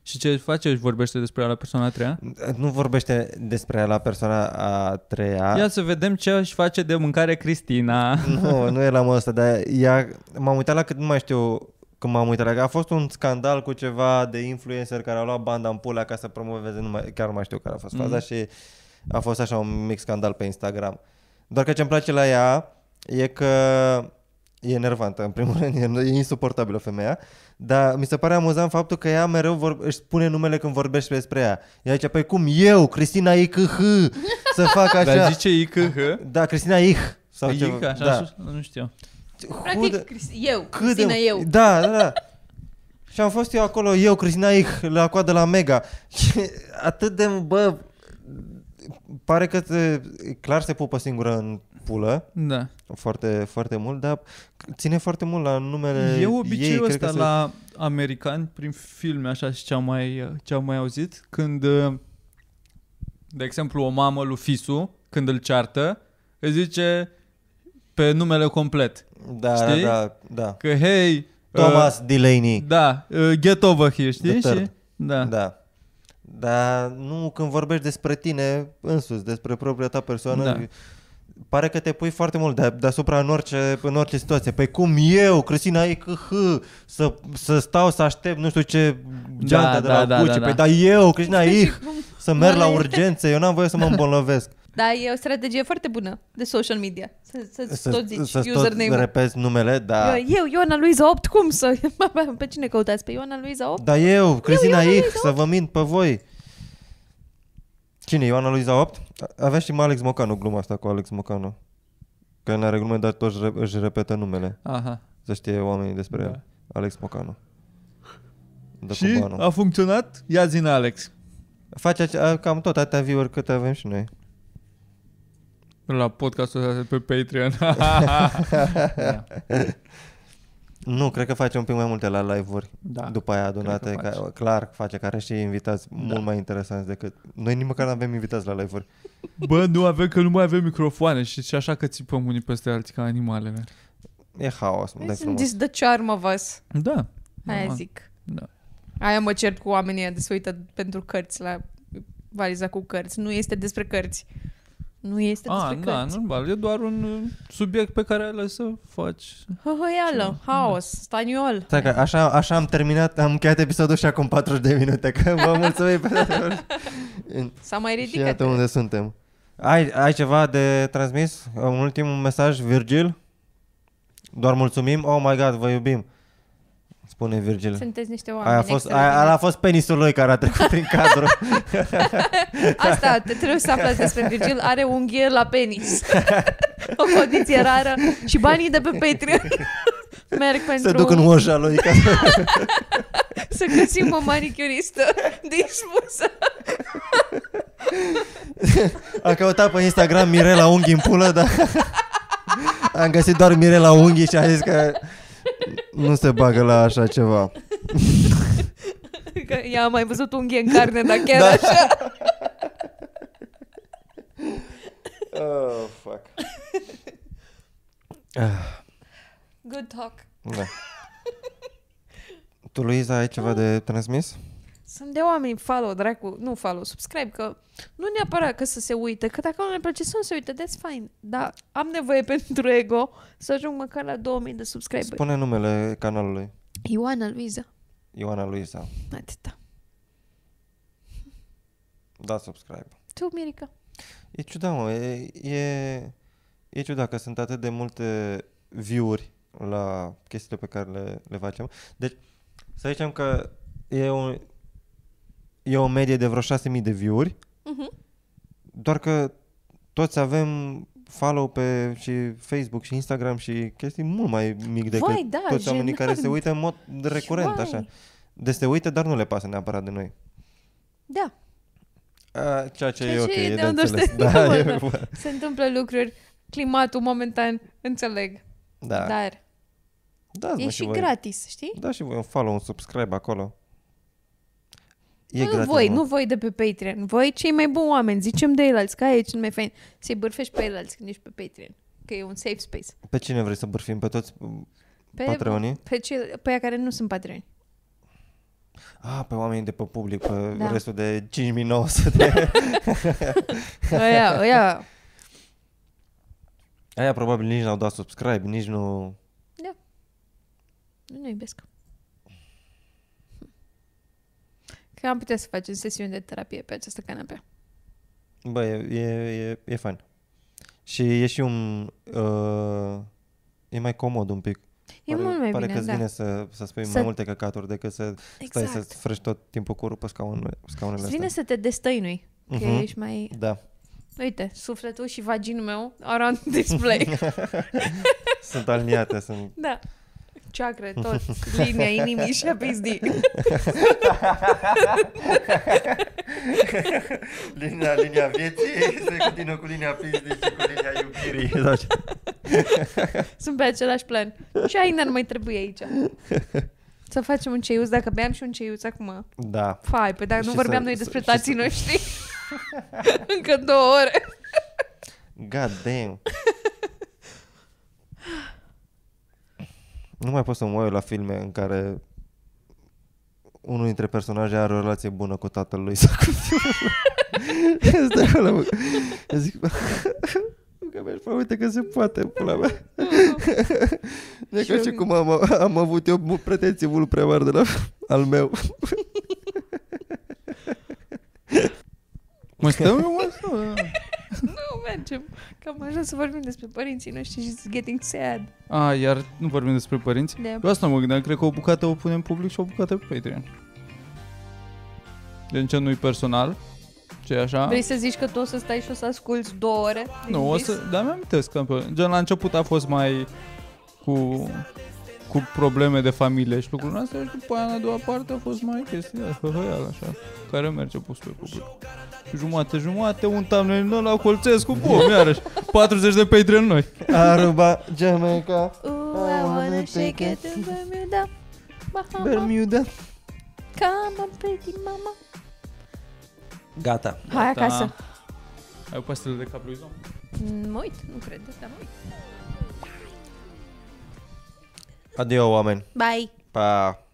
Speaker 3: Și ce face? Își vorbește despre ea la persoana a treia?
Speaker 1: nu vorbește despre ea la persoana a treia.
Speaker 3: Ia să vedem ce își face de mâncare Cristina.
Speaker 1: Nu, nu e la modul ăsta, dar ea, m-am uitat la cât nu mai știu când m-am uitat la că a fost un scandal cu ceva de influencer care au luat banda în pula ca să promoveze, nu mai, chiar nu mai știu care a fost faza mm.
Speaker 3: Mhm.
Speaker 1: și a fost așa un mic scandal pe Instagram. Doar că ce-mi place la ea e că e enervantă, în primul *laughs* rând, e, e insuportabilă femeia, dar mi se pare amuzant faptul că ea mereu vor, își spune numele când vorbește despre ea. Ea zice, păi cum eu, Cristina IKH, să fac așa.
Speaker 3: *laughs* Dar zice IKH.
Speaker 1: Da, Cristina Ich. Sau
Speaker 3: IK,
Speaker 1: ceva.
Speaker 3: așa,
Speaker 1: da.
Speaker 3: sus- nu știu.
Speaker 1: Who
Speaker 8: Practic,
Speaker 1: the-
Speaker 8: Cris- eu,
Speaker 1: cât de-
Speaker 8: Cristina, eu.
Speaker 1: Da, da, *laughs* da. Și am fost eu acolo, eu, Cristina Ich, la coadă la Mega. *laughs* Și atât de, bă, pare că te, clar se pupă singură în pulă,
Speaker 3: Da.
Speaker 1: foarte, foarte mult, dar ține foarte mult la numele
Speaker 3: E obiceiul
Speaker 1: ei,
Speaker 3: ăsta
Speaker 1: cred că
Speaker 3: la americani, prin filme așa și ce am mai, ce am mai auzit, când, de exemplu, o mamă lui Fisu, când îl ceartă, îi zice pe numele complet.
Speaker 1: Se... Da,
Speaker 3: știi?
Speaker 1: da, da, da.
Speaker 3: Că, hei...
Speaker 1: Thomas
Speaker 3: Uh,
Speaker 1: Delaney.
Speaker 3: da, uh, get over here, știi?
Speaker 1: The
Speaker 3: Și,
Speaker 1: third.
Speaker 3: da. da.
Speaker 1: Da. Dar nu când vorbești despre tine însuți, despre propria ta persoană,
Speaker 3: Da.
Speaker 1: da. pare că te pui foarte mult de- deasupra în orice, în orice situație. Păi cum eu, Cristina IKH, să, să stau să aștept nu știu ce geanta de
Speaker 3: da,
Speaker 1: la
Speaker 3: da,
Speaker 1: Gucci,
Speaker 3: da, da.
Speaker 1: păi dar eu, Cristina
Speaker 2: Deci,
Speaker 1: IH, să merg la urgențe, eu n-am voie să mă îmbolnăvesc.
Speaker 2: Da, e o strategie foarte bună de social media. Să, să, să
Speaker 1: Să-
Speaker 2: tot zici
Speaker 1: Să-ți tot
Speaker 2: username-ul.
Speaker 1: repezi numele, da.
Speaker 2: Eu, eu, Ioana Luiza 8, cum să... *laughs* pe cine căutați? Pe Ioana Luiza 8?
Speaker 1: Dar eu, Cristina
Speaker 2: Ioana
Speaker 1: Ich,
Speaker 2: Luiza
Speaker 1: să vă mint pe voi. Cine, Ioana Luiza 8? A- Avea și mai Alex Mocanu gluma asta cu Alex Mocanu. Că n-are glume, dar tot își re- își repetă numele.
Speaker 3: Aha.
Speaker 1: Să știe oamenii despre
Speaker 3: Da.
Speaker 1: da. Alex Mocanu. De
Speaker 3: și
Speaker 1: cubanu.
Speaker 3: a funcționat? Ia zine Alex.
Speaker 1: Face ace- a- cam tot atâtea view-uri câte avem și
Speaker 3: *laughs*
Speaker 1: noi.
Speaker 3: La podcastul ăsta pe
Speaker 5: *laughs*
Speaker 3: Patreon.
Speaker 1: Nu, cred că face un pic mai multe la live-uri.
Speaker 3: Da.
Speaker 1: După aia
Speaker 3: Cred
Speaker 1: adunate,
Speaker 3: că
Speaker 1: ca, clar face, care și invitați da. mult mai interesanți decât... Noi nici măcar nu avem invitați la live-uri.
Speaker 3: Bă, nu avem, că nu mai avem microfoane și, și așa că țipăm unii peste alții ca animalele.
Speaker 1: E haos, mă, dai
Speaker 2: Isn't
Speaker 1: frumos.
Speaker 2: this the charm of us?
Speaker 5: Da.
Speaker 2: Aia
Speaker 5: Da.
Speaker 2: zic.
Speaker 5: Da.
Speaker 2: Aia mă cert cu oamenii ăia de se uită pentru cărți la valiza cu cărți. Nu este despre cărți. Nu este
Speaker 5: A,
Speaker 2: despre
Speaker 5: da,
Speaker 2: cărți.
Speaker 5: normal. E doar un uh, subiect pe care ai ales să faci.
Speaker 2: Hăhăială, haos, staniol.
Speaker 1: Stai că așa, așa am terminat, am încheiat episodul și acum 40 de minute, că
Speaker 2: *laughs*
Speaker 1: vă mulțumim pe toate.
Speaker 2: S-a mai
Speaker 1: Și
Speaker 2: ridicat.
Speaker 1: iată unde suntem. Ai, ai ceva de transmis? Un ultim mesaj, Virgil? Doar mulțumim, oh my god, vă iubim. Spune Virgil.
Speaker 2: Sunteți niște oameni
Speaker 1: Aia a, fost, aia,
Speaker 2: extraordinari.
Speaker 1: aia a fost penisul lui care a trecut
Speaker 2: *laughs*
Speaker 1: prin cadru.
Speaker 2: Asta, te trebuie să aflați despre Virgil, are unghie la
Speaker 1: *laughs*
Speaker 2: penis. o condiție rară. Și banii de pe Patreon *laughs* merg pentru
Speaker 1: Se duc în oja lui. Ca să...
Speaker 2: să găsim o manicuristă *laughs* dispusă.
Speaker 1: Am căutat pe Instagram Mirela Unghi în pulă, dar *laughs* am găsit doar Mirela Unghi și am zis că nu se bagă la așa ceva.
Speaker 2: Că ea a mai văzut unghie în carne, dar chiar da. așa.
Speaker 1: Oh, fuck.
Speaker 2: Good talk.
Speaker 1: Da. Tu, Luiza, ai ceva de transmis?
Speaker 2: Sunt de oameni, follow, dracu, nu follow, subscribe, că nu neapărat că să se uite, că dacă nu le place să nu se uite, that's fine. Dar am nevoie *laughs* pentru ego să ajung măcar la 2000 de subscriberi.
Speaker 1: Spune numele canalului.
Speaker 2: Ioana Luiza.
Speaker 1: Ioana Luiza.
Speaker 2: Atâta.
Speaker 1: Da, subscribe.
Speaker 2: Tu, Mirica.
Speaker 1: E ciudat, mă. E, e, e ciudat că sunt atât de multe view-uri la chestiile pe care le, le facem. Deci, să zicem că e, un, e o medie de vreo 6.000 de view-uri,
Speaker 2: Uh-huh.
Speaker 1: doar că toți avem follow pe și Facebook și Instagram și chestii mult mai mic decât
Speaker 2: Vai, da,
Speaker 1: toți oamenii care se
Speaker 2: jenant.
Speaker 1: uită
Speaker 2: *laughs*
Speaker 1: în mod recurent,
Speaker 2: Vai.
Speaker 1: așa. Deci se uită, dar nu le pasă neapărat de noi.
Speaker 2: Da.
Speaker 1: A, ceea ce,
Speaker 2: Ceea
Speaker 1: e
Speaker 2: ce
Speaker 1: ok,
Speaker 2: e
Speaker 1: e
Speaker 2: de
Speaker 1: de înțeles.
Speaker 2: understand-
Speaker 1: *laughs* Da,
Speaker 2: Da,
Speaker 1: e,
Speaker 2: Se întâmplă lucruri, climatul momentan, înțeleg.
Speaker 1: da. da.
Speaker 2: Dar
Speaker 1: Dați-vă
Speaker 2: e și
Speaker 1: voi.
Speaker 2: gratis, știi?
Speaker 1: Da, și voi un follow, un subscribe acolo. E
Speaker 2: nu
Speaker 1: gratis,
Speaker 2: voi,
Speaker 1: mă.
Speaker 2: nu voi de pe Patreon. Voi cei mai buni oameni, zicem de eilalți, că aia e cel mai fain. Să-i bârfești pe eilalți când ești pe Patreon. Că e un safe space.
Speaker 1: Pe cine vrei să bârfim? Pe toți um,
Speaker 2: Pe,
Speaker 1: patronii?
Speaker 2: pe, cei, pe aia care nu sunt patroni.
Speaker 1: *laughs* Ah, pe oamenii de pe public, pe
Speaker 2: Da.
Speaker 1: da. restul de 5900 *laughs* de...
Speaker 2: Aia, aia.
Speaker 1: Aia probabil nici n-au dat subscribe, nici nu...
Speaker 2: Nu ne iubesc. Că am putea să facem sesiuni de terapie pe această canapea.
Speaker 1: Bă, e, e, e, e fain. Și e și un... Uh, e mai comod un pic.
Speaker 2: E mult mai
Speaker 1: pare
Speaker 2: bine,
Speaker 1: că-ți
Speaker 2: da.
Speaker 1: vine să, să spui
Speaker 2: Să-
Speaker 1: mai multe căcaturi decât să stai
Speaker 2: Exact.
Speaker 1: să-ți frăși tot timpul curul pe scaunele, scaunele
Speaker 2: Îți
Speaker 1: astea.
Speaker 2: vine să te destăinui. Că
Speaker 1: Mhm.
Speaker 2: ești mai...
Speaker 1: Da.
Speaker 2: Uite, sufletul și vaginul meu are on
Speaker 1: *laughs*
Speaker 2: *laughs* display.
Speaker 1: Sunt aliniate, sunt...
Speaker 2: da. Chakra, tot. Linia inimii și a PSD.
Speaker 1: *laughs* *laughs* linia, linia vieții se continuă cu linia pizdii și cu linia iubirii. Da,
Speaker 2: Sunt pe același plan. Și aina nu mai trebuie
Speaker 1: *laughs*
Speaker 2: aici. Să facem un ceiuț, dacă beam și un ceiuț acum.
Speaker 1: *laughs* da.
Speaker 2: Fai, pe dacă nu
Speaker 1: Și
Speaker 2: vorbeam
Speaker 1: să-
Speaker 2: noi
Speaker 1: să-
Speaker 2: despre
Speaker 1: și să-
Speaker 2: tații
Speaker 1: *laughs*
Speaker 2: noștri. Încă două ore.
Speaker 1: God damn. nu mai pot să mă uit la filme în care unul dintre personaje are o relație bună cu tatăl lui sau cu fiul. *laughs* Stai acolo, mă. Eu zic, bă, că mi-aș pune, uite că se poate, pula mea. De
Speaker 2: Și
Speaker 1: ca
Speaker 2: eu
Speaker 1: și
Speaker 2: zic-
Speaker 1: cum am, am avut eu mu- pretenții mult prea mari de la al meu.
Speaker 5: Mă stăm eu, mă *laughs* stăm.
Speaker 2: Nu, mergem. Cam așa să vorbim despre părinții noștri și it's getting sad.
Speaker 5: A, Ah, iar nu vorbim despre părinți?
Speaker 2: Da.
Speaker 5: Eu asta mă gândeam, cred că o bucată o punem public și o bucată pe Patreon. Deci ce nu-i personal, ce e așa.
Speaker 2: Vrei să zici că tu o să stai și o să asculti două ore? din
Speaker 5: Nu, o
Speaker 2: vis?
Speaker 5: să... Dar mi-am că am pe- Gen, la început a fost mai cu, cu probleme de familie și lucrurile astea și după aia, în a doua parte, a fost mai chestia de hăhăială, așa, care merge pus pe public. Și jumate, jumate, un thumbnail nou la Colțescu, bum, iarăși, 40 de Patreon noi.
Speaker 1: Aruba, Jamaica,
Speaker 2: Ooh, I wanna shake it da. in Bermuda. Bahama,
Speaker 1: Bermuda.
Speaker 2: come on, pretty mama.
Speaker 1: Gata.
Speaker 2: Hai
Speaker 3: Tá.
Speaker 2: acasă.
Speaker 5: Da. Ai o pastelă de cap lui Zom?
Speaker 2: tá Mă uit, nu cred, dar mă uit.
Speaker 7: Adio, oameni.
Speaker 1: Bye!
Speaker 7: Pa!